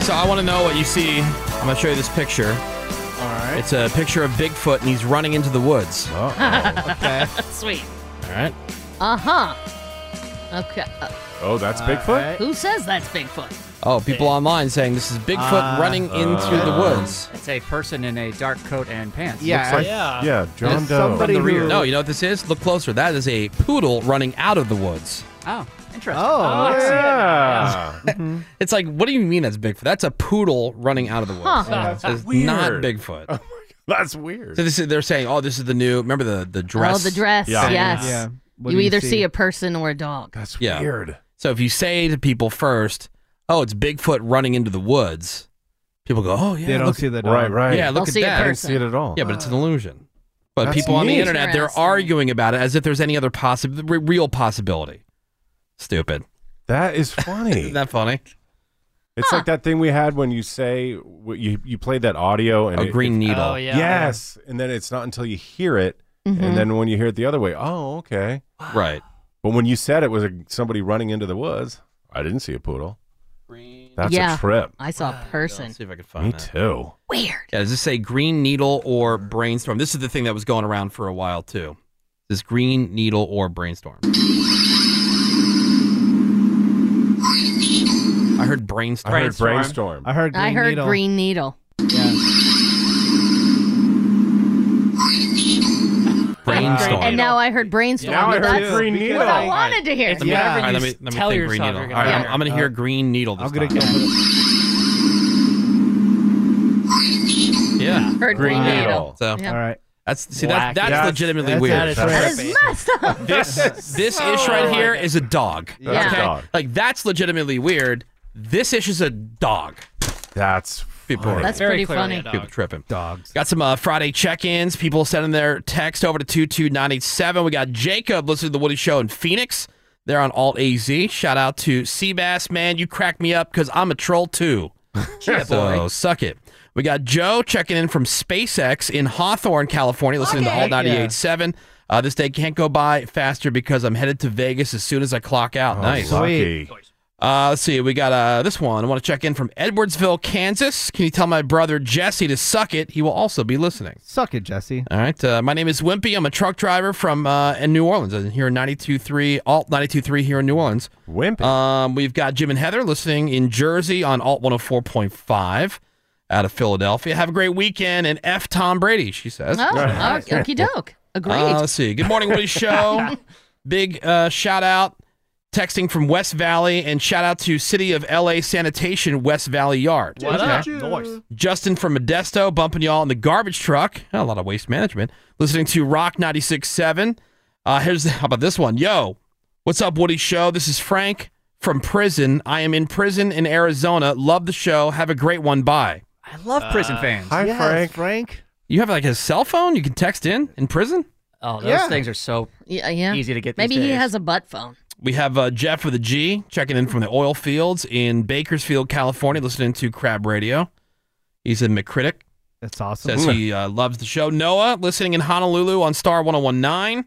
Speaker 4: So I want to know what you see. I'm going to show you this picture. All right. It's a picture of Bigfoot, and he's running into the woods.
Speaker 6: okay. Sweet.
Speaker 4: All right.
Speaker 6: Uh huh. Okay. uh,
Speaker 4: Oh, that's
Speaker 6: Who says that's Bigfoot?
Speaker 4: Oh, people online saying this is Bigfoot
Speaker 14: Uh,
Speaker 4: running into the woods.
Speaker 14: It's a person in a dark coat and pants.
Speaker 4: It's No, you know what this is? Look closer. That is a poodle running out of the woods.
Speaker 14: Oh, interesting.
Speaker 4: Oh,
Speaker 14: I see it.
Speaker 4: yeah. it's like, what do you mean that's Bigfoot? That's a poodle running out of the woods.
Speaker 14: Huh.
Speaker 4: That's
Speaker 14: That's
Speaker 4: not
Speaker 7: weird.
Speaker 4: Bigfoot.
Speaker 7: That's weird.
Speaker 4: So this is, they're saying, oh, this is the new. Remember the the dress?
Speaker 6: Oh, the dress. Yes. You either see? a
Speaker 4: a
Speaker 6: person or a dog.
Speaker 7: That's
Speaker 4: weird. So if you say to people first, oh, it's Bigfoot running into the woods, people go, oh yeah.
Speaker 8: They don't
Speaker 4: look-
Speaker 8: see the dog.
Speaker 4: Right, right. Yeah,
Speaker 8: They'll
Speaker 4: look at
Speaker 8: see a
Speaker 4: that.
Speaker 8: They don't see person. it at all.
Speaker 4: Yeah, but it's an illusion. But
Speaker 8: That's
Speaker 4: people on the
Speaker 8: neat.
Speaker 4: internet, they're
Speaker 8: Interesting.
Speaker 4: arguing about it as if there's any other possible, re- real possibility. Stupid.
Speaker 7: That is funny.
Speaker 4: Isn't that funny?
Speaker 7: It's like that thing we had when you say wh- you you played that audio and
Speaker 4: Oh,
Speaker 7: it-
Speaker 4: Green
Speaker 7: it-
Speaker 4: Needle. Oh,
Speaker 13: yeah.
Speaker 7: Yes, and then it's not until you hear it,
Speaker 13: Mhm.
Speaker 7: and then when you hear it the other way, oh okay,
Speaker 4: right.
Speaker 7: But when you said it was a, somebody running into the woods, I didn't see a poodle. That's
Speaker 6: yeah,
Speaker 7: a trip.
Speaker 6: I saw a person.
Speaker 4: see if I can
Speaker 7: Me too.
Speaker 6: Weird.
Speaker 4: Yeah, does this say green needle or brainstorm? This is the thing that was going around for a while too. This green needle or brainstorm. I heard brainstorm.
Speaker 7: I heard Brainstorm. brainstorm.
Speaker 8: I heard
Speaker 6: I heard green needle.
Speaker 4: Brainstorm.
Speaker 6: And now I heard brainstorm.
Speaker 4: Now I heard
Speaker 6: That's
Speaker 4: green
Speaker 6: what
Speaker 4: needle.
Speaker 6: I wanted to hear.
Speaker 4: It's whatever you let me, let me
Speaker 13: tell
Speaker 4: think green
Speaker 13: yourself
Speaker 4: needle.
Speaker 13: you're gonna
Speaker 4: All right,
Speaker 13: hear.
Speaker 4: I'm, I'm going to hear Uh, green needle this time. yeah.
Speaker 6: Heard green Green needle. needle.
Speaker 4: So,
Speaker 6: Yeah.
Speaker 4: All right. That's see
Speaker 6: Black.
Speaker 4: that, that's
Speaker 6: That's-
Speaker 4: legitimately
Speaker 6: that's-
Speaker 4: weird.
Speaker 6: that is That is trippy. messed up.
Speaker 4: This
Speaker 6: That is
Speaker 4: this
Speaker 6: so
Speaker 4: ish right here
Speaker 6: weird.
Speaker 4: is a dog.
Speaker 6: That's a
Speaker 4: okay?
Speaker 6: dog.
Speaker 4: Like that's legitimately weird. This ish is a dog.
Speaker 7: That's
Speaker 4: people. are-
Speaker 6: That's Very pretty clearly funny. a dog.
Speaker 4: People tripping. Dogs. Got some uh, Friday check-ins. People sending their text over to two two nine eight seven. We got Jacob listening to the Woody Show in Phoenix. They're on Alt AZ. Shout out to Seabass man. You cracked me up because I'm a troll too.
Speaker 12: Yeah,
Speaker 4: so
Speaker 12: boy.
Speaker 4: suck it. We got Joe checking in from SpaceX in Hawthorne, California, listening
Speaker 12: Okay.
Speaker 4: to Alt
Speaker 12: Heck yeah.
Speaker 4: 98.7. Uh, this day can't go by faster because I'm headed to Vegas as soon as I clock out.
Speaker 7: Oh,
Speaker 4: nice.
Speaker 7: lucky.
Speaker 4: Uh, let's see. We got uh, this one. I want to check in from Edwardsville, Kansas. Can you tell my brother Jesse to suck it? He will also be listening.
Speaker 8: Suck it, Jesse.
Speaker 4: All right. Uh, my name is Wimpy. I'm a truck driver from uh, in New Orleans. I'm here in 92.3, Alt 92.3 here in New Orleans.
Speaker 7: Wimpy.
Speaker 4: Um, we've got Jim and Heather listening in Jersey on Alt 104.5 out of Philadelphia. Have a great weekend and F Tom Brady, she says.
Speaker 6: Oh, okie doke. Agreed.
Speaker 4: Uh, let's see. Good morning, Woody Show. Big uh, shout out texting from West Valley and shout out to City of LA Sanitation West Valley Yard.
Speaker 12: What up?
Speaker 4: Justin from Modesto bumping y'all in the garbage truck. A lot of waste management. Listening to Rock 96.7. Uh, here's how about this one? Yo, what's up, Woody Show? This is Frank from prison. I am in prison in Arizona. Love the show. Have a great one. Bye.
Speaker 14: I love
Speaker 12: Uh,
Speaker 14: prison fans.
Speaker 4: hi, Yes, Frank.
Speaker 8: Uh, Frank.
Speaker 4: You have like a cell phone you can text in in prison?
Speaker 14: Oh,
Speaker 6: those Yeah. things
Speaker 14: are so
Speaker 6: Yeah, yeah.
Speaker 14: easy to get.
Speaker 6: Maybe he has a butt phone.
Speaker 4: We have uh, Jeff with a G checking in from the oil fields in Bakersfield, California, listening to Crab Radio. He's a McCritic.
Speaker 8: That's awesome.
Speaker 4: Says he uh, loves the show. Noah listening in Honolulu on Star 1019.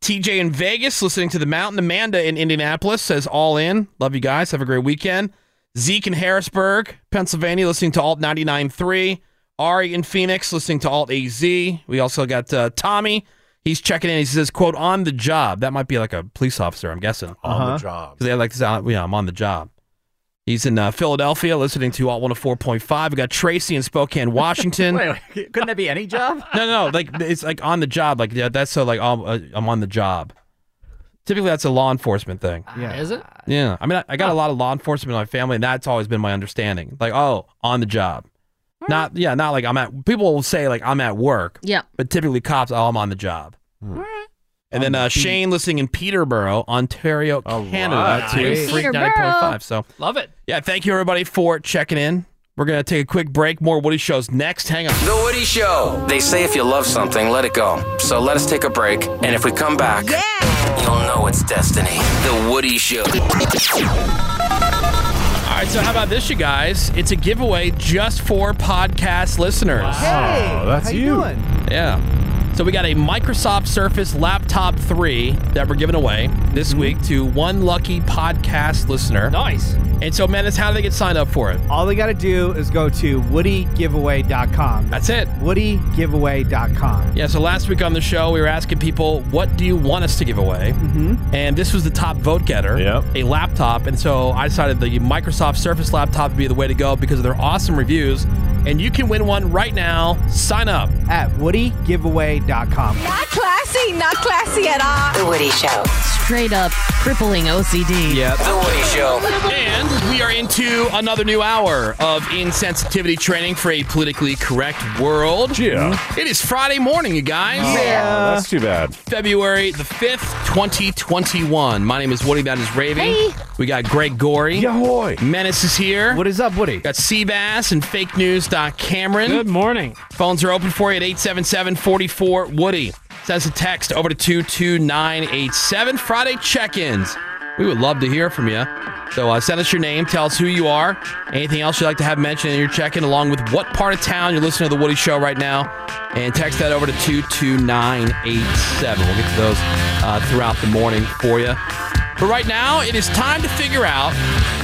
Speaker 4: TJ in Vegas listening to The Mountain. Amanda in Indianapolis says, All in. Love you guys. Have a great weekend. Zeke in Harrisburg, Pennsylvania, listening to Alt 99.3. Ari in Phoenix listening to Alt AZ. We also got uh, Tommy. He's checking in. He says, quote, on the job. That might be like a police officer, I'm guessing.
Speaker 8: Oh,
Speaker 7: On the Uh-huh. job.
Speaker 4: Because they like this out. Yeah, I'm on the job. He's in uh, Philadelphia listening to Alt 104.5. We got Tracy in Spokane, Washington.
Speaker 14: Wait, wait, couldn't that be any job?
Speaker 4: No, no, like it's like on the job. Like yeah, that's so like I'm, uh, I'm on the job. Typically, that's a law enforcement thing.
Speaker 13: Yeah. Is it?
Speaker 4: Yeah, I mean, I, I got a lot of law enforcement in my family, and that's always been my understanding. Like, oh, on the job, not yeah, not like I'm at. People will say like I'm at work.
Speaker 6: Yep.
Speaker 4: But typically, cops, oh, I'm on the job. And then uh, Shane listening in Peterborough, Ontario, Canada,
Speaker 13: right.
Speaker 4: to
Speaker 13: Nice.
Speaker 4: Freak
Speaker 13: Peterborough.
Speaker 4: 90.5. So
Speaker 13: Love it.
Speaker 4: yeah, thank you everybody for checking in. We're gonna take a quick break. More Woody shows next. Hang on.
Speaker 10: The Woody Show. They say if you love something, let it go. So let us take a break, and if we come back, you'll know it's destiny. The Woody Show.
Speaker 4: All right, so how about this, you guys? It's a giveaway just for podcast listeners.
Speaker 8: Hey, how you doing?
Speaker 4: Yeah. So we got a Microsoft Surface Laptop 3 that we're giving away this
Speaker 8: Mhm.
Speaker 4: week to one lucky podcast listener. Nice. And so, Menace, how do they get signed up for it?
Speaker 8: All they got to do is go to woodygiveaway.com.
Speaker 4: That's it.
Speaker 8: Woodygiveaway.com.
Speaker 4: Yeah, so last week on the show, we were asking people, what do you want us to give away? Mm-hmm. And this was the top vote getter, a laptop. And so I decided the Microsoft Surface laptop would be the way to go because of their awesome reviews. And you can win one right now. Sign up.
Speaker 8: At woodygiveaway.com.
Speaker 3: Not classy, not classy at all. The Woody Show.
Speaker 6: Straight up crippling OCD.
Speaker 4: Yep.
Speaker 10: The Woody Show.
Speaker 4: And we are into another new hour of insensitivity training for a politically correct world.
Speaker 7: Yeah.
Speaker 4: It is Friday morning, you guys.
Speaker 7: Oh, that's too bad.
Speaker 4: February the 5th, 2021. My name is Woody. That is Ravy. We got Greg Gorey. Yahoy. Menace is here. What
Speaker 8: is up, Woody?
Speaker 4: Got Seabass and fake news. Cameron. Good
Speaker 13: morning.
Speaker 4: Phones are open for you at 877 44 Woody. Send us a text over to 22987. Friday check ins. We would love to hear from you. So uh, send us your name. Tell us who you are. Anything else you'd like to have mentioned in your check in, along with what part of town you're listening to The Woody Show right now and text that over to 22987. We'll get to those uh, throughout the morning for you. But right now, it is time to figure out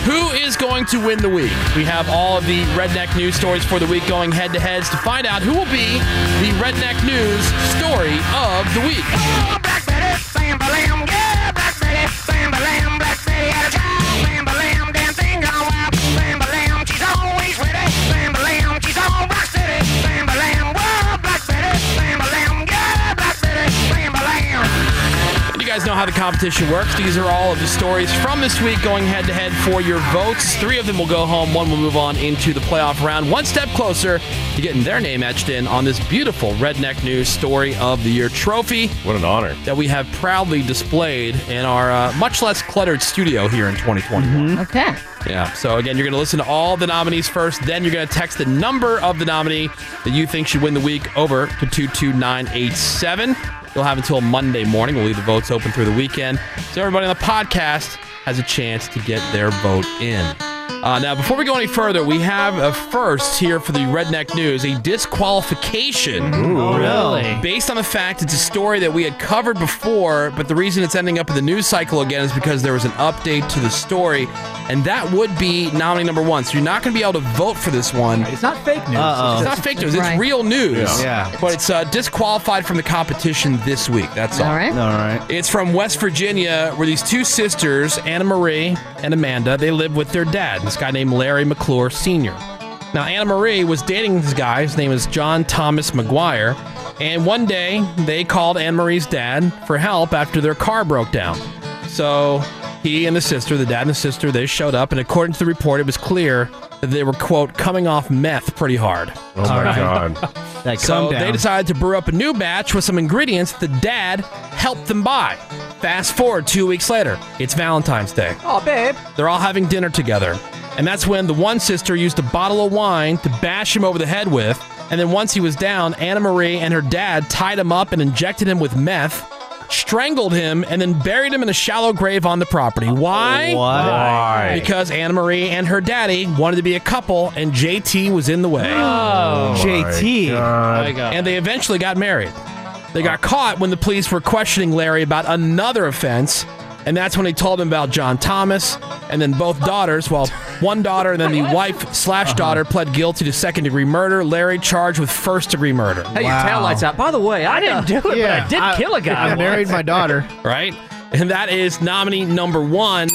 Speaker 4: Who is going to win the week? We have all of the redneck news stories for the week going head to heads to find out who will be the redneck news story of the week. And You guys know how the competition works. These are all of the stories from this week going head to head for your votes. Three of them will go home, one will move on into the playoff round. One step closer to getting their name etched in on this beautiful Redneck News Story of the Year trophy.
Speaker 7: What an honor.
Speaker 4: That we have proudly displayed in our uh, much less cluttered studio here in 2021.
Speaker 6: Okay.
Speaker 4: Yeah. So again, you're going to listen to all the nominees first. Then you're going to text the number of the nominee that you think should win the week over to 22987. You'll have until Monday morning. We'll leave the votes open through the weekend. So everybody on the podcast has a chance to get their vote in. Uh, now, before we go any further, we have a first here for the Redneck News a disqualification.
Speaker 13: Oh, really?
Speaker 4: Based on the fact it's a story that we had covered before, but the reason it's ending up in the news cycle again is because there was an update to the story, and that would be nominee number one. So you're not going to be able to vote for this one. It's
Speaker 14: not fake news.
Speaker 4: It's not fake news. It's
Speaker 14: Right.
Speaker 4: real news.
Speaker 14: Yeah.
Speaker 4: But it's uh, disqualified from the competition this week. That's all.
Speaker 14: All right.
Speaker 4: All right. It's from West Virginia, where these two sisters, Anna Marie and Amanda, they live with their dad, this guy named Larry McClure Sr. Now, Anna Marie was dating this guy. His name is John Thomas McGuire. And one day, they called Anna Marie's dad for help after their car broke down. So he and the sister, the dad and the sister, they showed up. And according to the report, it was clear that they were, quote, coming off meth pretty hard.
Speaker 7: Oh, my All right. God.
Speaker 4: That so
Speaker 7: calm down.
Speaker 4: they decided to brew up a new batch with some ingredients the dad helped them buy. Fast forward two weeks later, it's Valentine's Day.
Speaker 14: Oh, babe.
Speaker 4: They're all having dinner together. And that's when the one sister used a bottle of wine to bash him over the head with. And then once he was down, Anna Marie and her dad tied him up and injected him with meth, strangled him, and then buried him in a shallow grave on the property. Why?
Speaker 5: Why?
Speaker 4: Because Anna Marie and her daddy wanted to be a couple, and JT was in the way.
Speaker 5: Oh, JT. my God.
Speaker 4: And they eventually got married. They got caught when the police were questioning Larry about another offense, and that's when they told him about John Thomas, and then both daughters, well, one daughter and then the wife slash daughter pled guilty to second degree murder. Larry charged with first degree murder.
Speaker 14: Hey, your tail lights out. By the way, I, didn't do it,
Speaker 4: Yeah, I- I married my
Speaker 8: daughter.
Speaker 4: Right? And that is nominee number one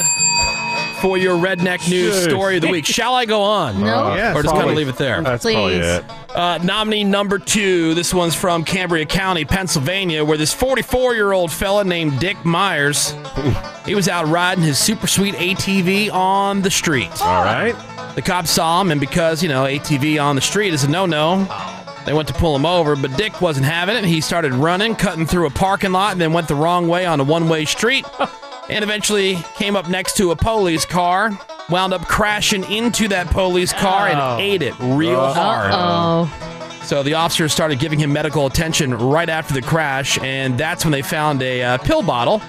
Speaker 4: for your redneck news
Speaker 7: Jeez.
Speaker 4: story of the week. Shall I go on?
Speaker 7: No. Uh, yeah,
Speaker 4: or just kind
Speaker 7: probably.
Speaker 4: of leave it there.
Speaker 7: That's probably Please. it.
Speaker 4: Uh, nominee number two. This one's from Cambria County, Pennsylvania, where this 44 year old fella named Dick Myers, he was out riding his super sweet ATV on the street. All
Speaker 7: right.
Speaker 4: The cops saw him, and because, you know, ATV on the street is a no no, they went to pull him over, but Dick wasn't having it. He started running, cutting through a parking lot, and then went the wrong way on a one way street. and eventually came up next to a police car, wound up crashing into that police car
Speaker 13: Oh.
Speaker 4: and ate it real
Speaker 13: Uh-oh.
Speaker 4: hard.
Speaker 13: Uh-oh.
Speaker 4: So the officers started giving him medical attention right after the crash, and that's when they found a uh, pill bottle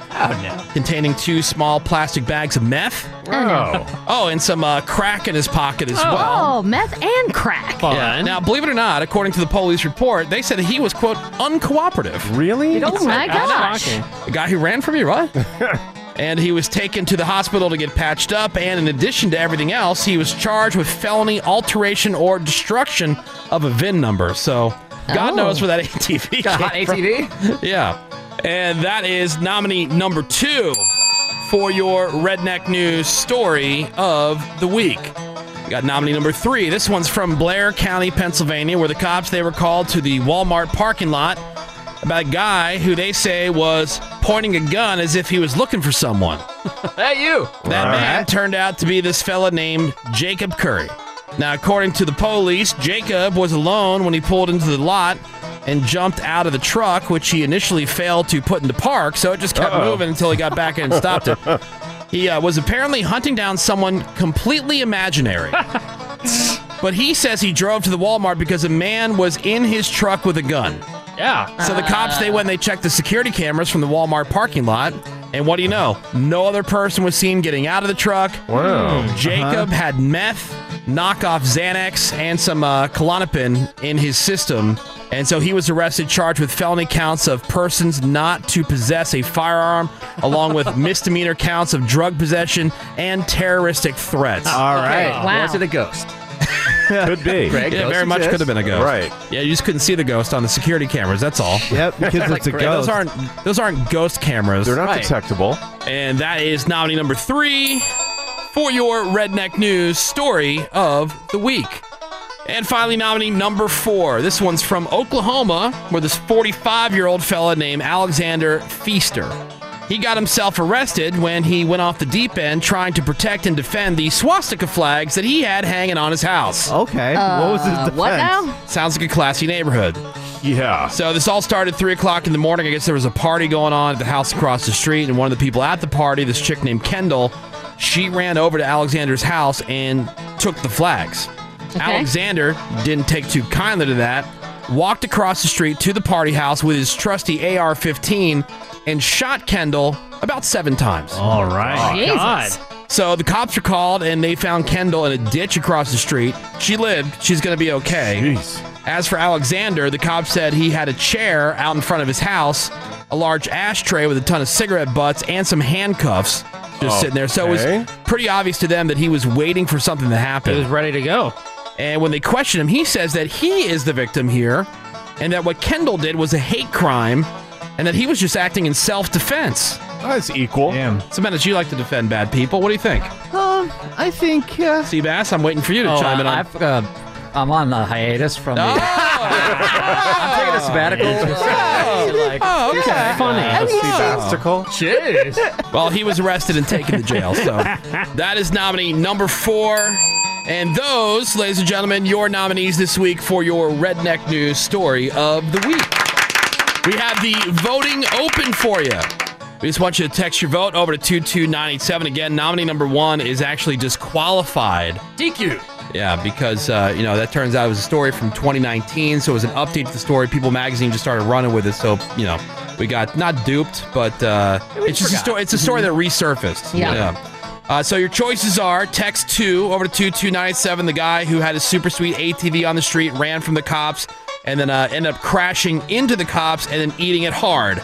Speaker 4: containing two small plastic bags of meth.
Speaker 6: no.
Speaker 4: Oh, and some uh, crack in his pocket as well.
Speaker 6: Oh, meth and crack.
Speaker 4: Yeah. Now, believe it or not, according to the police report, they said that he was quote uncooperative. Really?
Speaker 6: Oh my gosh.
Speaker 4: The guy who ran from you, what? and he was taken to the hospital to get patched up. And in addition to everything else, he was charged with felony alteration or destruction of a VIN number. So God
Speaker 14: Oh.
Speaker 4: knows where that ATV.
Speaker 14: Got a hot
Speaker 4: came from.
Speaker 14: ATV?
Speaker 4: yeah. And that is nominee number two for your redneck news story of the week. We got nominee number three. This one's from Blair County, Pennsylvania, where the cops they were called to the Walmart parking lot about a guy who they say was pointing a gun as if he was looking for someone.
Speaker 14: hey, you.
Speaker 4: That man turned out to be this fella named Jacob Curry. Now, according to the police, Jacob was alone when he pulled into the lot and jumped out of the truck, which he initially failed to put into park, so it just kept
Speaker 7: Uh-oh.
Speaker 4: moving until he got back in and stopped it. He uh, was apparently hunting down someone completely imaginary. but he says he drove to the Walmart because a man was in his truck with a gun.
Speaker 13: Yeah.
Speaker 4: So the cops, they went and they checked the security cameras from the Walmart parking lot, And what do you know? No other person was seen getting out of the truck.
Speaker 7: Wow.
Speaker 14: Hmm.
Speaker 4: Jacob
Speaker 7: Uh-huh.
Speaker 4: had meth, knockoff Xanax, and some uh, Klonopin in his system. And so he was arrested, charged with felony counts of persons not to possess a firearm, along with misdemeanor counts of drug possession and terroristic threats.
Speaker 14: All right. Okay, wow. Was it a ghost?
Speaker 7: could be.
Speaker 14: Greg,
Speaker 4: yeah,
Speaker 14: ghosts
Speaker 4: very much
Speaker 14: exist?
Speaker 4: could have been a ghost.
Speaker 7: Right.
Speaker 4: Yeah, you just couldn't see the ghost on the security cameras. That's all.
Speaker 8: Yep, because it's a
Speaker 4: Yeah, Those
Speaker 8: ghost.
Speaker 4: aren't those aren't ghost cameras.
Speaker 7: They're not Right. detectable.
Speaker 4: And that is nominee number three for your redneck news story of the week. And finally, nominee number four. This one's from Oklahoma, where this 45 year old fella named Alexander Feaster. He got himself arrested when he went off the deep end trying to protect and defend the swastika flags that he had hanging on his house.
Speaker 8: Okay. what was his Uh, what defense? now?
Speaker 4: Sounds like a classy neighborhood.
Speaker 7: Yeah.
Speaker 4: So this all started at 3 o'clock in the morning. I guess there was a party going on at the house across the street, and one of the people at the party, this chick named Kendall, she ran over to Alexander's house and took the flags. Alexander didn't take too kindly to that, walked across the street to the party house with his trusty AR 15 and shot Kendall about seven times.
Speaker 5: All right. Jesus. God.
Speaker 4: So the cops were called and they found Kendall in a ditch across the street. She lived. She's going to be okay. As for Alexander, the cops said he had a chair out in front of his house, a large ashtray with a ton of cigarette butts, and some handcuffs just sitting there. So it
Speaker 7: Okay.
Speaker 4: was pretty obvious to them that he was waiting for something to happen. He was ready to go. And when they question him, he says that he is the victim here and that what Kendall did was a hate crime and that he was just acting in self defense.
Speaker 7: That's equal.
Speaker 4: Damn. Samantha, you like to defend bad people. What do you think?
Speaker 3: Oh,
Speaker 8: Um, I think. Uh,
Speaker 4: Seabass, I'm waiting for you to
Speaker 14: Oh,
Speaker 4: chime in
Speaker 14: uh,
Speaker 4: on. Ah!
Speaker 14: I've, uh, I'm on a hiatus from the. I'm taking a sabbatical.
Speaker 4: oh, okay.
Speaker 14: Funny.
Speaker 4: I
Speaker 14: Let's see, Basticle.
Speaker 4: Cheers. well, he was arrested and taken to jail. So that is nominee number four. And those, ladies and gentlemen, your nominees this week for your redneck news story of the week. We have the voting open for you. We just want you to text your vote over to 22987. Again, nominee number one is actually disqualified.
Speaker 14: DQ.
Speaker 4: Yeah, because uh, you know that turns out it was a story from 2019, so it was an update to the story. People Magazine just started running with it, so you know we got not duped, but uh, it's just a story. It's a story that resurfaced.
Speaker 5: Yeah.
Speaker 4: Uh, so your choices are text two over to two two nine seven. The guy who had his super sweet ATV on the street ran from the cops, and then uh, ended up crashing into the cops and then eating it hard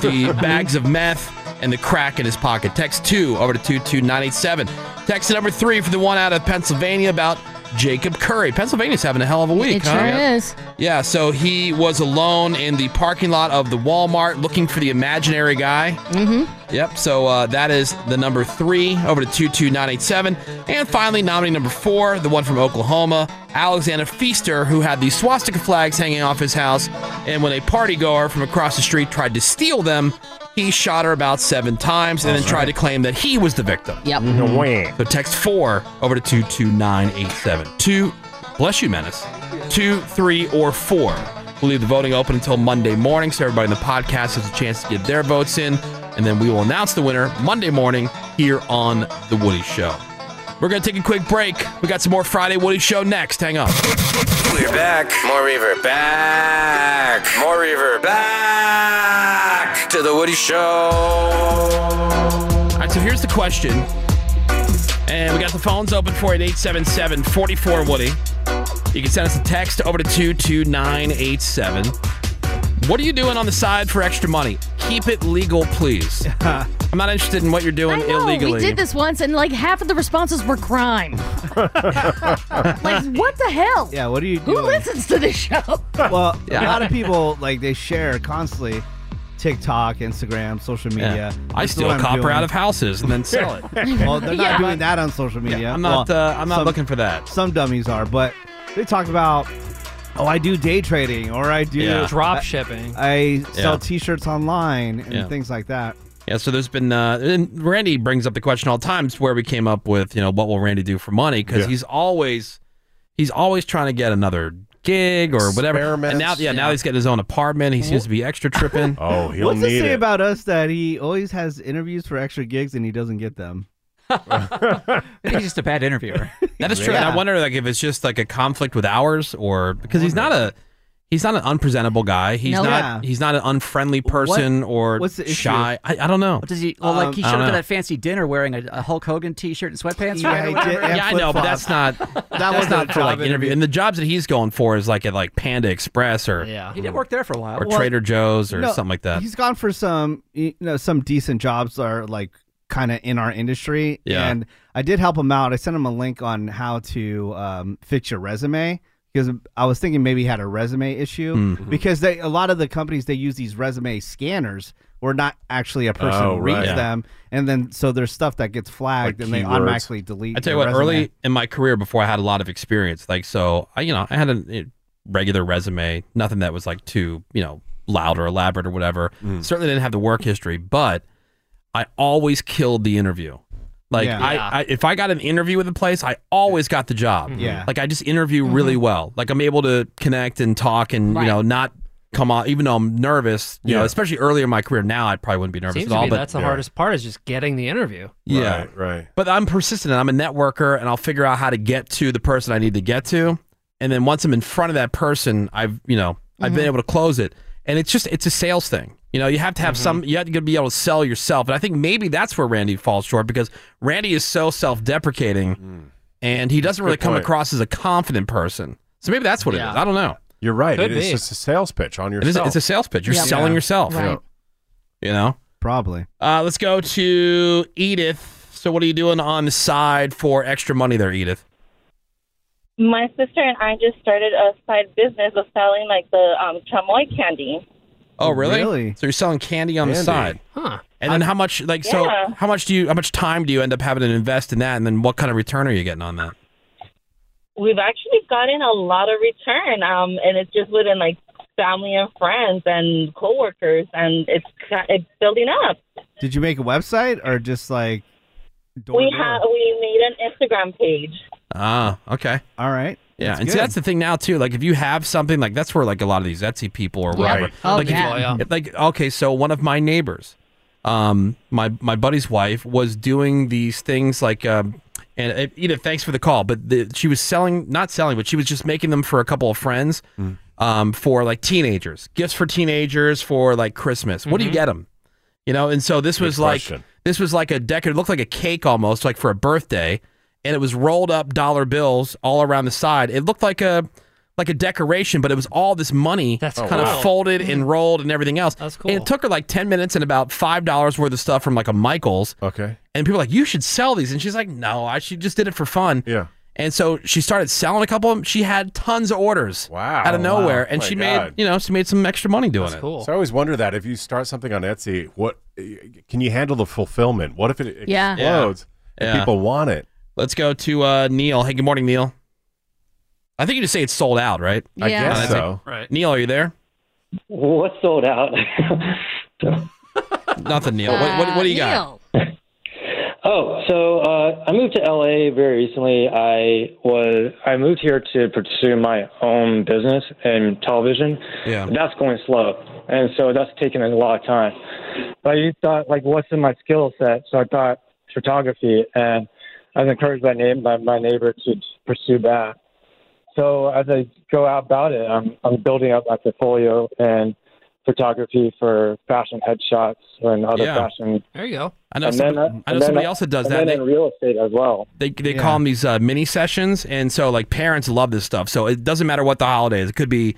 Speaker 4: the bags of meth and the crack in his pocket. Text two over to 22987. Text number three for the one out of Pennsylvania about Jacob Curry. Pennsylvania's having a hell of a week.
Speaker 6: It
Speaker 4: huh?
Speaker 6: sure is.
Speaker 4: Yeah, so he was alone in the parking lot of the Walmart looking for the imaginary guy. Mm-hmm. Yep, so uh, that is the number three over to 22987. And finally, nominee number four, the one from Oklahoma, Alexander Feaster, who had the swastika flags hanging off his house. And when a party goer from across the street tried to steal them, he shot her about seven times and then tried to claim that he was the victim.
Speaker 6: Yep.
Speaker 7: No way.
Speaker 4: Mm-hmm. So text four over to 22987. Two, bless you, Menace. Two, three, or four. We'll leave the voting open until Monday morning so everybody in the podcast has a chance to get their votes in. And then we will announce the winner Monday morning here on The Woody Show. We're going to take a quick break. We got some more Friday Woody Show next. Hang on.
Speaker 10: We're back. More reverb. Back. More reverb. Back to the Woody Show.
Speaker 4: All right, so here's the question. And we got the phones open for it 877 44 Woody. You can send us a text over to 22987. What are you doing on the side for extra money? Keep it legal, please. I'm not interested in what you're doing illegally.
Speaker 6: Oh, We did this once, and like half of the responses were crime. like, what the hell?
Speaker 8: Yeah, what do you do?
Speaker 6: Who listens to this show?
Speaker 8: Well,
Speaker 6: Yeah.
Speaker 8: a lot of people like they share constantly TikTok, Instagram, social media.
Speaker 4: I
Speaker 8: This is
Speaker 4: steal
Speaker 8: what I'm
Speaker 4: copper
Speaker 8: doing.
Speaker 4: out of houses and then sell it.
Speaker 8: well, they're not
Speaker 4: Yeah.
Speaker 8: doing that on social media.
Speaker 4: I'm not,
Speaker 8: Well,
Speaker 4: uh, I'm not
Speaker 8: some-
Speaker 4: looking for that.
Speaker 8: Some dummies are, but they talk about, oh, I do day trading or I do
Speaker 4: Yeah. Drop
Speaker 8: I-
Speaker 13: shipping.
Speaker 8: I sell
Speaker 4: Yeah.
Speaker 8: T-shirts online and
Speaker 4: Yeah.
Speaker 8: things like that.
Speaker 4: Yeah, so there's been uh, and Randy brings up the question all the time it's where we came up with, you know, what will Randy do for money? Because
Speaker 7: Yeah.
Speaker 4: he's always he's always trying to get another gig or whatever. And now,
Speaker 7: Experiments.
Speaker 4: yeah, now he's got his own apartment. He seems to be extra tripping.
Speaker 7: oh,
Speaker 8: What's this say about us that he always has interviews for extra gigs and he doesn't get them?
Speaker 14: He's just a bad interviewer.
Speaker 4: That is true. And I wonder like if it's just like a conflict with hours or because he's not a He's not an unpresentable guy. He's
Speaker 14: No.
Speaker 4: not.
Speaker 14: Yeah.
Speaker 4: He's not an unfriendly person or
Speaker 14: what's the issue?
Speaker 4: shy. I, I don't know. Um,
Speaker 14: What does he? Well, like he
Speaker 4: I
Speaker 14: showed
Speaker 4: don't
Speaker 14: up to
Speaker 4: know.
Speaker 14: that fancy dinner wearing a, a Hulk Hogan T-shirt and sweatpants.
Speaker 4: Yeah,
Speaker 14: right,
Speaker 4: he did,
Speaker 14: or whatever?
Speaker 4: and Yeah, I know, but that's not- That was not for like interview. And the jobs that he's going for is like at like Panda Express or
Speaker 14: He did work there for a while.
Speaker 4: or Trader Joe's or
Speaker 8: No,
Speaker 4: something like that.
Speaker 8: He's gone for some, you know, some decent jobs that are like kind of in our industry.
Speaker 4: Yeah.
Speaker 8: And I did help him out. I sent him a link on how to um, fix your resume because I was thinking maybe he had a resume issue
Speaker 4: Mm.
Speaker 8: because they a lot of the companies they use these resume scanners where not actually a person
Speaker 4: Oh, right.
Speaker 8: reads
Speaker 4: Yeah.
Speaker 8: them, and then so there's stuff that gets flagged and they
Speaker 4: keywords.
Speaker 8: automatically delete.
Speaker 4: I tell you
Speaker 8: your
Speaker 4: what,
Speaker 8: resume.
Speaker 4: early in my career, before I had a lot of experience, like so, I you know I had a eh, regular resume, nothing that was like too you know loud or elaborate or whatever.
Speaker 8: Hmm.
Speaker 4: Certainly didn't have the work history, but I always killed the interview. Like
Speaker 9: Yeah.
Speaker 4: I,
Speaker 9: Yeah.
Speaker 4: I, if I got an interview with a place, I always got the job.
Speaker 8: Hmm.
Speaker 9: Yeah.
Speaker 4: Like I just interview really well. Like I'm able to connect and talk, and
Speaker 9: Right.
Speaker 4: you know not come on even though I'm nervous. You know,
Speaker 13: Yeah.
Speaker 4: especially earlier in my career. Now I probably wouldn't be nervous
Speaker 13: Seems
Speaker 4: at
Speaker 13: to
Speaker 4: all.
Speaker 13: me
Speaker 4: but
Speaker 13: that's the hardest part is just getting the interview.
Speaker 4: yeah. Right, But I'm persistent. and I'm a networker and I'll figure out how to get to the person I need to get to. And then once I'm in front of that person, I've, you know, I've
Speaker 7: Mm-hmm.
Speaker 4: been
Speaker 9: Mhm.
Speaker 4: able to close it. And it's just, it's a sales thing. You know, you have to have
Speaker 7: Mm-hmm.
Speaker 4: some, you have to be able to sell yourself. And I think maybe that's where Randy falls short because Randy is so self deprecating and he doesn't
Speaker 7: Mm. Good
Speaker 4: really come
Speaker 7: point.
Speaker 4: across as a confident person. So maybe that's what
Speaker 7: Yeah.
Speaker 4: it is. I don't know.
Speaker 7: You're right.
Speaker 4: Could
Speaker 7: it is
Speaker 4: be.
Speaker 7: just a sales pitch on
Speaker 4: It is,
Speaker 7: yourself.
Speaker 4: it's a sales pitch. You're
Speaker 7: Yeah.
Speaker 4: selling
Speaker 7: Yeah.
Speaker 4: yourself.
Speaker 7: Right.
Speaker 4: You know?
Speaker 8: Probably.
Speaker 4: Uh, let's go to Edith. So, what are you doing on the side for extra money there, Edith?
Speaker 22: My sister and I just started a side business of selling like the um, chamoy candy.
Speaker 4: Oh, really? So you're selling candy on the
Speaker 22: Candy.
Speaker 4: side,
Speaker 22: Huh.
Speaker 4: and then how much? Like,
Speaker 22: Yeah.
Speaker 4: so how much do you? How much time do you end up having to invest in that? And then what kind of return are you getting on that?
Speaker 22: We've actually gotten a lot of return, um, and it's just within like family and friends and coworkers, and it's ca- it's building up.
Speaker 8: Did you make a website or just like?
Speaker 22: we have we made an Instagram page.
Speaker 4: Ah, okay.
Speaker 8: All right.
Speaker 4: Yeah,
Speaker 8: That's
Speaker 4: and see
Speaker 8: good.
Speaker 4: that's the thing now too. Like if you have something like that's where like a lot of these Etsy people or
Speaker 9: Yeah.
Speaker 4: whatever.
Speaker 9: Right. Oh,
Speaker 4: like, if-
Speaker 9: yeah.
Speaker 4: if, like okay, so one of my neighbors, um, my my buddy's wife was doing these things like, um, and uh, Edith, thanks for the call, but the, she was selling not selling, but she was just making them for a couple of friends,
Speaker 8: Mm.
Speaker 4: um, for like teenagers, gifts for teenagers for like Christmas. What do you
Speaker 9: Mhm.
Speaker 4: get them? You know, and so this
Speaker 9: Good
Speaker 4: was like
Speaker 9: question.
Speaker 4: this was like a decor. It looked like a cake almost, like for a birthday, and it was rolled up dollar bills all around the side. It looked like a like a decoration, but it was all this money That's kind
Speaker 9: cool.
Speaker 4: of folded and rolled and everything else. That's cool. And it took her like ten minutes and about five dollars worth of stuff from like a Michaels.
Speaker 7: Okay.
Speaker 4: And people were like, you should sell these, and she's like, no, I she just did it for fun.
Speaker 7: Yeah.
Speaker 4: And so she started selling a couple of them. She had tons of orders. Wow. Out of
Speaker 7: Wow.
Speaker 4: nowhere, and
Speaker 7: My
Speaker 4: she
Speaker 7: God.
Speaker 4: made you know she made some extra money doing
Speaker 7: That's
Speaker 4: it.
Speaker 7: So I always wonder that if you start something on Etsy, what can you handle the fulfillment? What if it
Speaker 6: Yeah.
Speaker 7: explodes?
Speaker 4: Yeah.
Speaker 7: And
Speaker 4: Yeah.
Speaker 7: people want it.
Speaker 4: Let's go to uh, Neil. Hey, good morning, Neil. I think you just say it's sold out, right?
Speaker 22: I Yeah. guess
Speaker 4: Uh, that's it.
Speaker 22: so. Right.
Speaker 4: Neil, are you there?
Speaker 22: What's sold out?
Speaker 4: Nothing, Neil. What, what, what do you got?
Speaker 22: Oh, so uh, I moved to LA very recently. I was I moved here to pursue my own business in television.
Speaker 4: Yeah.
Speaker 22: That's going slow, and so that's taking a lot of time. But I thought, like, what's in my skill set? So I thought photography, and I was encouraged by name by my neighbor to pursue that. So as I go out about it, I'm I'm building up my portfolio and photography for fashion headshots and other
Speaker 4: Yeah.
Speaker 22: fashion
Speaker 13: There you go.
Speaker 4: I know,
Speaker 22: and
Speaker 4: some,
Speaker 22: then, uh,
Speaker 4: I know
Speaker 22: and
Speaker 4: somebody
Speaker 22: then,
Speaker 4: else that does
Speaker 22: and
Speaker 4: that.
Speaker 22: Then
Speaker 4: They-
Speaker 22: in real estate as well.
Speaker 4: They they call them these uh, mini sessions, and so like parents love this stuff. So it doesn't matter what the holiday is. It could be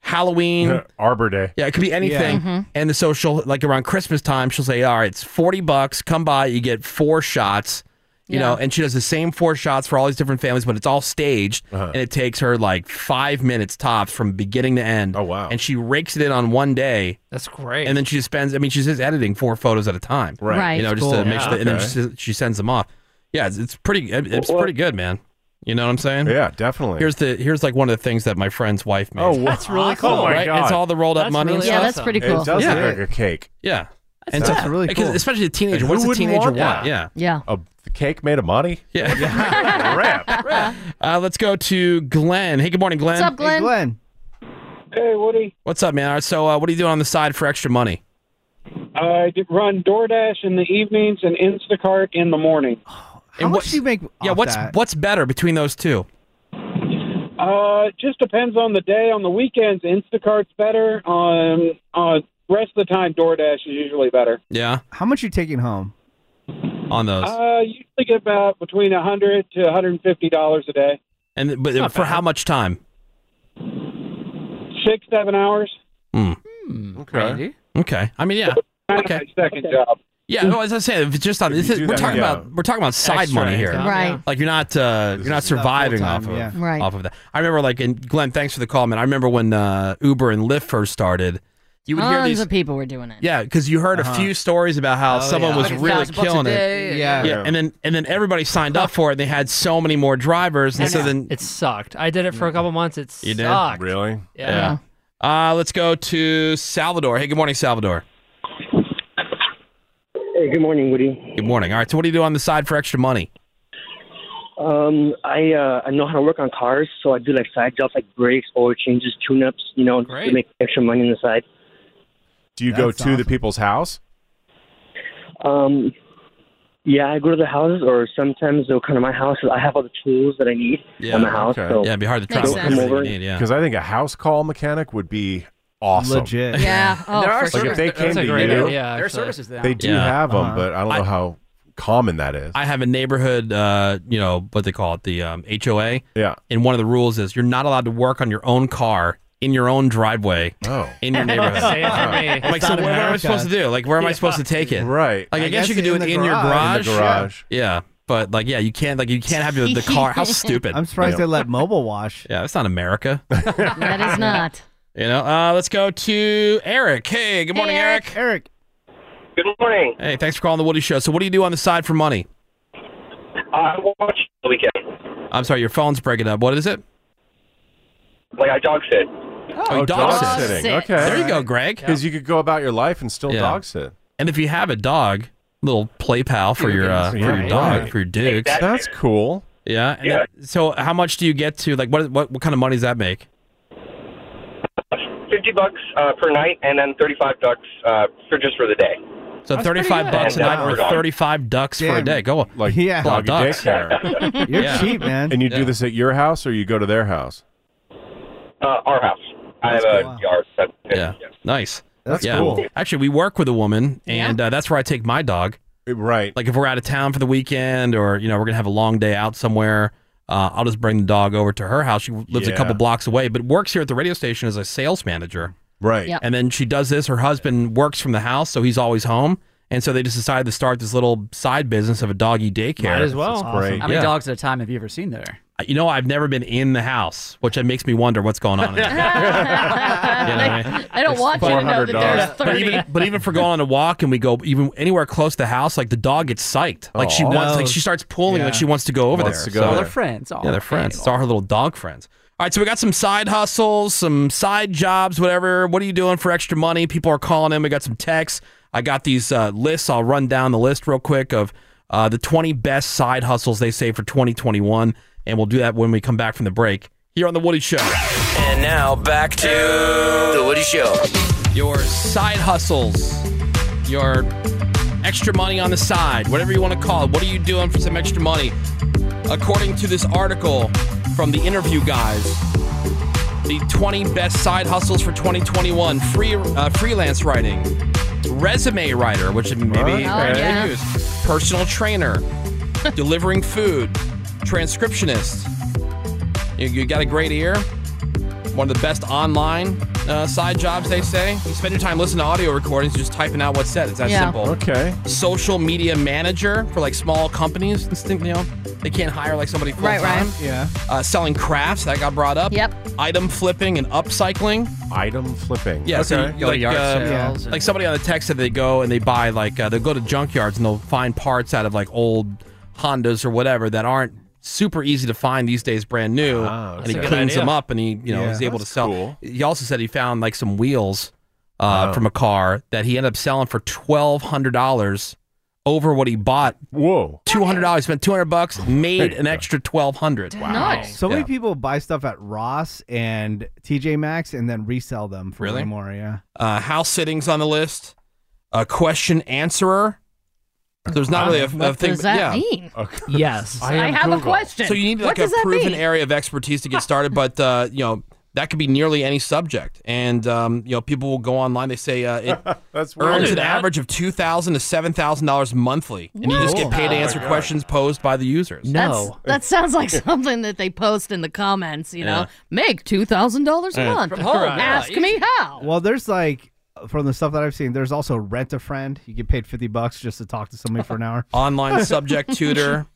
Speaker 4: Halloween,
Speaker 7: Arbor Day.
Speaker 4: Yeah, it could be anything.
Speaker 13: Mm-hmm.
Speaker 9: Mhm.
Speaker 4: And the social, like around Christmas time, she'll say, "All right, it's forty bucks. Come by, you get four shots." You know,
Speaker 9: Yeah.
Speaker 4: and she does the same four shots for all these different families, but it's all staged, and it takes her like five minutes tops from beginning to end. Oh wow! And she rakes it in on one day.
Speaker 13: That's great.
Speaker 4: And then she just spends. I mean, she's just editing four photos at a time,
Speaker 13: Right. Right.
Speaker 4: You know, just to
Speaker 13: Cool.
Speaker 4: make
Speaker 13: Yeah.
Speaker 4: sure. That, and then
Speaker 13: Okay.
Speaker 4: she, she sends them off. Yeah, it's, it's pretty. it- it's
Speaker 7: Well-
Speaker 4: pretty good, man. You know what I'm saying?
Speaker 7: Yeah, definitely.
Speaker 4: Here's the here's like one of the things that my friend's wife made.
Speaker 7: Oh, wow. That's really cool. Oh, my
Speaker 4: Right?
Speaker 7: God.
Speaker 4: It's all the rolled up
Speaker 7: That's
Speaker 4: money. and
Speaker 7: really Yeah, that's
Speaker 4: stuff.
Speaker 7: awesome. pretty It cool. does
Speaker 4: yeah.
Speaker 7: look like a cake.
Speaker 4: Yeah.
Speaker 7: That's That's really
Speaker 4: because
Speaker 7: cool.
Speaker 4: Especially a teenager.
Speaker 7: And
Speaker 4: What's a
Speaker 7: who wouldn't
Speaker 4: teenager
Speaker 7: want
Speaker 4: want?
Speaker 7: that?
Speaker 4: Yeah.
Speaker 6: Yeah.
Speaker 7: A cake made of money.
Speaker 4: Yeah. Uh, let's go to Glenn. Hey, good morning, Glenn.
Speaker 6: What's up, Glenn? Hey, Glenn.
Speaker 15: Hey, Woody.
Speaker 4: What's up, man? All right, So, uh, what are you doing on the side for extra money?
Speaker 15: I d- run DoorDash in the evenings and Instacart in the morning.
Speaker 4: How and much do you
Speaker 8: make?
Speaker 4: Yeah. What's what's better between those two?
Speaker 15: Uh, it just depends on the day. On the weekends, Instacart's better. On on rest of the time, DoorDash is usually better.
Speaker 4: Yeah.
Speaker 8: How much you taking home?
Speaker 4: on those.
Speaker 15: Uh, usually get about between a hundred to one hundred and fifty dollars a day.
Speaker 4: and but for how much time?
Speaker 15: Six seven hours.
Speaker 4: Okay. Okay. I mean, yeah. Okay.
Speaker 15: Second job.
Speaker 4: Yeah, no, as I said, if it's just on this is,
Speaker 15: do
Speaker 4: we're
Speaker 15: that,
Speaker 4: talking
Speaker 15: yeah.
Speaker 4: about we're talking about side
Speaker 15: Extra
Speaker 4: money here,
Speaker 15: income, Right. yeah.
Speaker 4: Like you're not uh, you're not surviving off of
Speaker 8: yeah.
Speaker 6: Right.
Speaker 4: off of that. I remember like and Glenn, thanks for the comment. I remember when uh, Uber and Lyft first started, you would
Speaker 6: Tons
Speaker 4: hear these
Speaker 6: of people were doing it.
Speaker 4: yeah, because you heard
Speaker 6: Uh-huh.
Speaker 4: a few stories about how
Speaker 6: Oh,
Speaker 4: someone
Speaker 6: yeah.
Speaker 4: was
Speaker 6: Like a
Speaker 4: really
Speaker 6: thousand bucks a
Speaker 4: killing
Speaker 6: day,
Speaker 4: it.
Speaker 6: Yeah.
Speaker 13: yeah.
Speaker 4: and then and then everybody signed up for it. and They had so many more drivers, and, so then
Speaker 13: it sucked. I did it for a couple months. It
Speaker 4: you did
Speaker 13: sucked.
Speaker 4: really.
Speaker 13: Yeah.
Speaker 4: Uh, let's go to Salvador. Hey, good morning, Salvador.
Speaker 9: Hey, good morning, Woody.
Speaker 4: Good morning. All right, so what do you do on the side for extra money?
Speaker 9: Um, I uh, I know how to work on cars, so I do like side jobs like brakes, oil changes, tune-ups. You know, to make extra money on the side.
Speaker 7: Do you go to the people's house?
Speaker 9: Um, yeah, I go to the houses, or sometimes they'll come to my house. I have all the tools that I need
Speaker 7: Yeah,
Speaker 9: on my house.
Speaker 7: okay.
Speaker 9: So
Speaker 7: Yeah, it'd be hard to
Speaker 9: they'll
Speaker 7: travel
Speaker 9: come
Speaker 7: everything
Speaker 9: over.
Speaker 7: you need, Because I think a house call mechanic would be awesome.
Speaker 8: Legit.
Speaker 9: Yeah.
Speaker 8: Oh, There are
Speaker 7: like if they
Speaker 8: services-
Speaker 7: came
Speaker 8: That's a
Speaker 7: to
Speaker 8: great
Speaker 7: you,
Speaker 8: idea, There are actually. services now.
Speaker 7: They do
Speaker 4: Yeah.
Speaker 7: have them,
Speaker 4: Uh-huh.
Speaker 7: but I don't know how common that is.
Speaker 4: I have a neighborhood, uh, you know, what they call it, the um, HOA.
Speaker 7: Yeah.
Speaker 4: And one of the rules is you're not allowed to work on your own car in your own driveway.
Speaker 7: Oh.
Speaker 4: In your neighborhood.
Speaker 13: Say it for me.
Speaker 4: I'm like,
Speaker 13: It's
Speaker 4: so
Speaker 13: not
Speaker 4: where am I
Speaker 13: America.
Speaker 4: supposed to do? Like, where am I supposed to take it?
Speaker 7: Right.
Speaker 4: Like, I,
Speaker 13: I
Speaker 4: guess,
Speaker 13: guess
Speaker 4: you could do
Speaker 13: in
Speaker 4: it
Speaker 13: the
Speaker 4: in your
Speaker 13: garage.
Speaker 4: garage.
Speaker 13: In the garage.
Speaker 4: Yeah. Yeah. But like, yeah, you can't. Like, you can't have your, the car. How stupid.
Speaker 8: I'm surprised
Speaker 4: you
Speaker 8: they let mobile wash.
Speaker 4: Yeah, that's not America.
Speaker 6: That is not.
Speaker 4: You know. Uh, let's go to Eric. Hey, good morning, Eric.
Speaker 8: Eric.
Speaker 4: Good morning. Hey, thanks for calling the Woody Show. So, what do you do on the side for money?
Speaker 20: I watch the weekend.
Speaker 4: I'm sorry, your phone's breaking up. What is it?
Speaker 20: Like I dog sit.
Speaker 4: Oh, dog, sitting.
Speaker 7: Okay.
Speaker 4: There you go, Greg.
Speaker 7: Because you could go about your life and still
Speaker 4: Yeah.
Speaker 7: dog sit.
Speaker 4: And if you have a dog, little play pal for your uh, for your
Speaker 7: Right.
Speaker 4: dog for your dukes.
Speaker 7: Exactly. That's cool.
Speaker 4: Yeah. and then- so how much do you get to like what what what kind of money does that make?
Speaker 20: 50 bucks uh, per night and then 35 bucks uh, for just for the day.
Speaker 4: So thirty five bucks a
Speaker 20: And, uh,
Speaker 4: night or thirty five ducks for a
Speaker 20: Damn.
Speaker 4: day. Go
Speaker 7: like
Speaker 4: yeah.
Speaker 7: doggy
Speaker 4: ducks.
Speaker 7: daycare.
Speaker 4: You're Yeah. cheap,
Speaker 8: man.
Speaker 7: And you
Speaker 4: Yeah.
Speaker 7: do this at your house or you go to their house?
Speaker 20: Uh, our house. I have a yard. That,
Speaker 4: Yeah. Nice.
Speaker 7: That's
Speaker 4: yeah.
Speaker 7: cool.
Speaker 4: Actually, we work with a woman, and uh, that's where I take my dog.
Speaker 7: Right.
Speaker 4: Like if we're out of town for the weekend, or you know, we're gonna have a long day out somewhere. Uh, I'll just bring the dog over to her house. She lives a
Speaker 7: Yeah.
Speaker 4: couple blocks away, but works here at the radio station as a sales manager.
Speaker 7: Right. Yep.
Speaker 4: And then she does this. Her husband works from the house, so he's always home. And so they just decided to start this little side business of a doggy daycare.
Speaker 14: Might as well.
Speaker 4: That's great.
Speaker 14: How many
Speaker 4: Yeah.
Speaker 14: dogs at a time have you ever seen there?
Speaker 4: You know, I've never been in the house, which uh, makes me wonder what's going on. In there. You know what I mean?
Speaker 6: I don't want you to know that there's
Speaker 4: But
Speaker 6: 30.
Speaker 4: even, but even for going on a walk and we go even anywhere close to the house, like the dog gets psyched. Like she
Speaker 14: Aw.
Speaker 4: wants, like she starts pulling, like
Speaker 14: Oh. Yeah.
Speaker 4: she wants to go over
Speaker 14: Wants
Speaker 4: there.
Speaker 14: to go there. Oh, they're friends. Aw.
Speaker 4: yeah, they're friends. It's all her little dog friends. All right, so we got some side hustles, some side jobs, whatever. What are you doing for extra money? People are calling in. We got some texts. I got these uh, lists. I'll run down the list real quick of uh, the 20 best side hustles they say for 2021, and we'll do that when we come back from the break here on the Woody Show.
Speaker 10: And now back to The Woody Show.
Speaker 4: your side hustles, your extra money on the side, whatever you want to call it. What are you doing for some extra money? According to this article from the interview guys, the 20 best side hustles for 2021 free uh, freelance writing, resume writer, which maybe
Speaker 12: Okay. Oh, yeah.
Speaker 4: use, personal trainer, delivering food, transcriptionist. You, you got a great ear one of the best online uh, side jobs, they say. You spend your time listening to audio recordings, just typing out what's said. It's that
Speaker 7: Yeah.
Speaker 4: simple.
Speaker 7: Okay.
Speaker 4: Social media manager for like small companies. It's, You know, they can't hire like somebody full
Speaker 8: Right, right.
Speaker 4: time.
Speaker 8: Yeah.
Speaker 4: Uh, selling crafts that got brought up.
Speaker 6: Yep.
Speaker 4: Item flipping and upcycling.
Speaker 7: Item flipping.
Speaker 4: Yeah, so you- like, uh, like somebody on the text said they go and they buy like uh, they'll go to junkyards and they'll find parts out of like old Hondas or whatever that aren't super easy to find these days, brand new. and he
Speaker 13: Ah, that's a good
Speaker 4: cleans
Speaker 13: idea.
Speaker 4: them up and he you know
Speaker 13: Yeah.
Speaker 4: is able
Speaker 13: That's
Speaker 4: to sell. He also said he found like some wheels uh,
Speaker 13: Oh.
Speaker 4: from a car that he ended up selling for twelve hundred dollars over what he bought.
Speaker 7: Whoa,
Speaker 4: two hundred dollars. Spent two hundred bucks, made
Speaker 8: There
Speaker 4: an extra twelve hundred. Wow,
Speaker 8: So many people buy stuff at Ross and TJ Maxx and then resell them for
Speaker 4: Really?
Speaker 8: way more. Yeah.
Speaker 4: uh, house sittings on the list, a question answerer, So there's not really a,
Speaker 6: What
Speaker 4: a thing.
Speaker 6: does that
Speaker 4: yeah.
Speaker 6: mean?
Speaker 4: Yes,
Speaker 6: I am I have a Google. question.
Speaker 4: So you need
Speaker 6: What
Speaker 4: like
Speaker 6: does
Speaker 4: a
Speaker 6: that
Speaker 4: proven
Speaker 6: mean?
Speaker 4: area of expertise to get started, but uh, you know that could be nearly any subject, and um, you know people will go online. They say uh, it
Speaker 7: That's weird.
Speaker 4: earns
Speaker 7: I knew
Speaker 4: an
Speaker 7: that.
Speaker 4: average of two thousand to seven thousand dollars monthly, and you just get
Speaker 7: Whoa.
Speaker 4: paid to
Speaker 7: Oh my
Speaker 4: answer
Speaker 7: God.
Speaker 4: questions posed by the users.
Speaker 6: That's- that sounds like something that they post in the comments. You know,
Speaker 4: Yeah.
Speaker 6: make two thousand dollars a
Speaker 8: Yeah.
Speaker 6: month.
Speaker 8: From home, yeah,
Speaker 6: Ask me how.
Speaker 4: Oh.
Speaker 8: Well, there's like from the stuff that I've seen, there's also rent a friend. You get paid fifty bucks just to talk to somebody for an hour.
Speaker 4: Online subject tutor.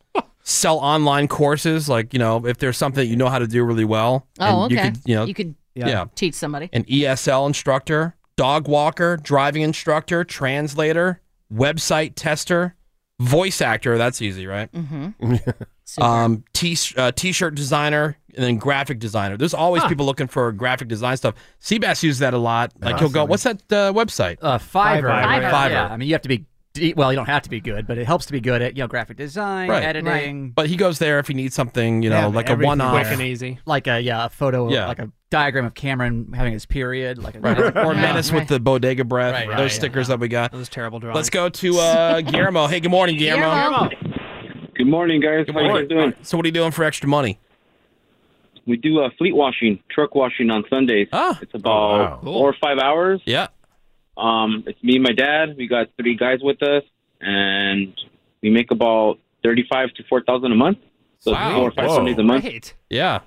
Speaker 4: Sell online courses, like you know, if there's something that you know how to do really well.
Speaker 6: Oh,
Speaker 4: and
Speaker 6: okay.
Speaker 4: You could, you know, yeah.
Speaker 6: teach somebody.
Speaker 4: an ESL instructor, dog walker, driving instructor, translator, website tester, voice actor. That's easy, right?
Speaker 6: Mm-hmm.
Speaker 4: um, t uh, t-shirt designer, and then graphic designer. There's always
Speaker 14: Huh.
Speaker 4: people looking for graphic design stuff. Seabass uses that a lot. Like he'll go, "What's that uh, website?"
Speaker 14: Uh, Fiverr.
Speaker 4: Fiverr.
Speaker 14: Yeah, I mean, you have to be de- well. You don't have to be good, but it helps to be good at you know graphic design,
Speaker 4: Right.
Speaker 14: editing,
Speaker 4: But he goes there if he needs something, you know,
Speaker 14: Yeah,
Speaker 4: like a
Speaker 14: everything.
Speaker 4: one-off,
Speaker 14: Quick and easy. like a yeah, a photo,
Speaker 4: Yeah.
Speaker 14: like a diagram of Cameron having his period, like a
Speaker 4: Right. or
Speaker 14: Yeah.
Speaker 4: menace with the bodega breath.
Speaker 14: Right,
Speaker 4: Those
Speaker 14: right.
Speaker 4: stickers that we got.
Speaker 13: Those terrible drawings.
Speaker 4: Let's go to uh, Guillermo. Hey, good morning, Guillermo.
Speaker 16: Good morning, guys. How you guys doing?
Speaker 4: So, what are you doing for extra money?
Speaker 16: We do uh, fleet washing, truck washing on Sundays. It's about four or five hours.
Speaker 4: Ah. Yeah.
Speaker 16: Um, it's me and my dad. We got three guys with us, and we make about thirty-five to four thousand a month. So it's four or five
Speaker 4: Whoa.
Speaker 16: Sundays a month.
Speaker 4: Yeah.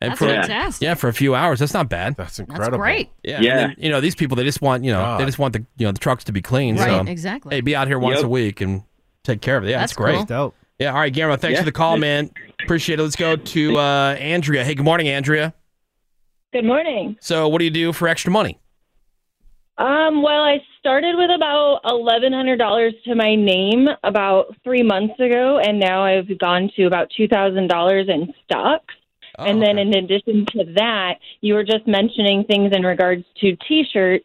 Speaker 16: That's fantastic.
Speaker 4: Yeah, for a few hours. That's not bad.
Speaker 7: That's
Speaker 16: incredible. great.
Speaker 4: Yeah.
Speaker 16: Yeah.
Speaker 4: and then, you know, these people they just want, you know,
Speaker 16: God.
Speaker 4: they just want the you know the trucks to be clean.
Speaker 6: Right,
Speaker 4: so
Speaker 6: exactly.
Speaker 4: Hey, be out here once
Speaker 6: Yep.
Speaker 4: a week and take care of it. Yeah,
Speaker 6: That's
Speaker 4: that's, great.
Speaker 6: cool.
Speaker 8: Dope.
Speaker 4: Yeah, all right, Guillermo, thanks
Speaker 16: Yeah.
Speaker 4: for the call, man. Appreciate it. Let's go to uh, Andrea. Hey, good morning, Andrea.
Speaker 17: Good morning.
Speaker 4: So what do you do for extra money?
Speaker 17: Um, well, I started with about eleven hundred dollars to my name about three months ago, and now I've gone to about two thousand dollars in stocks. and then, in addition to that, you were just mentioning things in regards to T-shirts.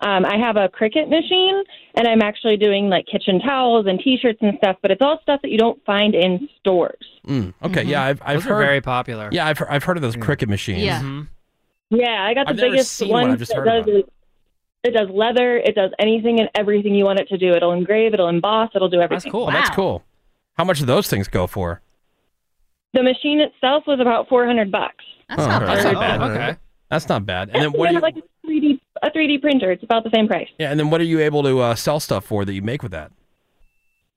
Speaker 17: Um, I have a Cricut machine, and I'm actually doing like kitchen towels and T-shirts and stuff, but it's all stuff that you don't find in stores.
Speaker 4: Mm, okay, yeah, I've, I've
Speaker 13: Those are
Speaker 4: heard
Speaker 13: very popular.
Speaker 4: Yeah, I've, I've heard of those cricket machines.
Speaker 17: Yeah. Yeah, I got the
Speaker 4: I've never
Speaker 17: biggest
Speaker 4: seen one,
Speaker 17: one.
Speaker 4: I've just
Speaker 17: that
Speaker 4: heard
Speaker 17: does
Speaker 4: about
Speaker 17: it. It does leather. It does anything and everything you want it to do. It'll engrave. It'll emboss. It'll do
Speaker 4: That's
Speaker 17: everything.
Speaker 4: cool. That's cool. How much do those things go for?
Speaker 17: The machine itself was about four hundred bucks.
Speaker 4: That's not bad. Oh, Okay. That's not bad. And then what
Speaker 17: Yeah,
Speaker 4: do you
Speaker 17: like a three D a three D printer. It's about the same price.
Speaker 4: Yeah, and then what are you able to uh, sell stuff for that you make with that?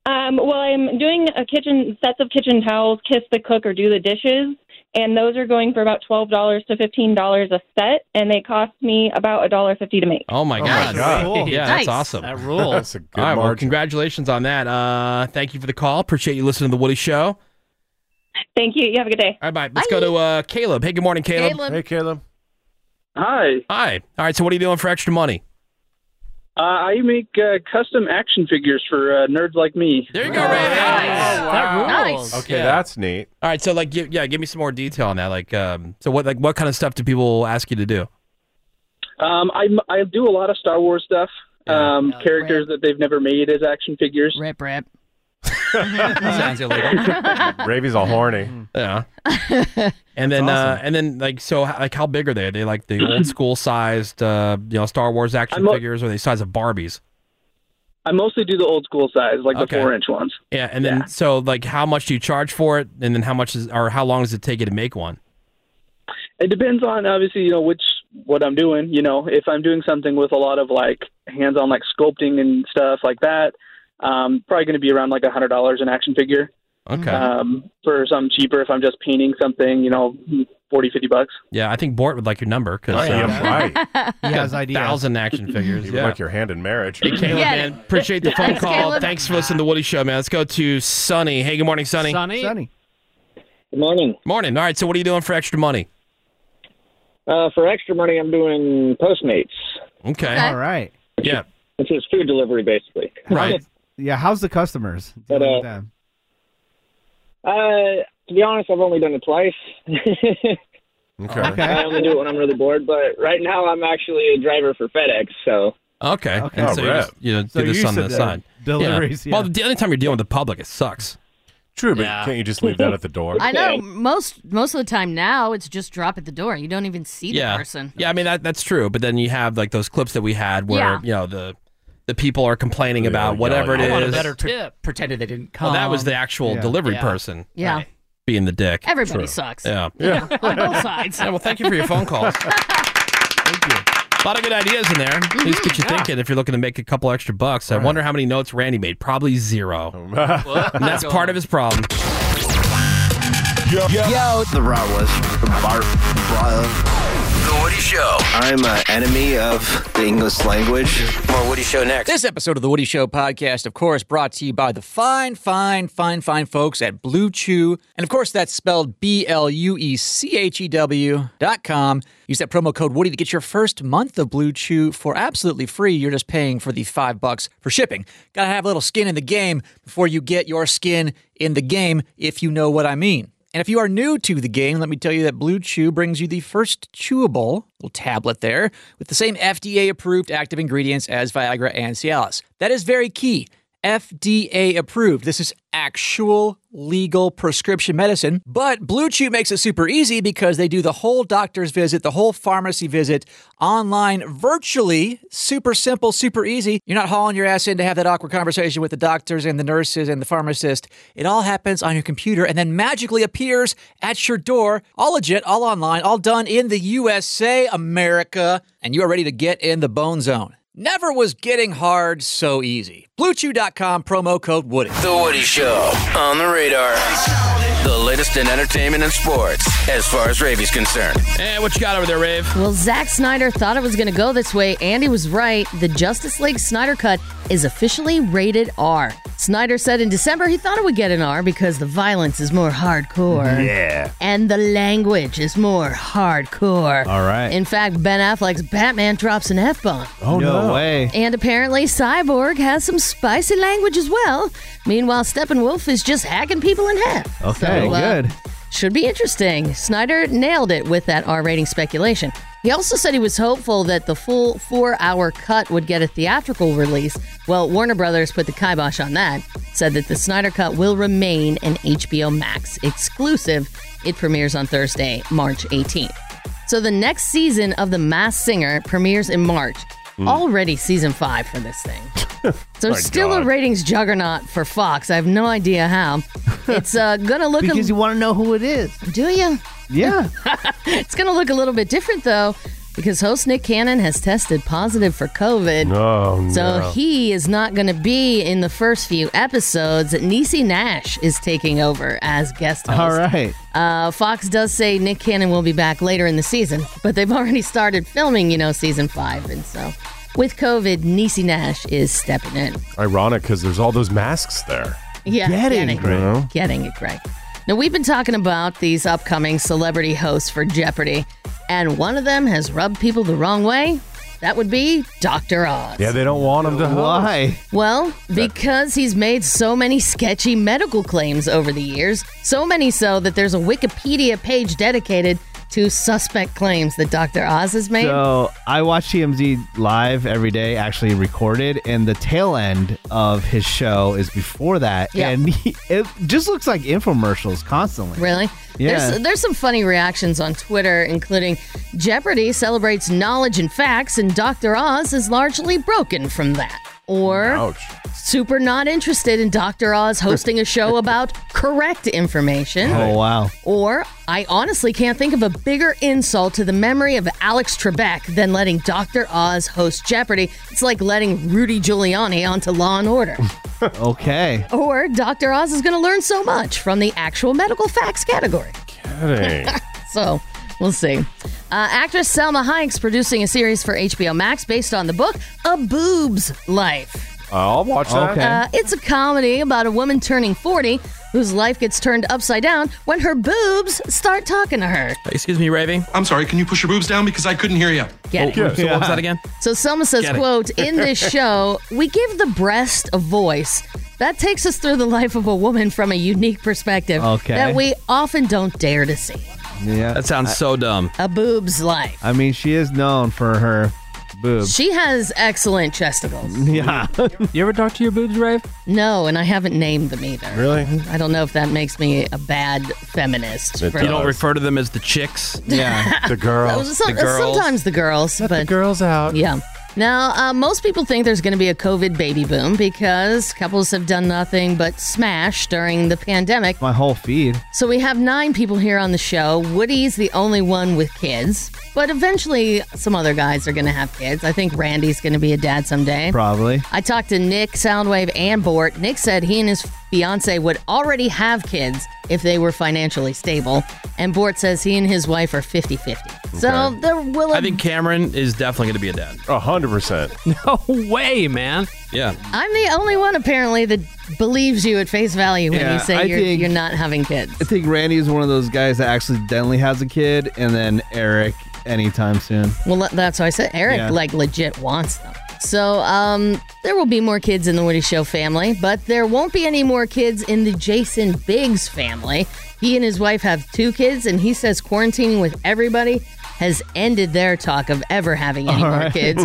Speaker 17: Um, well, I'm doing a kitchen sets of kitchen towels, kiss the cook or do the dishes, and those are going for about twelve dollars to fifteen dollars a set, and they cost me about a dollar fifty to make.
Speaker 4: Oh my
Speaker 17: Oh my
Speaker 4: god!
Speaker 17: God. Cool.
Speaker 4: Yeah,
Speaker 17: Nice.
Speaker 4: that's awesome.
Speaker 17: That rules. That's a good
Speaker 4: All right, well,
Speaker 17: margin.
Speaker 4: congratulations on that. Uh, thank you for the call. Appreciate you listening to the Woody Show.
Speaker 17: Thank you. You have a good day.
Speaker 4: All right, bye. Let's go to uh, Caleb. Hey, good morning, Caleb.
Speaker 17: Caleb. Hey,
Speaker 4: Caleb.
Speaker 16: Hi.
Speaker 4: Hi. All right. So, what are you doing for extra money?
Speaker 16: Uh, I make uh, custom action figures for uh, nerds like me.
Speaker 4: There you go, Ray.
Speaker 16: Nice.
Speaker 7: Okay, that's neat.
Speaker 4: All right. So, like, gi- yeah, give me some more detail on that. Like, um, so what, like, what kind of stuff do people ask you to do?
Speaker 16: Um, I I do a lot of Star Wars stuff. Um, characters that they've never made as action figures.
Speaker 6: Rip, rip.
Speaker 16: Sounds
Speaker 7: Ravy's all horny.
Speaker 4: Yeah. And then, uh, and then, like, so, h- like, how big are they? Are they like the old school sized, uh, you know, Star Wars action
Speaker 16: I'm a-
Speaker 4: figures, or are they size of Barbies?
Speaker 16: I mostly do the old school size, like
Speaker 4: Okay.
Speaker 16: the four inch ones.
Speaker 4: Yeah, and then so like how much do you charge for it, and then how much is or how long does it take you to make one?
Speaker 16: It depends on obviously you know which what I'm doing. You know, if I'm doing something with a lot of like hands on like sculpting and stuff like that, um, probably going to be around like a hundred dollars an action figure.
Speaker 4: Okay.
Speaker 16: Um, for something cheaper, if I'm just painting something, you know, forty fifty bucks.
Speaker 4: Yeah, I think Bort would like your number because
Speaker 7: Oh, yeah, right.
Speaker 4: he
Speaker 7: has
Speaker 4: ideas. Thousand action figures.
Speaker 7: You
Speaker 4: yeah.
Speaker 7: like your hand in marriage.
Speaker 4: Hey, Caleb, man, appreciate the phone
Speaker 7: Thanks,
Speaker 4: call.
Speaker 7: Caleb.
Speaker 4: Thanks for listening to the Woody Show, man. Let's go to Sonny. Hey, good morning, Sonny.
Speaker 13: Sonny.
Speaker 16: Sonny. Good morning.
Speaker 4: Morning. All right, so what are you doing for extra money?
Speaker 20: Uh, for extra money, I'm doing Postmates.
Speaker 4: Okay.
Speaker 8: All right.
Speaker 4: Yeah.
Speaker 20: It's just food delivery, basically.
Speaker 4: Right.
Speaker 8: Yeah. How's the customers?
Speaker 20: But,
Speaker 8: Dealing with
Speaker 20: uh,
Speaker 8: them?
Speaker 20: Uh, to be honest, I've only done it twice.
Speaker 7: Okay.
Speaker 20: I only do it when I'm really bored, but right now I'm actually a driver for FedEx, so.
Speaker 4: Okay. And
Speaker 7: Oh,
Speaker 4: so you,
Speaker 7: rap.
Speaker 4: just, you know,
Speaker 7: So
Speaker 4: do this
Speaker 7: you
Speaker 4: on
Speaker 7: said
Speaker 4: the
Speaker 7: that.
Speaker 4: side.
Speaker 7: Deliveries, yeah.
Speaker 4: Well, the anytime you're dealing with the public, it sucks.
Speaker 7: True, but can't you just leave that at the door?
Speaker 6: I know most most of the time now it's just drop at the door. You don't even see the
Speaker 4: yeah.
Speaker 6: person.
Speaker 4: Yeah, I mean that, that's true. But then you have like those clips that we had where
Speaker 6: Yeah.
Speaker 4: you know the that people are complaining about, whatever it
Speaker 14: I
Speaker 4: is.
Speaker 14: want a better tip. Pretended they didn't come.
Speaker 4: Well, that was the actual
Speaker 14: Yeah.
Speaker 4: delivery
Speaker 14: Yeah.
Speaker 4: person.
Speaker 6: Yeah.
Speaker 4: Being the dick.
Speaker 6: Everybody sucks.
Speaker 4: Yeah.
Speaker 6: You know, on both sides.
Speaker 4: Yeah, well, thank you for your phone calls. A lot of good ideas in there. At least get you
Speaker 6: yeah.
Speaker 4: thinking if you're looking to make a couple extra bucks. I wonder how many notes Randy made. Probably zero.
Speaker 12: What?
Speaker 4: and that's part of his problem.
Speaker 12: Yo, yo.
Speaker 18: The raw was barf, The Woody Show. I'm an enemy of the English language.
Speaker 10: More Woody Show next.
Speaker 14: This episode of the Woody Show podcast, of course, brought to you by the fine, fine, fine, fine folks at Blue Chew. And of course, that's spelled B L U E C H E W dot com. Use that promo code Woody to get your first month of Blue Chew for absolutely free. You're just paying for the five bucks for shipping. Gotta have a little skin in the game before you get your skin in the game, if you know what I mean. And if you are new to the game, let me tell you that Blue Chew brings you the first chewable little tablet there with the same FDA approved active ingredients as Viagra and Cialis. That is very key. FDA approved. This is actual legal prescription medicine. But Blue Chew makes it super easy because they do the whole doctor's visit, the whole pharmacy visit online virtually. Super simple, super easy. You're not hauling your ass in to have that awkward conversation with the doctors and the nurses and the pharmacist. It all happens on your computer and then magically appears at your door. All legit, all online, all done in the USA, America. And you are ready to get in the bone zone. Never was getting hard so easy. BlueChew.com promo code Woody.
Speaker 10: The Woody Show on the radar. The latest in entertainment and sports, as far as Ravi's concerned.
Speaker 4: And what you got over there, Rave?
Speaker 6: Well, Zack Snyder thought it was going to go this way, and he was right. The Justice League Snyder Cut is officially rated R. Snyder said in December he thought it would get an R because the violence is more hardcore.
Speaker 12: Yeah.
Speaker 6: And the language is more hardcore.
Speaker 12: All right.
Speaker 6: In fact, Ben Affleck's Batman drops an F bomb.
Speaker 8: Oh, No no. way.
Speaker 6: And apparently, Cyborg has some spicy language as well. Meanwhile, Steppenwolf is just hacking people in half.
Speaker 8: Okay,
Speaker 6: So, uh,
Speaker 8: good.
Speaker 6: should be interesting. Snyder nailed it with that R rating speculation. He also said he was hopeful that the full four hour cut would get a theatrical release. Well, Warner Brothers put the kibosh on that, said that the Snyder cut will remain an HBO Max exclusive. It premieres on Thursday, March 18th. So the next season of The Mass Singer premieres in March. Already season five for this thing. so
Speaker 8: My
Speaker 6: still a ratings juggernaut for Fox. I have no idea how. It's uh, gonna look
Speaker 8: Because you
Speaker 6: want to know who it is. Do you?
Speaker 8: Yeah.
Speaker 6: it's gonna look a little bit different though, because host Nick Cannon has tested positive for COVID.
Speaker 7: No,
Speaker 6: So
Speaker 7: no.
Speaker 6: he is not going to be in the first few episodes. Niecy Nash is taking over as guest host.
Speaker 8: All right.
Speaker 6: Uh, Fox does say Nick Cannon will be back later in the season, but they've already started filming, you know, season five. And so with COVID, Niecy Nash is stepping in.
Speaker 7: Ironic because there's all those masks there.
Speaker 6: Yeah, getting,
Speaker 7: You know?
Speaker 6: getting it right. Now we've been talking about these upcoming celebrity hosts for Jeopardy, and one of them has rubbed people the wrong way. That would be Dr. Oz.
Speaker 7: Yeah, they don't want them to.
Speaker 8: Why?
Speaker 6: Well, because he's made so many sketchy medical claims over the years, so many so that there's a Wikipedia page dedicated to suspect claims that Dr. Oz has made.
Speaker 8: So I watch TMZ live every day, actually recorded, and the tail end of his show is before that,
Speaker 6: Yeah.
Speaker 8: and he, it just looks like infomercials constantly.
Speaker 6: Really?
Speaker 8: Yeah.
Speaker 6: There's, there's some funny reactions on Twitter, including Jeopardy celebrates knowledge and facts, and Dr. Oz is largely broken from that. Or super not interested in Dr. Oz hosting a show about correct information.
Speaker 8: Oh wow!
Speaker 6: Or I honestly can't think of a bigger insult to the memory of Alex Trebek than letting Dr. Oz host Jeopardy. It's like letting Rudy Giuliani onto Law and Order.
Speaker 8: Okay.
Speaker 6: or Dr. Oz is going to learn so much from the actual medical facts category. So we'll see. Uh, actress Selma Hayek's producing a series for HBO Max based on the book A Boob's Life.
Speaker 7: I'll watch that.
Speaker 6: Uh, it's a comedy about a woman turning 40 whose life gets turned upside down when her boobs start talking to her.
Speaker 4: Excuse me, Raving.
Speaker 19: I'm sorry. Can you push your boobs down because I couldn't hear you?
Speaker 6: Get it.
Speaker 4: So Oh, what was that again?
Speaker 6: So Selma says,
Speaker 19: Get it.
Speaker 6: quote, in this show, we give the breast a voice. That takes us through the life of a woman from a unique perspective
Speaker 8: Okay.
Speaker 6: that we often don't dare to see.
Speaker 8: Yeah.
Speaker 4: That sounds so dumb.
Speaker 6: A boob's life.
Speaker 8: I mean, she is known for her boobs.
Speaker 6: She has excellent chesticles.
Speaker 8: yeah.
Speaker 13: you ever talk to your boobs, Rave?
Speaker 6: No, and I haven't named them either.
Speaker 8: Really?
Speaker 6: I don't know if that makes me a bad feminist.
Speaker 4: You
Speaker 6: for-
Speaker 4: don't refer to them as the chicks.
Speaker 6: Yeah.
Speaker 4: the girls.
Speaker 6: Some- Sometimes the girls, but the girls out. Yeah. Now, uh, most people think there's going to be a COVID baby boom because couples have done nothing but smash during the pandemic.
Speaker 8: My whole feed.
Speaker 6: So we have nine people here on the show. Woody's the only one with kids, but eventually some other guys are going to have kids. I think Randy's going to be a dad someday.
Speaker 8: Probably.
Speaker 6: I talked to Nick, Soundwave, and Bort. Nick said he and his fiance would already have kids if they were financially stable. And Bort says he and his wife are 50 50. So
Speaker 4: Okay.
Speaker 6: they're willing.
Speaker 4: I think Cameron is definitely going to be a dad.
Speaker 7: A hundred percent.
Speaker 4: No way, man. Yeah.
Speaker 6: I'm the only one apparently that believes you at face value when
Speaker 8: Yeah,
Speaker 6: you
Speaker 8: I
Speaker 6: say you're,
Speaker 8: think-
Speaker 6: you're not having kids.
Speaker 8: I think Randy is one of those guys that accidentally has a kid, and then Eric anytime soon.
Speaker 6: Well, le- that's why I said Eric
Speaker 8: Yeah.
Speaker 6: like legit wants them. So um, there will be more kids in the Woody Show family, but there won't be any more kids in the Jason Biggs family. He and his wife have two kids, and he says quarantining with everybody has ended their talk of ever having any
Speaker 12: All
Speaker 6: more
Speaker 12: right.
Speaker 6: kids.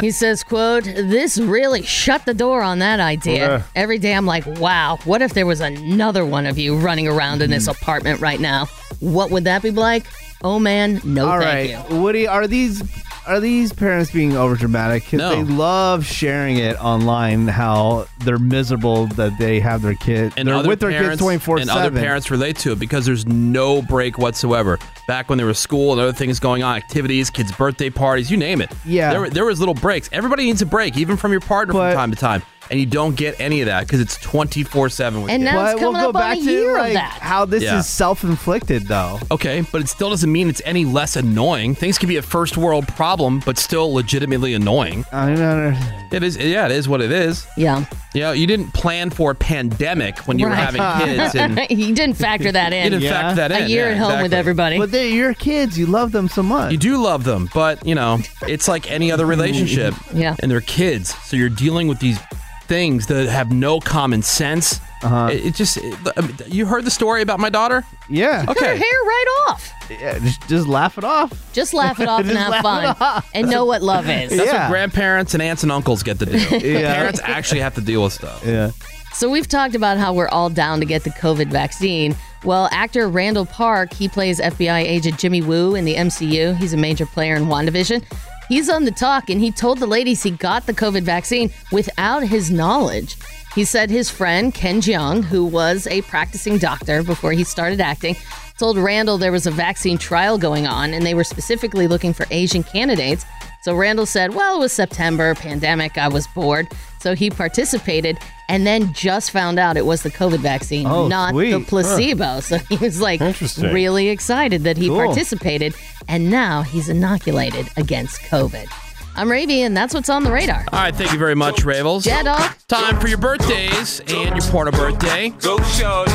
Speaker 6: he says, "quote This really shut the door on that idea."
Speaker 12: Yeah.
Speaker 6: Every day I'm like, "Wow, what if there was another one of you running around in this apartment right now? What would that be like?" Oh man, no
Speaker 8: All
Speaker 6: thank
Speaker 8: right,
Speaker 6: you.
Speaker 8: Woody, are these are these parents being overdramatic? Because
Speaker 4: No.
Speaker 8: they love sharing it online how they're miserable that they have their kid.
Speaker 4: And
Speaker 8: they're
Speaker 4: other
Speaker 8: with their
Speaker 4: parents,
Speaker 8: kids twenty four
Speaker 4: And other
Speaker 8: seven.
Speaker 4: parents relate to it because there's no break whatsoever. Back when there was school and other things going on, activities, kids' birthday parties, you name it.
Speaker 8: Yeah.
Speaker 4: There, were- there was little breaks. Everybody needs a break, even from your partner from time to time. And you don't get any of that because it's 24 7 with
Speaker 6: And
Speaker 4: kids.
Speaker 6: now it's
Speaker 8: But we'll
Speaker 6: coming
Speaker 8: go
Speaker 6: up on
Speaker 8: back
Speaker 6: a
Speaker 8: to
Speaker 6: year
Speaker 8: like
Speaker 6: of that.
Speaker 8: how this
Speaker 4: Yeah.
Speaker 8: is self inflicted though.
Speaker 4: Okay, but it still doesn't mean it's any less annoying. Things can be a first world problem, but still legitimately annoying.
Speaker 8: I don't know.
Speaker 4: It is, yeah, it is what it is.
Speaker 6: Yeah.
Speaker 4: You know, you didn't plan for a pandemic when you were having kids, and
Speaker 6: you didn't factor that in.
Speaker 4: You didn't factor that in,
Speaker 6: A year
Speaker 4: yeah,
Speaker 6: at home with
Speaker 4: exactly.
Speaker 6: everybody.
Speaker 8: But they're your kids. You love them so much.
Speaker 4: you do love them, but you know, it's like any other relationship.
Speaker 6: Yeah.
Speaker 4: and they're kids, so you're dealing with these things that have no common sense. Uh-huh. It, it just, it- I mean, you heard the story about my daughter.
Speaker 8: Yeah.
Speaker 6: Cut her hair
Speaker 4: Okay.
Speaker 6: right off.
Speaker 8: Yeah, just, just laugh it off.
Speaker 6: Just laugh it off and
Speaker 8: Just
Speaker 6: have
Speaker 8: laugh it
Speaker 6: fun.
Speaker 8: off.
Speaker 6: And know what love is.
Speaker 4: That's what grandparents and aunts and uncles get to do.
Speaker 8: Yeah.
Speaker 4: Parents actually have to deal with stuff.
Speaker 8: Yeah.
Speaker 6: So we've talked about how we're all down to get the COVID vaccine. Well, actor Randall Park, he plays FBI agent Jimmy Woo in the MCU. He's a major player in WandaVision. He's on the talk and he told the ladies he got the COVID vaccine without his knowledge. He said his friend Ken Jeong, who was a practicing doctor before he started acting, told Randall there was a vaccine trial going on and they were specifically looking for Asian candidates. So Randall said, Well, it was September, pandemic, I was bored. So he participated and then just found out it was the COVID vaccine,
Speaker 12: Oh,
Speaker 6: not the
Speaker 12: sweet.
Speaker 6: placebo. So he was like
Speaker 12: Interesting.
Speaker 6: really excited that he
Speaker 12: Cool.
Speaker 6: participated and now he's inoculated against COVID. I'm Ravi and that's what's on the radar.
Speaker 4: All right, thank you very much, Ravels.
Speaker 6: Yeah, dog.
Speaker 4: Time for your birthdays and your porno birthday.
Speaker 2: Go shorty,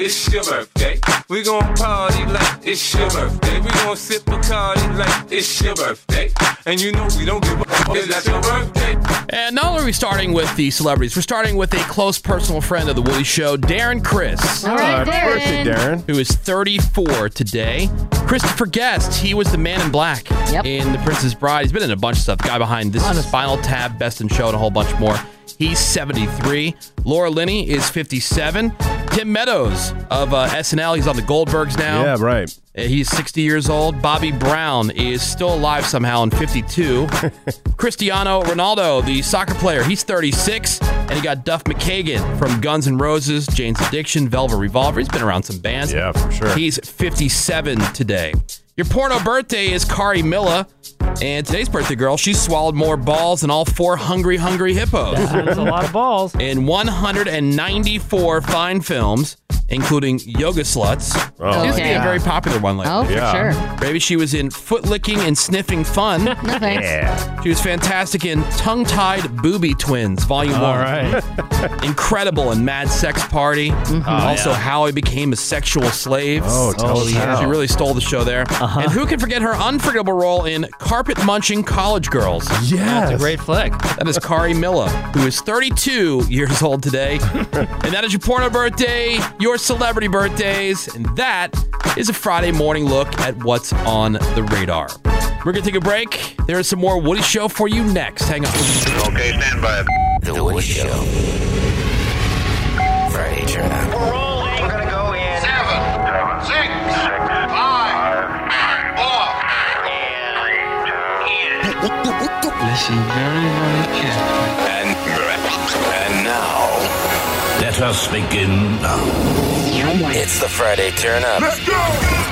Speaker 2: it's your birthday. We gon' party like it's your birthday. We gon' sip a party like it's your birthday. And you know we don't give a fuck 'cause that's your birthday.
Speaker 4: And not only are we starting with the celebrities, we're starting with a close personal friend of the Woody Show, Darren Chris.
Speaker 6: All right, Happy Darren. birthday, Darren.
Speaker 4: Who is 34 today. Christopher Guest, he was the man in black in The Princess Bride. He's been in a bunch of stuff. Guy behind this is Final Tab, Best in Show, and a whole bunch more. He's 73. Laura Linney is 57. Tim Meadows of uh, SNL, he's on the Goldbergs now.
Speaker 7: Yeah, right.
Speaker 4: Uh, He's 60 years old. Bobby Brown is still alive somehow and 52. Cristiano Ronaldo, the soccer player, he's 36. And he got Duff McKagan from Guns N' Roses, Jane's Addiction, Velvet Revolver. He's been around some bands. Yeah, for sure. He's 57 today. Your porno birthday is Kari Milla. And today's birthday girl, she swallowed more balls than all four hungry, hungry hippos.
Speaker 13: That's a lot of balls.
Speaker 4: In 194 fine films, including Yoga Sluts.
Speaker 6: Oh,
Speaker 4: Used to be a
Speaker 6: yeah.
Speaker 4: very popular one lately.
Speaker 6: Oh, for Yeah. sure.
Speaker 4: Maybe she was in Foot Licking and Sniffing Fun. no
Speaker 6: thanks.
Speaker 4: Yeah. She was fantastic in Tongue Tied Booby Twins, Volume
Speaker 5: All
Speaker 4: 1.
Speaker 5: right.
Speaker 4: Incredible in Mad Sex Party. Uh,
Speaker 5: Oh,
Speaker 4: also,
Speaker 5: yeah.
Speaker 4: How I Became a Sexual Slave.
Speaker 5: Oh, tell us how.
Speaker 4: She really stole the show there.
Speaker 5: Uh-huh.
Speaker 4: And who can forget her unforgettable role in Carpet Munching College Girls?
Speaker 5: Yes.
Speaker 4: That's a great flick. That is Kari Milla, who is 32 years old today. and that is your porno birthday, your celebrity birthdays. And that is a Friday morning look at what's on the radar. We're going to take a break. There is some more Woody Show for you next. Hang on.
Speaker 10: Okay, stand by. The Woody Show. Friday, turn up. We're rolling. We're gonna go in. Seven, six, five, four, three, two,
Speaker 11: This is
Speaker 10: very, very carefully.
Speaker 24: And, and now, let us begin
Speaker 10: It's the Friday Turn Up.
Speaker 24: Let's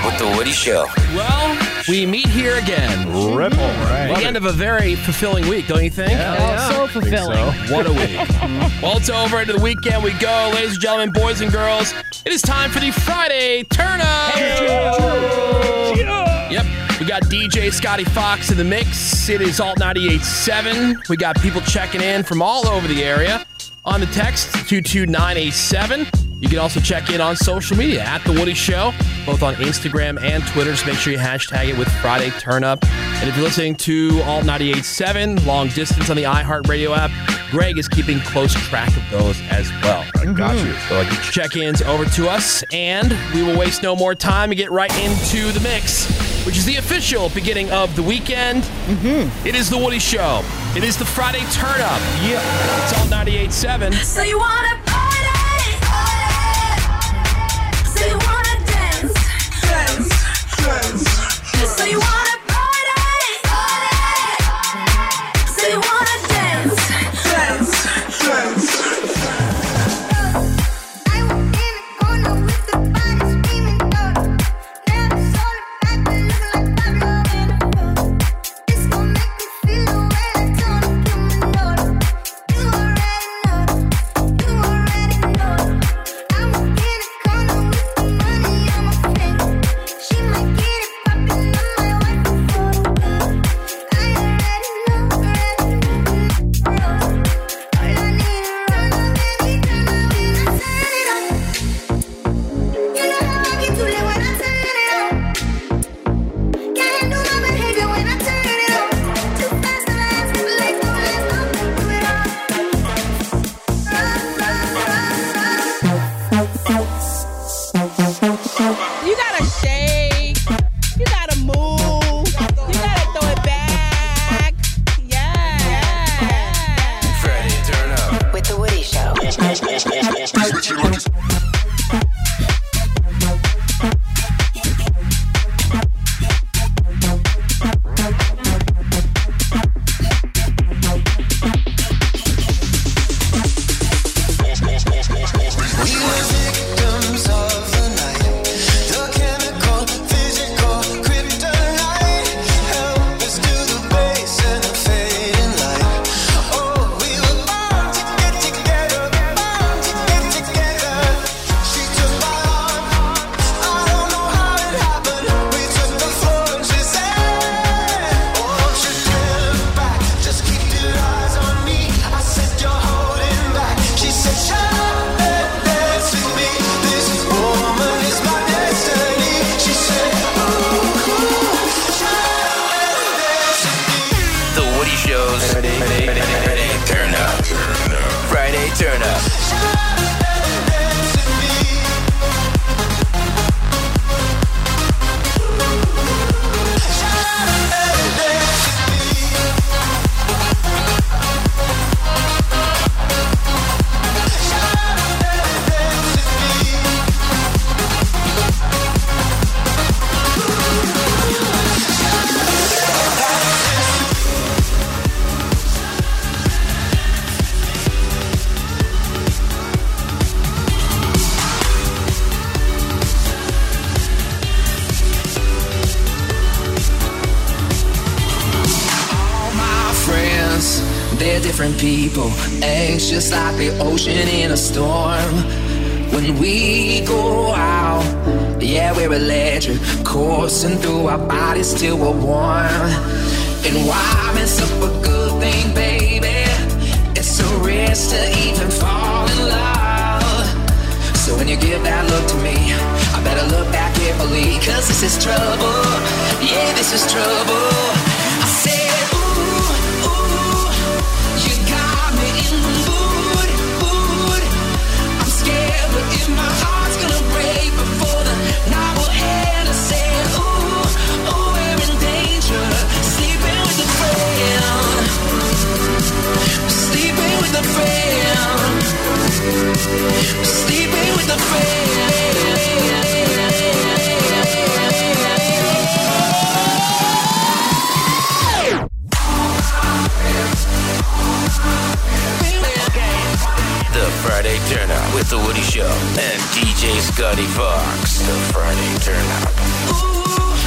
Speaker 10: With The Woody Show.
Speaker 4: Well, we meet here again.
Speaker 7: Ripple, right.
Speaker 4: The end of a very fulfilling week, don't you think?
Speaker 25: Yeah, Oh, yeah. so fulfilling. Think so.
Speaker 4: What a week. well, it's over. Into the weekend we go. Ladies and gentlemen, boys and girls, it is time for the Friday Turn Up. Yep. We got DJ Scotty Fox in the mix. It is Alt 98.7. We got people checking in from all over the area on the text 22987. You can also check in on social media at The Woody Show, both on Instagram and Twitter. So make sure you hashtag it with Friday Turn Up. And if you're listening to Alt 98.7, long distance on the iHeartRadio app, Greg is keeping close track of those as well. I
Speaker 7: got you.
Speaker 4: So get your check ins over to us, and we will waste no more time and get right into the mix, which is the official beginning of the weekend. Mm-hmm. is The Woody Show. It is the Friday Turn Up. Yeah. It's Alt 98.7.
Speaker 26: So you wanna party? party. So you wanna dance? Dance, dance. So you wanna party? party. So you wanna dance? Dance, dance.
Speaker 3: You gotta shake. You gotta move. You gotta throw it back.
Speaker 10: Friday Turn Up.
Speaker 26: With The Woody Show.
Speaker 3: Oh, "Oh, "Oh,
Speaker 10: The Woody Show's Friday, Friday, Friday, Turn Up. Friday Turn Up.
Speaker 3: All my friends, they're different people, anxious like the ocean in a storm. When we go out, yeah, we're electric, coursing through our bodies till we're warm. And why mess up a good thing, baby? It's a risk to even fall in love. So when you give that look to me, I better look back carefully, cause this is trouble. Yeah, this is trouble. I said, ooh, ooh, you got me in the mood, mood. I'm scared, but if my heart's gonna break before the night will end, I said, ooh, ooh, we're in danger, sleeping with a friend. Sleeping with a friend. Sleeping with a friend.
Speaker 10: and DJ Scotty Fox, the Friday Turnout.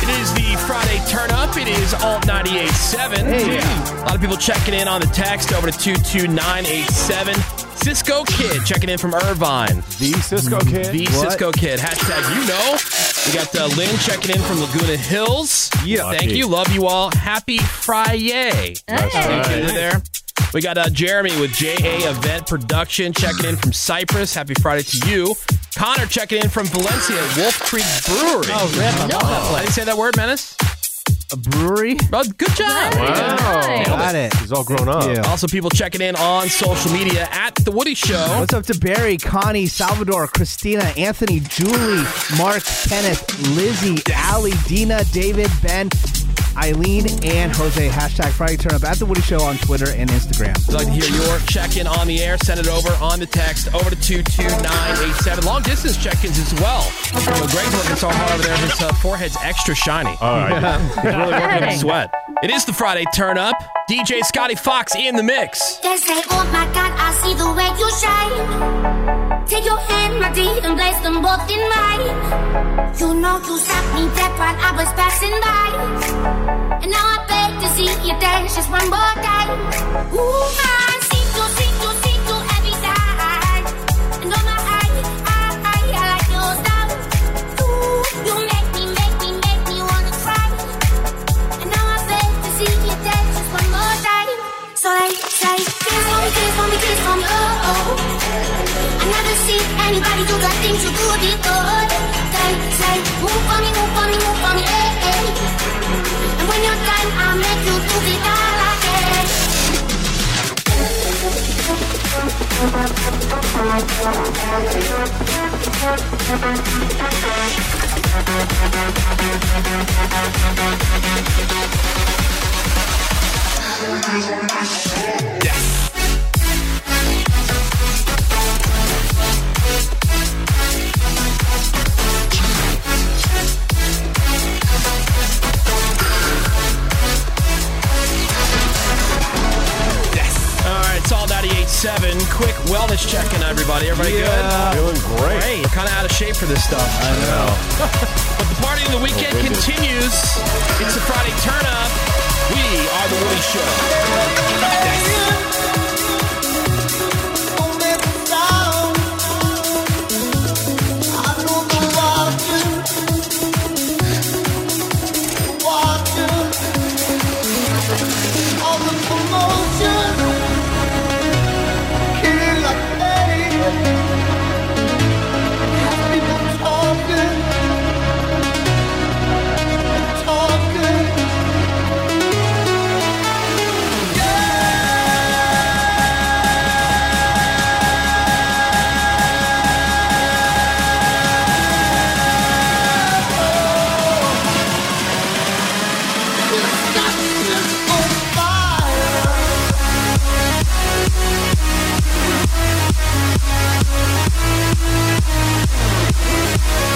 Speaker 4: It is the Friday turn up. It is Alt 98.7. A lot of people checking in on the text over to 22987. Cisco Kid checking in from Irvine. Mm-hmm.
Speaker 7: The Cisco Kid.
Speaker 4: The
Speaker 7: What?
Speaker 4: Cisco Kid. Hashtag you know. We got uh, Lynn checking in from Laguna Hills. Yeah. Thank you. Love you all. Happy Friday.
Speaker 7: That's right.
Speaker 4: Thank you there. We got uh, Jeremy with JA Event Production checking in from Cyprus. Happy Friday to you. Connor checking in from Valencia, Wolf Creek Brewery.
Speaker 13: Oh, rip. I love that place.
Speaker 4: I didn't say that word, Menace. A brewery? Oh, good job. Nailed it.
Speaker 7: He's all grown up.
Speaker 4: Also, people checking in on social media at The Woody Show.
Speaker 8: What's up to Barry, Connie, Salvador, Christina, Anthony, Julie, Mark, Kenneth, Lizzie, Allie, Dina, David, Ben, Eileen, and Jose. Hashtag Friday Turn Up at The Woody Show on Twitter and Instagram.
Speaker 4: We'd like to hear your check in on the air. Send it over on the text over to 22987. Long distance check ins as well. So Greg's working so hard over there. His uh, forehead's extra shiny. All
Speaker 7: right.
Speaker 4: He's really working up
Speaker 3: Hey.
Speaker 4: sweat. It is the Friday turn up. DJ Scotty Fox in the mix.
Speaker 3: They say, oh my God, I see the way you shine. Take your hand, my dear, and place them both in mine. You know you stopped me dead while I was passing by. And now I beg to see you dance just one more time. Ooh, my, see through, see through, see through every side. And oh my, I, I, I, I like your style. Ooh, you make me, make me, make me wanna cry. And now I beg to see you dance just one more time. So I say, kiss on me, kiss on me, kiss on me, oh oh. I never see anybody do the things you do it oh. Say, say, move for me, move for me, move for me, eh, eh. And when you're done, I'll make you do it all again.
Speaker 4: All right, it's all 987. Quick wellness check in, everybody. Everybody
Speaker 7: Yeah.
Speaker 4: good?
Speaker 7: Feeling great.
Speaker 4: Great. Kind of out of shape for this stuff. I
Speaker 7: know.
Speaker 4: but the party in the weekend
Speaker 7: Oh, goodness.
Speaker 4: continues. It's the Friday turn up. We are The Woody Show.
Speaker 3: Talking. Yeah.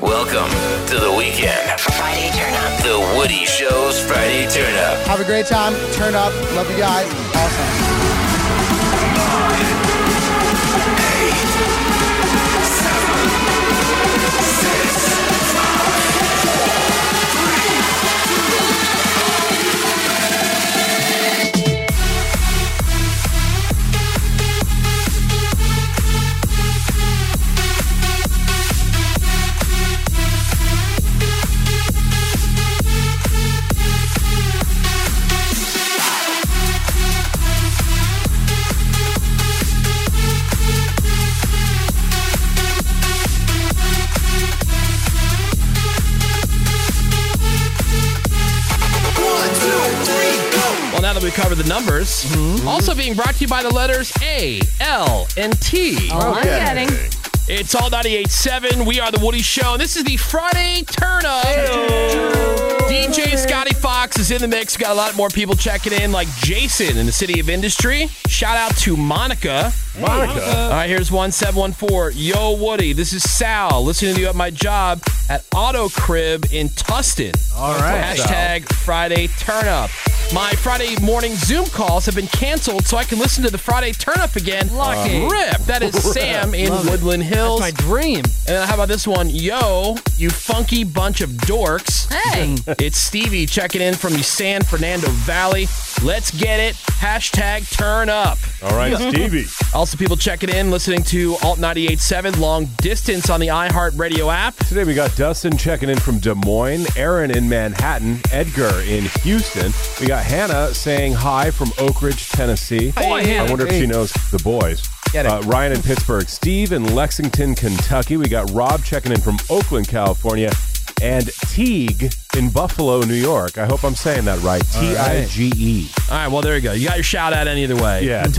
Speaker 10: Welcome to the weekend. Friday Turn Up. The Woody Show's Friday Turn Up.
Speaker 21: Have a great time. Turn up. Love you guys. Awesome.
Speaker 4: Well, now that we covered the numbers,
Speaker 7: Mm-hmm.
Speaker 4: also being brought to you by the letters A, L, and T.
Speaker 6: Oh, I'm Okay. getting.
Speaker 4: It's all 98.7. We are the Woody Show, and this is the Friday Turn Up. DJ Scotty Fox is in the mix. We got a lot more people checking in, like Jason in the City of Industry. Shout out to Monica.
Speaker 7: Monica.
Speaker 4: All right, here's one seven one four. Yo, Woody. This is Sal. Listening to you at my job at Auto Crib in Tustin.
Speaker 8: All right.
Speaker 4: Hashtag Friday Turn Up. My Friday morning Zoom calls have been canceled, so I can listen to the Friday Turn Up again.
Speaker 13: Lucky.
Speaker 4: Rip. That is
Speaker 13: Rip.
Speaker 4: Sam in
Speaker 13: Um, Love it.
Speaker 4: Woodland Hills.
Speaker 13: That's my dream.
Speaker 4: And then how about this one? Yo, you funky bunch of dorks. Hey. it's Stevie checking in from the San Fernando Valley. Let's get it. Hashtag turn up.
Speaker 7: All right, Stevie.
Speaker 4: also, people checking in, listening to Alt 98.7 long distance on the iHeartRadio app.
Speaker 7: Today we got Dustin checking in from Des Moines, Aaron in Manhattan, Edgar in Houston. We got Hannah saying hi from Oak Ridge, Tennessee.
Speaker 12: Boy,
Speaker 7: I
Speaker 12: Hannah.
Speaker 7: wonder if she knows the boys.
Speaker 12: Get it.
Speaker 7: Uh, Ryan in Pittsburgh, Steve in Lexington, Kentucky. We got Rob checking in from Oakland, California, and Teague in Buffalo, New York. I hope I'm saying that right.
Speaker 4: All
Speaker 7: T
Speaker 4: right.
Speaker 7: I G E.
Speaker 4: All right, well, there you go. You got your shout out in either way.
Speaker 7: Yeah, Tig.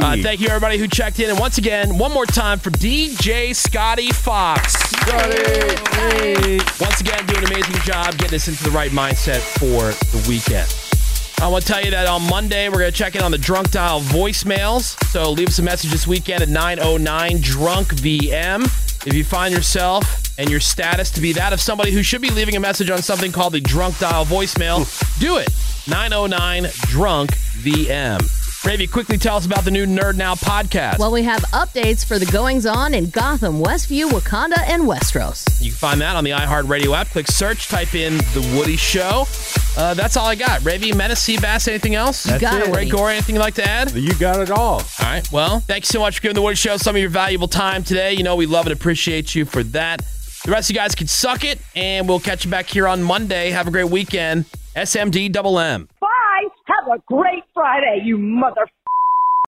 Speaker 4: Uh, thank you, everybody who checked in. And once again, one more time for DJ Scotty Fox. Once again, doing an amazing job getting us into the right mindset for the weekend. I want to tell you that on Monday, we're going to check in on the Drunk Dial voicemails. So leave us a message this weekend at 909 Drunk VM. If you find yourself and your status to be that of somebody who should be leaving a message on something called the Drunk Dial voicemail, do it. 909 Drunk VM. Ravy, quickly tell us about the new Nerd Now podcast.
Speaker 6: Well, we have updates for the goings on in Gotham, Westview, Wakanda, and Westeros.
Speaker 4: You can find that on the iHeartRadio app. Click search, type in The Woody Show. Uh, that's all I got. Ravy, Menace, Bass, anything else?
Speaker 6: You got it,
Speaker 4: Ray
Speaker 6: Woody.
Speaker 4: Gore, anything you'd like to add?
Speaker 7: You got it all.
Speaker 4: All right. Well, thank you so much for giving The Woody Show some of your valuable time today. You know, we love and appreciate you for that. The rest of you guys can suck it, and we'll catch you back here on Monday. Have a great weekend. SMD double M.
Speaker 22: Bye. Have a great Friday, you mother